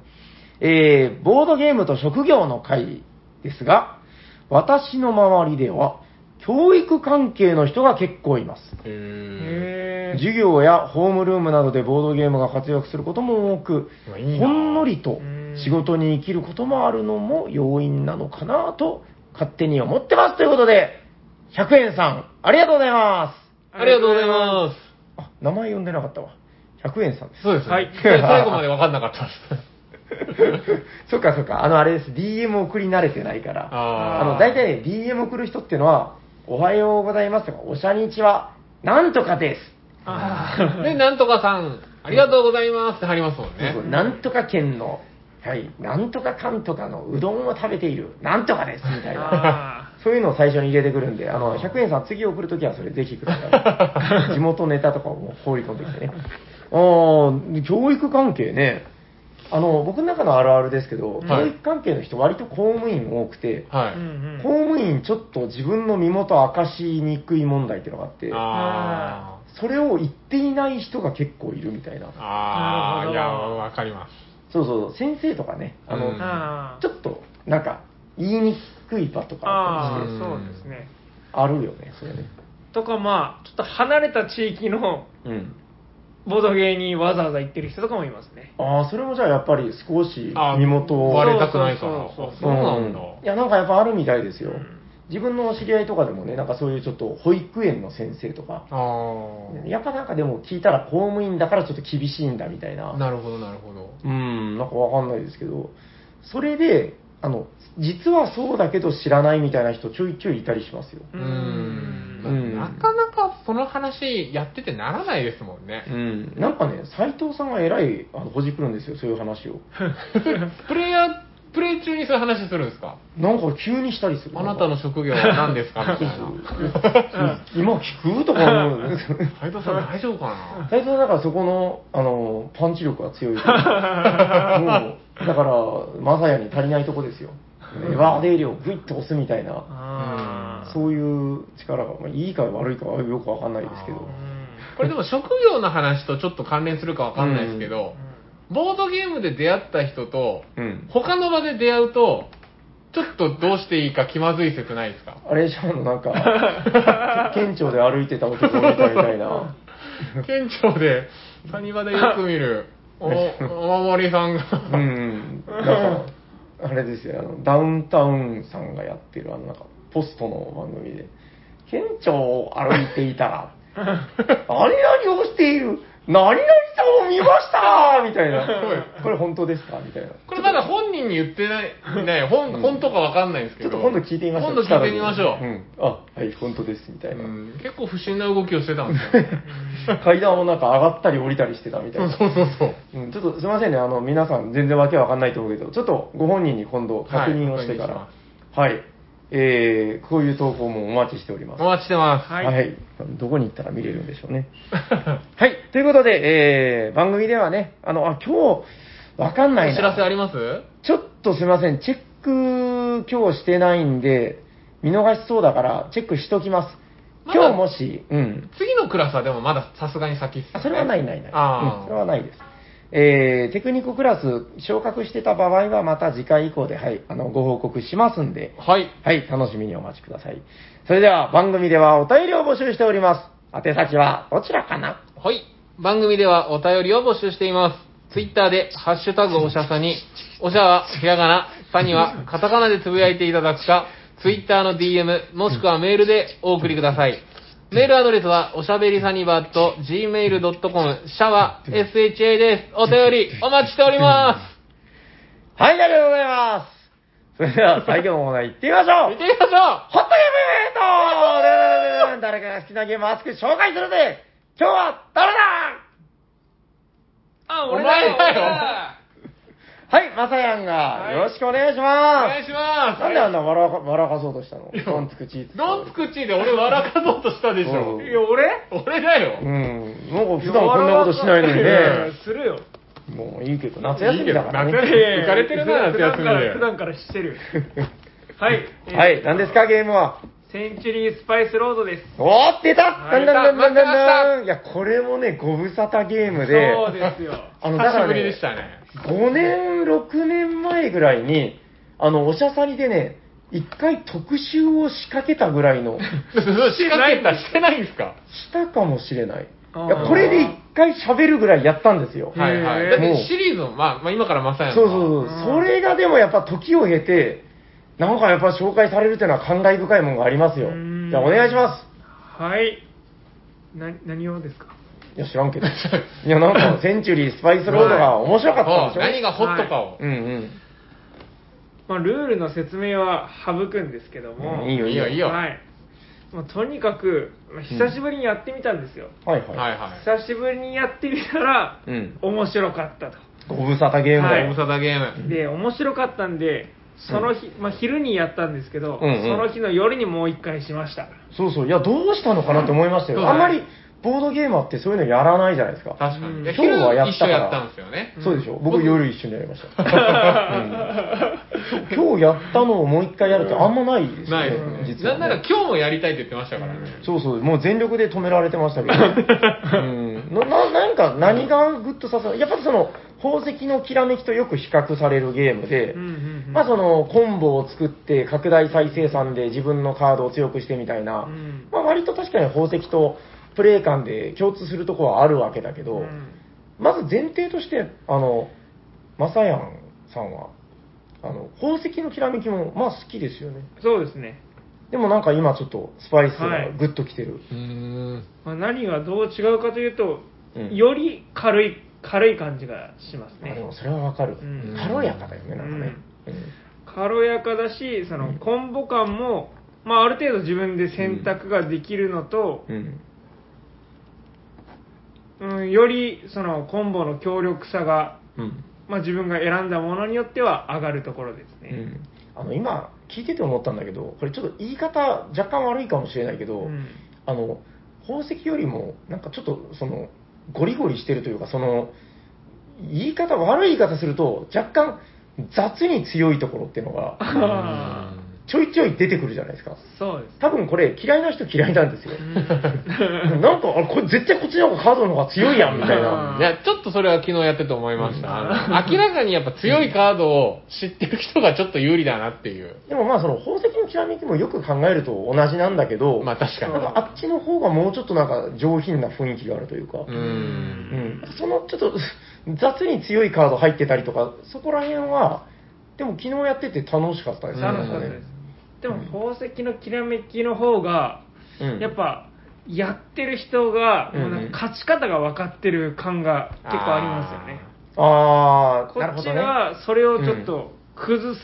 [SPEAKER 3] えーボードゲームと職業の会ですが、私の周りでは、教育関係の人が結構います。
[SPEAKER 1] へ
[SPEAKER 2] へー
[SPEAKER 3] 授業やホームルームなどでボードゲームが活躍することも多く、
[SPEAKER 1] うわいいな
[SPEAKER 3] ほんのりと仕事に生きることもあるのも要因なのかなと勝手に思ってますということで、100円さん、ありがとうございま。
[SPEAKER 1] ーありがとうございます。
[SPEAKER 3] あ、名前呼んでなかったわ。100円さんです <laughs> す。
[SPEAKER 1] そうですね。
[SPEAKER 2] はい
[SPEAKER 1] 最後まで分かんなかった
[SPEAKER 3] <laughs>
[SPEAKER 1] です。
[SPEAKER 3] そっかそっか、あのあれです、DM 送り慣れてないから。
[SPEAKER 1] あ
[SPEAKER 3] あ
[SPEAKER 1] ー
[SPEAKER 3] の、大体ね、DM 送る人っていうのは、おはようございますとか、おしゃにちは、なんとかです。
[SPEAKER 1] <laughs>
[SPEAKER 2] あ
[SPEAKER 1] で、なんとかさん、ありがとうございますって入りますもんね
[SPEAKER 3] そう。なんとか県の、はい、なんとかかんとかのうどんを食べている、なんとかです、みたいな
[SPEAKER 2] あ。
[SPEAKER 3] そういうのを最初に入れてくるんで、あの、100円さん次送るときはそれぜひください。地元ネタとかをもう放り込んできてね。あー教育関係ね。あの、僕の中のあるあるですけど、
[SPEAKER 1] はい
[SPEAKER 3] 教育関係の人割と公務員多くて、
[SPEAKER 1] は
[SPEAKER 2] あ。
[SPEAKER 1] い。
[SPEAKER 2] うんうん
[SPEAKER 3] 公務員ちょっと自分の身元明かしにくい問題っていうのがあって、
[SPEAKER 1] あ
[SPEAKER 3] それを言っていない人が結構いるみたいな
[SPEAKER 1] ー。あ
[SPEAKER 2] な
[SPEAKER 1] ー、
[SPEAKER 2] るほど
[SPEAKER 1] いや、わかります。
[SPEAKER 3] そうそう、先生とかね、あ
[SPEAKER 1] う
[SPEAKER 3] の、
[SPEAKER 1] ん
[SPEAKER 2] あー
[SPEAKER 3] ちょっと、なんか、言いにくい場とかあったり
[SPEAKER 2] あ
[SPEAKER 1] う
[SPEAKER 3] して、
[SPEAKER 1] ん
[SPEAKER 2] ーそうですね。
[SPEAKER 3] あるよね、それね。
[SPEAKER 2] とか、まあ、ちょっと離れた地域の
[SPEAKER 3] うん。
[SPEAKER 2] ボードゲーにわざわざ行ってる人とかもいますね。
[SPEAKER 3] ああ、それもじゃあやっぱり少し
[SPEAKER 1] あー
[SPEAKER 3] 身元を。
[SPEAKER 1] 割れたくないから。あ
[SPEAKER 2] そうそうそう
[SPEAKER 1] そうなんだ。
[SPEAKER 3] いや、なんかやっぱあるみたいですよ。
[SPEAKER 2] うん
[SPEAKER 3] 自分のお知り合いとかでもね、なんかそういうちょっと保育園の先生とか、
[SPEAKER 1] あ
[SPEAKER 3] やっぱなんかでも聞いたら公務員だからちょっと厳しいんだみたい
[SPEAKER 1] あ。
[SPEAKER 3] な。
[SPEAKER 1] なるほど、なるほど。
[SPEAKER 3] うん、なんかわかんないですけど、それで、あの、実はそうだけど知らないみたいな人ちょいちょいいたりしますよ。
[SPEAKER 1] う
[SPEAKER 2] うんん
[SPEAKER 3] うん
[SPEAKER 1] なかなかその話やっててならないですもんね
[SPEAKER 3] う。ん、なんかね、斎藤さんが偉い、あの、ほじくるんですよ、そういう話
[SPEAKER 1] <laughs>
[SPEAKER 3] を。
[SPEAKER 1] プレイヤー、プレイ中にそういう話するんですか
[SPEAKER 3] なんか急にしたりする。
[SPEAKER 1] あなたの職業は何ですかみたい <laughs> な。
[SPEAKER 3] 今聞くとか思うんですよ。
[SPEAKER 1] 斉藤さん大丈夫かな
[SPEAKER 3] 斉藤さんだからそこの、あの、パンチ力が
[SPEAKER 1] <laughs>
[SPEAKER 3] 強い。もう、だから、まさやに足りないとこですよ。エバーデイリーをグイッと押すみたいな、
[SPEAKER 2] あー
[SPEAKER 3] そういう力が、まあ、いいか悪いかはよくわかんないですけど
[SPEAKER 2] う。ん
[SPEAKER 1] これでも職業の話とちょっと関連するかわかんないですけど、ボードゲームで出会った人と、
[SPEAKER 3] うん。
[SPEAKER 1] 他の場で出会うと、ちょっとどうしていいか気まずい説ないです
[SPEAKER 3] <laughs>
[SPEAKER 1] か
[SPEAKER 3] あれじゃあの、なん
[SPEAKER 1] <laughs>
[SPEAKER 3] か、県庁で歩いてた男を見たみたいな。
[SPEAKER 1] 県庁で、谷場でよく見
[SPEAKER 3] <laughs>
[SPEAKER 1] る、お、お守りさん
[SPEAKER 3] う
[SPEAKER 1] が、
[SPEAKER 3] ん、なんか、あれですよ、あの、ダウンタウンさんがやってる、あの、なんか、ポストの番
[SPEAKER 1] <laughs>
[SPEAKER 3] 組で、県庁を歩いていたら、何々をしている、何々さんを見ましたみたいな。これ本当ですかみたいな。
[SPEAKER 1] これまだ本人に言ってない、ね、本、本とかわかんないんですけ
[SPEAKER 3] ちょ
[SPEAKER 1] ど。
[SPEAKER 3] っと今度聞いてみましょう。
[SPEAKER 1] 今度聞いてみましょう。
[SPEAKER 3] ん。あ、はい、本当です、みたいな。
[SPEAKER 1] うん結構不審な動きをしてたんですよ。
[SPEAKER 3] <laughs> 階段をなんか上がったり降りたりしてたみた <laughs> い
[SPEAKER 1] そう
[SPEAKER 3] な。
[SPEAKER 1] そうそうそう。
[SPEAKER 3] うん、ちょっとすいませんね、あの、皆さん全然わけわかんないと思うけど、ちょっとご本人に今度確認をしてから。
[SPEAKER 1] は
[SPEAKER 3] はい。えー、こういう投稿もお待ちしております。
[SPEAKER 1] お待ちしてます。 <laughs>
[SPEAKER 2] はい
[SPEAKER 3] はい。どこに行ったら見れるんでしょうね。はい。ということで、えー、番組ではね、あの、あ、今日、わかんないな。
[SPEAKER 1] お知らせあります
[SPEAKER 3] ちょっとすいません、チェック今日してないんで、見逃しそうだから、チェックしときます。
[SPEAKER 1] まだ
[SPEAKER 3] 今日もし、うん。
[SPEAKER 1] 次のクラスはでもまださすがに先っす、
[SPEAKER 3] あ
[SPEAKER 1] ね。
[SPEAKER 3] それはないないない。
[SPEAKER 1] あー
[SPEAKER 3] うんそれはないです。えー、テクニコクラス、昇格してた場合は、また次回以降で、はい、あの、ご報告しますんで、
[SPEAKER 1] はい。
[SPEAKER 3] はい、楽しみにお待ちください。それでは、番組ではお便りを募集しております。宛先は、どちらかな
[SPEAKER 1] はい。番組ではお便りを募集しています。ツイッターで、ハッシュタグおしゃさに、おしゃはひらがな、さにはカタカナでつぶやいていただくか、ツイッターの DM、もしくはメールでお送りください。メールアドレスは、おしゃべりサニバット gmail.com、シャワ SHA です。お便り、お待ちしております。
[SPEAKER 3] はい、ありがとうございます。それでは、最後のコーナー行ってみましょう
[SPEAKER 1] 見てみましょ
[SPEAKER 3] ホットゲームイベント誰かが好きなゲームを熱く紹介するぜ今日は誰だ
[SPEAKER 2] あ、
[SPEAKER 1] お
[SPEAKER 2] 俺だ
[SPEAKER 1] 前
[SPEAKER 2] よ。
[SPEAKER 1] だよ
[SPEAKER 2] 俺だ
[SPEAKER 3] はい、まさやんが、
[SPEAKER 2] はい
[SPEAKER 3] よろしくお願いし
[SPEAKER 1] うお
[SPEAKER 3] ま
[SPEAKER 1] 願い
[SPEAKER 3] す、
[SPEAKER 1] します
[SPEAKER 3] なんであんな笑か笑かそうとしたのドンつくチーズ。
[SPEAKER 1] ドンつくちーで俺笑かそうとしたでしょ
[SPEAKER 3] うん。
[SPEAKER 2] いや、俺
[SPEAKER 1] 俺だよ
[SPEAKER 3] う。ん。なんか普段こんなことしないのに
[SPEAKER 2] や
[SPEAKER 3] ね。
[SPEAKER 2] <laughs> するよ。
[SPEAKER 3] もういいけど、夏休みだから
[SPEAKER 1] いいけど
[SPEAKER 3] ね。
[SPEAKER 1] 夏浮かれてるな
[SPEAKER 2] 普段
[SPEAKER 1] 夏休み
[SPEAKER 2] か
[SPEAKER 1] で
[SPEAKER 2] ら、普段からしてる。はい。え
[SPEAKER 3] <laughs>
[SPEAKER 2] ー
[SPEAKER 3] はい、何ですか、ゲームは。
[SPEAKER 2] センチュリースパイスロードです。
[SPEAKER 3] おー、出た
[SPEAKER 2] は
[SPEAKER 3] だ
[SPEAKER 2] い
[SPEAKER 3] んだんだんだ
[SPEAKER 1] 待
[SPEAKER 3] んだん
[SPEAKER 1] ってま
[SPEAKER 3] だん。いや、これもね、ご無沙汰ゲームで。
[SPEAKER 2] そうですよ。
[SPEAKER 3] あの、だか
[SPEAKER 1] 久し
[SPEAKER 3] ら
[SPEAKER 1] ぶりで
[SPEAKER 3] ね
[SPEAKER 1] し、た
[SPEAKER 3] <laughs>
[SPEAKER 1] ね。
[SPEAKER 3] 5年、6年前ぐらいに、あの、おしゃさりでね、一回特集を仕掛けたぐらいの、
[SPEAKER 1] 仕掛けたしてないんですか
[SPEAKER 3] したかもしれない。い
[SPEAKER 2] あー
[SPEAKER 3] やこれで一回喋るぐらいやったんですよ。
[SPEAKER 1] はいはい。
[SPEAKER 2] へー
[SPEAKER 1] だってシリーズも、まあ、まあ今からまさやんが
[SPEAKER 3] そうそうそう。それがでもやっぱ時を経て、なんかやっぱ紹介されるっていうのは感慨深いものがありますよ
[SPEAKER 2] うー。ん
[SPEAKER 3] じゃあお願いしま
[SPEAKER 2] はい。な、何をですか
[SPEAKER 3] す。いや、知らんけ
[SPEAKER 1] <laughs>
[SPEAKER 3] ど。いや、なんか、センチュリースパイスロードが面白かったんでしょ、
[SPEAKER 1] はい何がホットかを。
[SPEAKER 3] うんうん。
[SPEAKER 2] まあ、ルールの説明は省くんですけども。
[SPEAKER 3] うんいいよいいよ
[SPEAKER 1] いいよ
[SPEAKER 2] はい。まあ、とにかく、まあ、久しぶりにやってみたんですよ。
[SPEAKER 3] はいはい。
[SPEAKER 1] はいはい。
[SPEAKER 2] 久しぶりにやってみたら、
[SPEAKER 3] うん。
[SPEAKER 2] 面白かったと。
[SPEAKER 3] ご無沙汰ゲームだ
[SPEAKER 2] は
[SPEAKER 3] よ。
[SPEAKER 1] 大沙汰ゲーム。
[SPEAKER 2] で、面白かったんで、その日、まあ、昼にやったんですけど、
[SPEAKER 3] うんうん
[SPEAKER 2] その日の夜にもう一回しました。
[SPEAKER 3] そうそう。いや、どうしたのかなって思いましたよ。
[SPEAKER 1] そう
[SPEAKER 3] あ
[SPEAKER 1] だ
[SPEAKER 3] ん
[SPEAKER 1] ね
[SPEAKER 3] まり、ボードゲームあってそういうのやらないじゃないですか。
[SPEAKER 1] 確かに。いや
[SPEAKER 3] 今日
[SPEAKER 1] 昼
[SPEAKER 3] はやっ
[SPEAKER 1] 一
[SPEAKER 3] た
[SPEAKER 1] 緒
[SPEAKER 3] から
[SPEAKER 1] やったんですよね。
[SPEAKER 3] そうでしょ
[SPEAKER 1] う
[SPEAKER 3] 僕
[SPEAKER 1] ん
[SPEAKER 3] 夜一緒にやりました、
[SPEAKER 1] <laughs>
[SPEAKER 3] うん今日やったのをもう一回やるってあんまないですね
[SPEAKER 1] ないですね。
[SPEAKER 3] 実は
[SPEAKER 1] な
[SPEAKER 3] ね
[SPEAKER 1] んなら今日もやりたいって言ってましたからね。
[SPEAKER 3] そうそうもう全力で止められてま
[SPEAKER 2] <laughs>
[SPEAKER 3] したけど、うん、なななんか何がグッと刺さるやっぱりその宝石のきらめきとよく比較されるゲームで、
[SPEAKER 2] うんうんうん
[SPEAKER 3] まあそのコンボを作って拡大再生産で自分のカードを強くしてみたいな、
[SPEAKER 2] うん
[SPEAKER 3] まあ割と確かに宝石とプレイ感で共通するところはあるわけだけど、
[SPEAKER 2] うん
[SPEAKER 3] まず前提として、あの、まさやんさんは、あの、宝石のきらめきも、まあ好きですよね。
[SPEAKER 2] そうですね。
[SPEAKER 3] でもなんか今ちょっとスパイス
[SPEAKER 2] は
[SPEAKER 3] が
[SPEAKER 2] い
[SPEAKER 3] グッときてる。
[SPEAKER 1] うーん。
[SPEAKER 2] まあ、何がどう違うかというと、
[SPEAKER 3] うん
[SPEAKER 2] より軽い軽い感じがします
[SPEAKER 3] あで
[SPEAKER 2] ね
[SPEAKER 3] もそれはわかる、
[SPEAKER 2] うん
[SPEAKER 3] 軽やかだよね、なんかね。
[SPEAKER 2] 軽やかだしそのコンボ感も、まあ、ある程度自分で選択ができるのと、
[SPEAKER 3] うん。
[SPEAKER 2] うん、よりそのコンボの強力さが、
[SPEAKER 3] うん。
[SPEAKER 2] まあ、自分が選んだものによっては上がるところです
[SPEAKER 3] う
[SPEAKER 2] ね、
[SPEAKER 3] ん。あの、今、聞いてて思ったんだけど、これちょっと言い方若干悪いかもしれないけど、
[SPEAKER 2] うん
[SPEAKER 3] あの、宝石よりも、なんかちょっと、その、ゴリゴリしてるというか、その、言い方、悪い言い方すると、若干、雑に強いところっていうの
[SPEAKER 2] <laughs>
[SPEAKER 3] が、
[SPEAKER 2] あー
[SPEAKER 3] ちょいちょい出てくるじゃないですか。
[SPEAKER 2] そうです
[SPEAKER 3] 多分これ、嫌いな人嫌いなんですよ。
[SPEAKER 2] う
[SPEAKER 3] なんか、あれこれ絶対こっちの方がカードの方が強いやん、みたいな。
[SPEAKER 2] <laughs> うん
[SPEAKER 1] いや、ちょっとそれは昨日やってて思いました。あの明らかにやっぱ強いカードを知ってる人がちょっと有利だなっていう。
[SPEAKER 3] でもまあ、その、宝石のきらめきもよく考えると同じなんだけど、
[SPEAKER 1] まあ確かに
[SPEAKER 3] なん。かあっちの方がもうちょっとなんか上品な雰囲気があるというか。
[SPEAKER 1] うー。
[SPEAKER 3] うんん、そのちょっと雑に強いカード入ってたりとか、そこら辺は、でも昨日やってて楽しかったですね。
[SPEAKER 2] 楽しかったです、でも宝石のきらめきの方が
[SPEAKER 3] うん
[SPEAKER 2] やっぱやってる人が、
[SPEAKER 3] うん
[SPEAKER 2] もうなんか勝ち方が分かってる感が結構ありますよね。
[SPEAKER 3] ああ、
[SPEAKER 2] こ
[SPEAKER 3] なるほ
[SPEAKER 2] っち
[SPEAKER 3] どね。
[SPEAKER 2] はそれをちょっと崩す、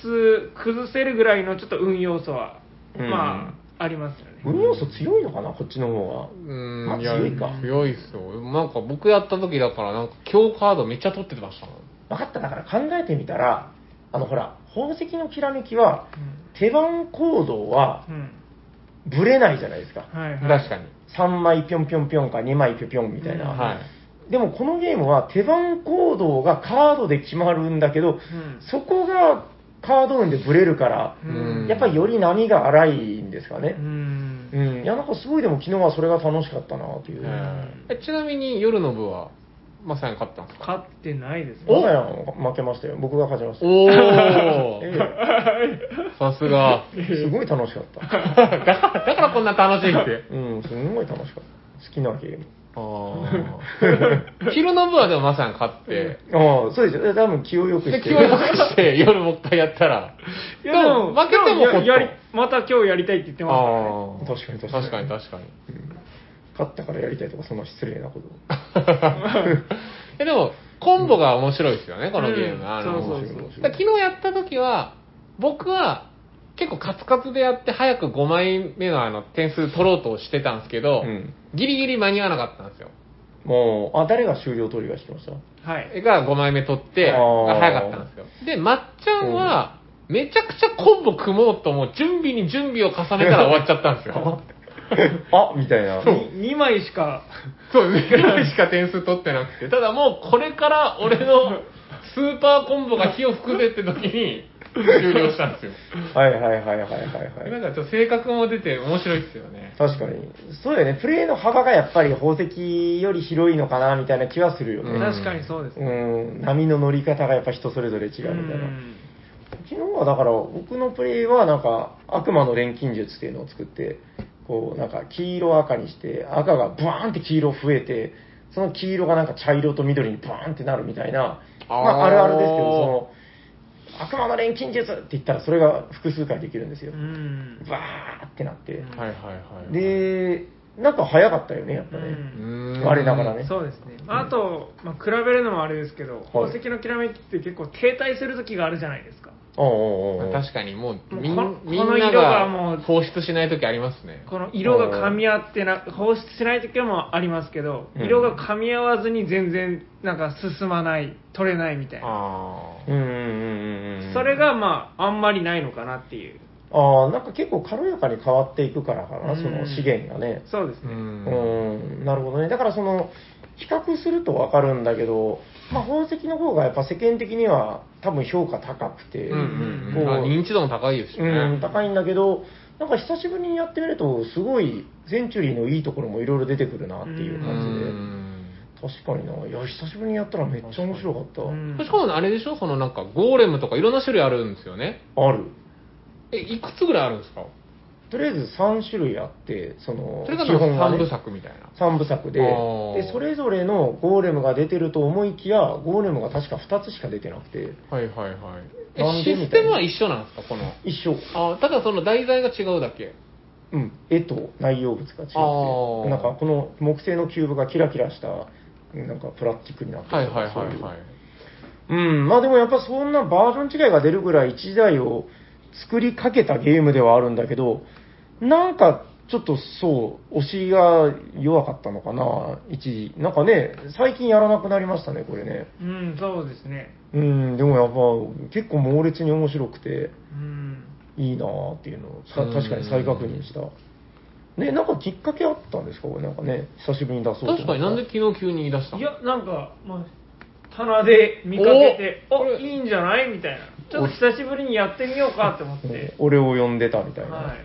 [SPEAKER 2] 崩せるぐらいのちょっと運要素は、
[SPEAKER 3] うん
[SPEAKER 2] まあ、ありますよね。
[SPEAKER 3] 運要素強いのかな、こっちの方が。
[SPEAKER 1] う
[SPEAKER 3] ま
[SPEAKER 1] ん、
[SPEAKER 3] あ
[SPEAKER 1] いや
[SPEAKER 3] 強いか
[SPEAKER 1] 強いっすよ。なんか僕やった時だから、なんか強カードめっちゃ取ってましたもん。
[SPEAKER 3] 分かった、だから考えてみたら、あのほら、宝石のきらめきは、手番行動は
[SPEAKER 2] うん。うん
[SPEAKER 3] ブレないじゃないですか。
[SPEAKER 2] はいはい、
[SPEAKER 1] 確かに。
[SPEAKER 3] 3枚ぴょんぴょんぴょんか2枚ぴょんぴょんみたいな。
[SPEAKER 2] うん
[SPEAKER 1] はい。
[SPEAKER 3] でもこのゲームは手番行動がカードで決まるんだけど、
[SPEAKER 2] うん
[SPEAKER 3] そこがカード運でブレるから、
[SPEAKER 2] うん
[SPEAKER 3] やっぱりより波が荒いんですか
[SPEAKER 2] う
[SPEAKER 3] ね。
[SPEAKER 2] ん
[SPEAKER 3] うん、いや、なんかすごいでも昨日はそれが楽しかったなという。
[SPEAKER 1] うんえちなみに夜の部は、まさに勝ったんですか
[SPEAKER 2] 勝ってないです
[SPEAKER 3] 我
[SPEAKER 2] ね。
[SPEAKER 3] が家は負けましたよ。僕が勝ちまし
[SPEAKER 1] <laughs>
[SPEAKER 3] た。
[SPEAKER 1] お
[SPEAKER 3] え
[SPEAKER 1] ーさす
[SPEAKER 2] <laughs>
[SPEAKER 1] が。
[SPEAKER 3] えすごい楽しかった。
[SPEAKER 1] だから、だからこんな楽しい
[SPEAKER 2] <laughs>
[SPEAKER 1] って。
[SPEAKER 3] うん、すんごい楽しかった。好きなゲーム。
[SPEAKER 1] あー昼の部はでもまさに勝って、
[SPEAKER 3] ああ、そうですよ。多分気を良く
[SPEAKER 1] で、
[SPEAKER 3] して。
[SPEAKER 1] 気を良く
[SPEAKER 2] <laughs>
[SPEAKER 1] して夜もう一回やったら、
[SPEAKER 2] <laughs> いやで
[SPEAKER 1] で
[SPEAKER 2] も、
[SPEAKER 1] も負けても
[SPEAKER 2] で
[SPEAKER 1] ほっと
[SPEAKER 2] ややりまた今日やりたいって言ってますからね。
[SPEAKER 1] あー
[SPEAKER 3] 確かに確かに
[SPEAKER 1] 確かに確かに。
[SPEAKER 3] 勝ったからやりたいとか、そんな失礼なこと。
[SPEAKER 1] <laughs> えでも、コンボが面白いですよね、このゲーム。
[SPEAKER 2] うん
[SPEAKER 1] あ
[SPEAKER 2] そ
[SPEAKER 1] の
[SPEAKER 2] うそう
[SPEAKER 3] 面白い面白
[SPEAKER 1] だ
[SPEAKER 3] い
[SPEAKER 1] から昨日やった時は、僕は結構カツカツでやって早く5枚目のあの点数取ろうとしてたんですけど、
[SPEAKER 3] うん
[SPEAKER 1] ギリギリ間に合わなかったんですよ。
[SPEAKER 3] もう、あ、誰が終了取りがしてました
[SPEAKER 2] はい。
[SPEAKER 1] が5枚目取って、
[SPEAKER 3] あー
[SPEAKER 1] 早かったんですよ。で、まっちゃんは、めちゃくちゃコンボ組もうともう準備に準備を重ねたら終わっちゃったんです
[SPEAKER 3] <laughs>
[SPEAKER 1] よ。
[SPEAKER 3] あ、みたいな。
[SPEAKER 2] 2枚しか、
[SPEAKER 1] <laughs> そう、2回しか点数取ってなくて、ただもうこれから俺のスーパーコンボが火を吹くぜって時に終了したんですよ。
[SPEAKER 3] はいはいはいはいはいは
[SPEAKER 1] なん
[SPEAKER 3] い。
[SPEAKER 1] かちょっと性格も出て面白いっすよね。
[SPEAKER 3] 確かに。そうだよね。プレイの幅がやっぱり宝石より広いのかな、みたいな気はするよ
[SPEAKER 1] うん
[SPEAKER 3] ね。
[SPEAKER 2] 確かにそうですね。
[SPEAKER 3] うん、波の乗り方がやっぱ人それぞれ違うみたいな。昨日はだから僕のプレイはなんか悪魔の錬金術っていうのを作ってこうなんか黄色赤にして赤がブワーンって黄色増えてその黄色がなんか茶色と緑にブワーンってなるみたいなまあ、
[SPEAKER 1] あ
[SPEAKER 3] あ
[SPEAKER 1] ー
[SPEAKER 3] るあるですけどその悪魔の錬金術って言ったらそれが複数回できるんですよ
[SPEAKER 2] うん。うん
[SPEAKER 3] バーってなって
[SPEAKER 2] うん
[SPEAKER 1] はいはいはい。、
[SPEAKER 3] でなんか早かったよねやっぱね
[SPEAKER 1] うん
[SPEAKER 3] 我ながらね
[SPEAKER 2] そうですね、まあ、あと、まあ、比べるのもあれですけど、宝石のきらめきって結構停滞する時があるじゃないですか
[SPEAKER 3] おうおうおう
[SPEAKER 1] まあ確かにもうみん
[SPEAKER 2] もうこ
[SPEAKER 1] み
[SPEAKER 2] この
[SPEAKER 1] んな
[SPEAKER 2] 色がもう
[SPEAKER 1] が放出しない時ありますね。
[SPEAKER 2] この色が噛み合ってな放出しない時もありますけど、
[SPEAKER 3] うん
[SPEAKER 2] 色が噛み合わずに全然なんか進まない取れないみたいな、
[SPEAKER 1] あ
[SPEAKER 3] うんうんうんうんうん
[SPEAKER 2] それがまああんまりないのかなっていう
[SPEAKER 3] ああなんか結構軽やかに変わっていくからかなその資源がね、
[SPEAKER 2] そうです
[SPEAKER 1] あ。う
[SPEAKER 2] ね、
[SPEAKER 1] ん
[SPEAKER 3] うん、なるほどね。だからその、比較するとわかるんだけど、まあ、宝石の方がやっぱ世間的には多分評価高くて、
[SPEAKER 1] うんうん
[SPEAKER 3] こ
[SPEAKER 1] うん
[SPEAKER 3] う
[SPEAKER 1] あ認知度も高いですしね。
[SPEAKER 3] うん高いんだけど、なんか久しぶりにやってみると、すごいセンチュリーのいいところもいろいろ出てくるなっていう
[SPEAKER 1] う
[SPEAKER 3] 感じで、
[SPEAKER 1] ん
[SPEAKER 3] 確かにな、いや、久しぶりにやったらめっちゃ面白かった。
[SPEAKER 2] うん
[SPEAKER 1] しかもあれでしょそのなんかゴーレムとかいろんな種類あるんですよね。
[SPEAKER 3] ある。
[SPEAKER 1] え、いくつぐらいあるんですか
[SPEAKER 3] とりあえず3種類あって、その、
[SPEAKER 1] それが
[SPEAKER 3] 基本が
[SPEAKER 1] 3
[SPEAKER 3] ね
[SPEAKER 1] 部作みたいな。
[SPEAKER 3] 三部作で
[SPEAKER 1] あー
[SPEAKER 3] で、それぞれのゴーレムが出てると思いきや、ゴーレムが確か2つしか出てなくて、
[SPEAKER 1] はいはいはい。え
[SPEAKER 3] なんで
[SPEAKER 1] シ
[SPEAKER 3] み
[SPEAKER 1] ス
[SPEAKER 3] たい
[SPEAKER 1] テ
[SPEAKER 3] な
[SPEAKER 1] ムは一緒なんですかこの。
[SPEAKER 3] 一緒。
[SPEAKER 1] あただその題材が違うだけ。
[SPEAKER 3] うん、絵と内容物が違
[SPEAKER 1] あ
[SPEAKER 3] って
[SPEAKER 1] ー
[SPEAKER 3] なんかこの木製のキューブがキラキラしたなんかプラスチックになってる
[SPEAKER 1] はい
[SPEAKER 3] とか
[SPEAKER 1] はいは
[SPEAKER 3] そう
[SPEAKER 1] いうはい。
[SPEAKER 3] うんまあでもやっぱそんなバージョン違いが出るぐらい一時代を作りかけたゲームではあるんだけどなんかちょっとそう推しが弱かったのかな一時なんかね最近やらなくなりましたねこれね
[SPEAKER 2] うんそうですね
[SPEAKER 3] うんでもやっぱ結構猛烈に面白くて
[SPEAKER 2] うん
[SPEAKER 3] いいなーっていうのをさ
[SPEAKER 1] うん
[SPEAKER 3] 確かに再確認した。ね、なんかきっかけあったんですかこれなんかね、久しぶりに出そうと思った
[SPEAKER 1] 確かになんで昨日急に言い出したの
[SPEAKER 2] いやなんかまあ棚で見かけて
[SPEAKER 1] お
[SPEAKER 2] おいいんじゃないみたいなちょっと久しぶりにやってみようかって思って、
[SPEAKER 3] ね俺を呼んでたみたいな。
[SPEAKER 2] はい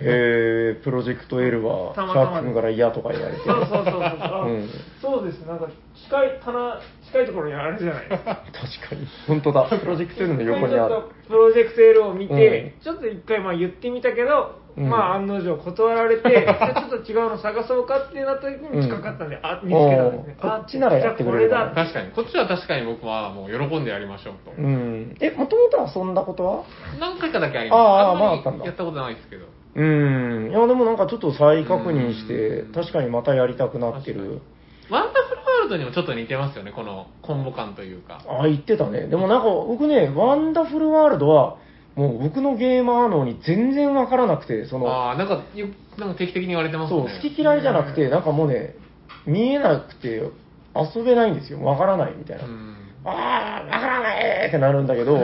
[SPEAKER 3] えー、プロジェクト L は、シ
[SPEAKER 2] た
[SPEAKER 3] ャ
[SPEAKER 2] またま
[SPEAKER 3] ーク君から嫌とか言われて。
[SPEAKER 2] そう
[SPEAKER 3] <laughs>
[SPEAKER 2] そうそうそうあ。
[SPEAKER 3] うん
[SPEAKER 2] そうです。なんか近い棚近いところにあるじゃないですか。
[SPEAKER 3] 確かに。本当だ。プロジェクト L の横にあ
[SPEAKER 2] ちょっ
[SPEAKER 3] る
[SPEAKER 2] と。プロジェクト L を見て、ちょっと一回まあ言ってみたけど、
[SPEAKER 3] うん
[SPEAKER 2] まあ案の定断ら
[SPEAKER 3] <laughs>
[SPEAKER 2] れて、じゃあちょっと違うの探そうかってなった時に近かったんで、あ見つけたんですね。
[SPEAKER 3] おー
[SPEAKER 2] あ
[SPEAKER 3] こっちならやってくれる
[SPEAKER 2] じ
[SPEAKER 3] か
[SPEAKER 2] ゃ
[SPEAKER 3] な
[SPEAKER 2] あこれだ。
[SPEAKER 1] 確かに。こっちは確かに僕はもう喜んでやりましょうと。
[SPEAKER 3] うん。え、もともと遊んだことは
[SPEAKER 1] 何回かだけあります。
[SPEAKER 3] あー
[SPEAKER 1] んまり
[SPEAKER 3] まああったんだ
[SPEAKER 1] やったことないですけど。
[SPEAKER 3] うん。いや、でもなんかちょっと再確認して
[SPEAKER 1] うん、
[SPEAKER 3] 確かにまたやりたくなってる。
[SPEAKER 1] ワンダフルワールドにもちょっと似てますよね、このコンボ感というか。
[SPEAKER 3] あ、言ってたね。でもなんか僕ね、ワンダフルワールドは、もう僕のゲーマー脳に全然わからなくて、その、
[SPEAKER 1] ああ、なんか、よなんか定期的に言われてます
[SPEAKER 3] そう、
[SPEAKER 1] ね。
[SPEAKER 3] 好き嫌いじゃなくて、なんかもうね、見えなくて遊べないんですよ。わからないみたいな。
[SPEAKER 1] うん
[SPEAKER 3] あー、わからないってなるんだ
[SPEAKER 1] <laughs>
[SPEAKER 3] けど、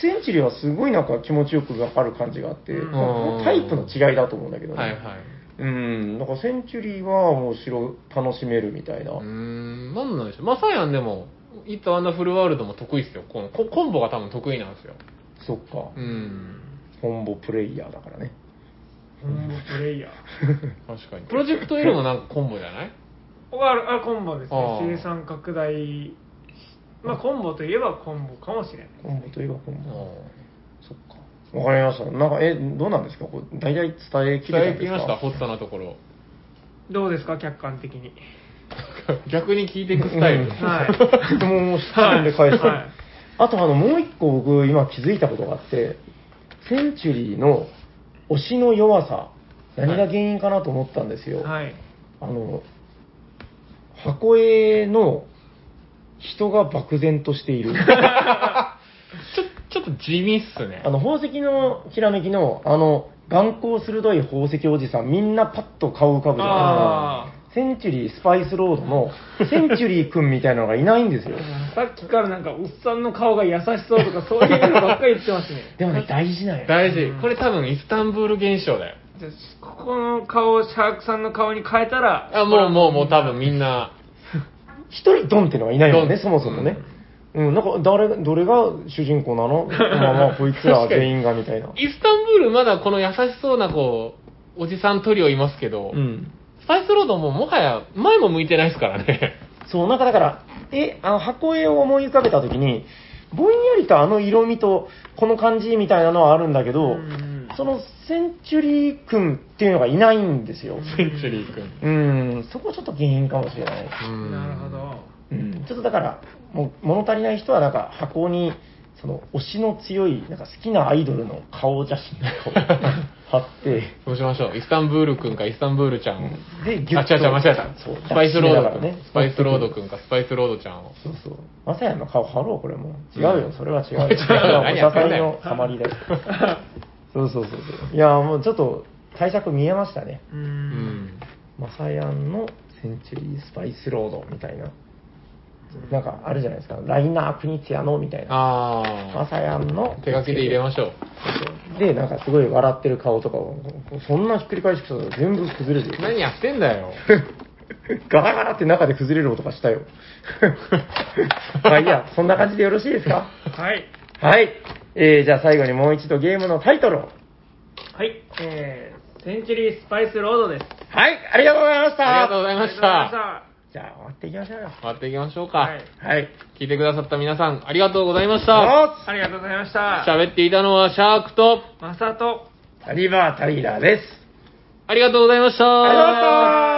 [SPEAKER 3] センチュリーはすごいなんか気持ちよくわかる感じがあって、
[SPEAKER 2] うん
[SPEAKER 3] まあタイプの違いだと思うんだけどね。
[SPEAKER 1] はいはい。
[SPEAKER 3] うん、なんかセンチュリーは面白い、楽しめるみたいな。
[SPEAKER 1] うーん、なんなんでしょう。まさやんでも、いったワンダフルワールドも得意ですよ。このココンボが多分得意なんですよ。
[SPEAKER 3] そっか
[SPEAKER 1] う、ん。
[SPEAKER 3] コンボプレイヤーだからね。
[SPEAKER 2] コンボプレイヤー。
[SPEAKER 1] 確かに。プロジェクト L もなんかコンボじゃない
[SPEAKER 2] ここはあコンボです
[SPEAKER 1] あ
[SPEAKER 2] ね。
[SPEAKER 1] ー
[SPEAKER 2] 生産拡大。まあ、コンボといえばコンボかもしれない。
[SPEAKER 3] コンボといえばコン
[SPEAKER 1] う
[SPEAKER 3] ボ。
[SPEAKER 1] ん
[SPEAKER 3] そっか。わかりました。なんか、え、どうなんですかこう大体伝えきれた
[SPEAKER 1] 伝え
[SPEAKER 3] んで
[SPEAKER 1] き
[SPEAKER 3] す
[SPEAKER 1] り
[SPEAKER 3] か
[SPEAKER 1] ました、ホットなところ。
[SPEAKER 2] どうですか、客観的に。
[SPEAKER 1] 逆に聞いていくスタイル。
[SPEAKER 2] はい。
[SPEAKER 3] <laughs> 質
[SPEAKER 2] <laughs>
[SPEAKER 3] 問を質問で返す。
[SPEAKER 2] はいはい
[SPEAKER 3] あと、あの、もう一個僕今気づいたことがあって、センチュリーの推しの弱さ、何が原因かなと思ったんですよ。
[SPEAKER 2] はい。
[SPEAKER 3] あの、箱絵の人が漠然として
[SPEAKER 1] <laughs>
[SPEAKER 3] いる。
[SPEAKER 1] ちょっと地味っすね
[SPEAKER 3] あ。の、宝石のひらめきの、あの、眼光鋭い宝石おじさん、みんなパッと顔浮かぶじゃない
[SPEAKER 2] あ
[SPEAKER 3] ですか。センチュリースパイスロードの、センチュリー君みたいなのがいないんですよ。
[SPEAKER 2] あ。さっきからなんか、おっさんの顔が優しそうとか、そういうのばっかり言ってますね。
[SPEAKER 3] でもね、大事なんよ。
[SPEAKER 1] 大事。これ多分イスタンブール現象だよ。
[SPEAKER 2] <laughs> じゃあここの顔をシャークさんの顔に変えたら、
[SPEAKER 1] あ、もうもうもう多分みんな。
[SPEAKER 3] 一人ドンってのはいないもん
[SPEAKER 1] ド
[SPEAKER 3] ね、
[SPEAKER 1] ン
[SPEAKER 3] そもそもね。うん、なんか、誰、どれが主人公な <laughs> のまあまあ、こいつら全員がみたいな。
[SPEAKER 1] イスタンブールまだこの優しそうなこう、おじさんトリオいますけど、
[SPEAKER 3] うん。
[SPEAKER 1] スパイスロードももはや前も向いてないですから <laughs> ね。
[SPEAKER 3] そう、なんかだから、え、あの箱絵を思い浮かべたときに、ぼんやりとあの色味と、この感じみたいなのはあるんだけど、
[SPEAKER 2] うん
[SPEAKER 3] そのセンチュリー君っていうのがいないんですよ。
[SPEAKER 1] センチュリー君。
[SPEAKER 3] うん、そこちょっと原因かもしれない。
[SPEAKER 2] なるほど。
[SPEAKER 3] うん、ちょっとだから、もう物足りない人はなんか箱に、その推しの強い、なんか好きなアイドルの顔写真とかを貼って、
[SPEAKER 1] そうしましょう。イスタンブール君かイスタンブールちゃんを。あ、
[SPEAKER 3] で、
[SPEAKER 1] 違う違う、間違えた。
[SPEAKER 3] そう
[SPEAKER 1] スパイスロード君、
[SPEAKER 3] 抱きしめながらね
[SPEAKER 1] スパイスロード君かスパイスロードちゃんを。
[SPEAKER 3] そうそう。まさやの顔貼ろう、これもう。違うよ、それは違うよ。
[SPEAKER 1] <laughs> 違う
[SPEAKER 3] おしゃさん
[SPEAKER 1] 何や
[SPEAKER 3] のハ
[SPEAKER 1] <laughs>
[SPEAKER 3] マりだよ。そうそうそうそう。いや、もうちょっと対策見えましたね。
[SPEAKER 2] う。
[SPEAKER 1] うんん。
[SPEAKER 3] マサヤンのセンチュリースパイスロードみたいな。なんかあるじゃないですか。ライナー・プニツヤのみたいな。マ
[SPEAKER 1] あ
[SPEAKER 3] サヤンの
[SPEAKER 1] ー。手書きで入れましょう。
[SPEAKER 3] で、なんかすごい笑ってる顔とかを、そんなひっくり返してきたら全部崩れてる。
[SPEAKER 1] 何やってんだよ。
[SPEAKER 3] ガラガラって中で崩れる音がし
[SPEAKER 1] <laughs>
[SPEAKER 3] たよ。まあいいや、そんな感じでよろしいですか
[SPEAKER 2] はい。
[SPEAKER 3] はい。えー、じゃあ最後にもう一度ゲームのタイトルを。
[SPEAKER 2] はい。えー、センチュリースパイスロードです。
[SPEAKER 3] はい、ありがとうございました。
[SPEAKER 1] ありがとうございまし
[SPEAKER 2] ありがとうござ
[SPEAKER 1] た。
[SPEAKER 2] いました。
[SPEAKER 3] じゃあ終わっていきましょうよ。
[SPEAKER 1] 回っていきましょうか。
[SPEAKER 2] はい
[SPEAKER 3] はい。
[SPEAKER 1] 聞いてくださった皆さん、ありがとうございました。
[SPEAKER 3] よ
[SPEAKER 2] ありがとうございました。
[SPEAKER 1] 喋っていたのはシャークと、
[SPEAKER 2] まさと。
[SPEAKER 3] ータリバー・タリーラーです。
[SPEAKER 1] ありがとうございました。
[SPEAKER 3] ありがとうございました。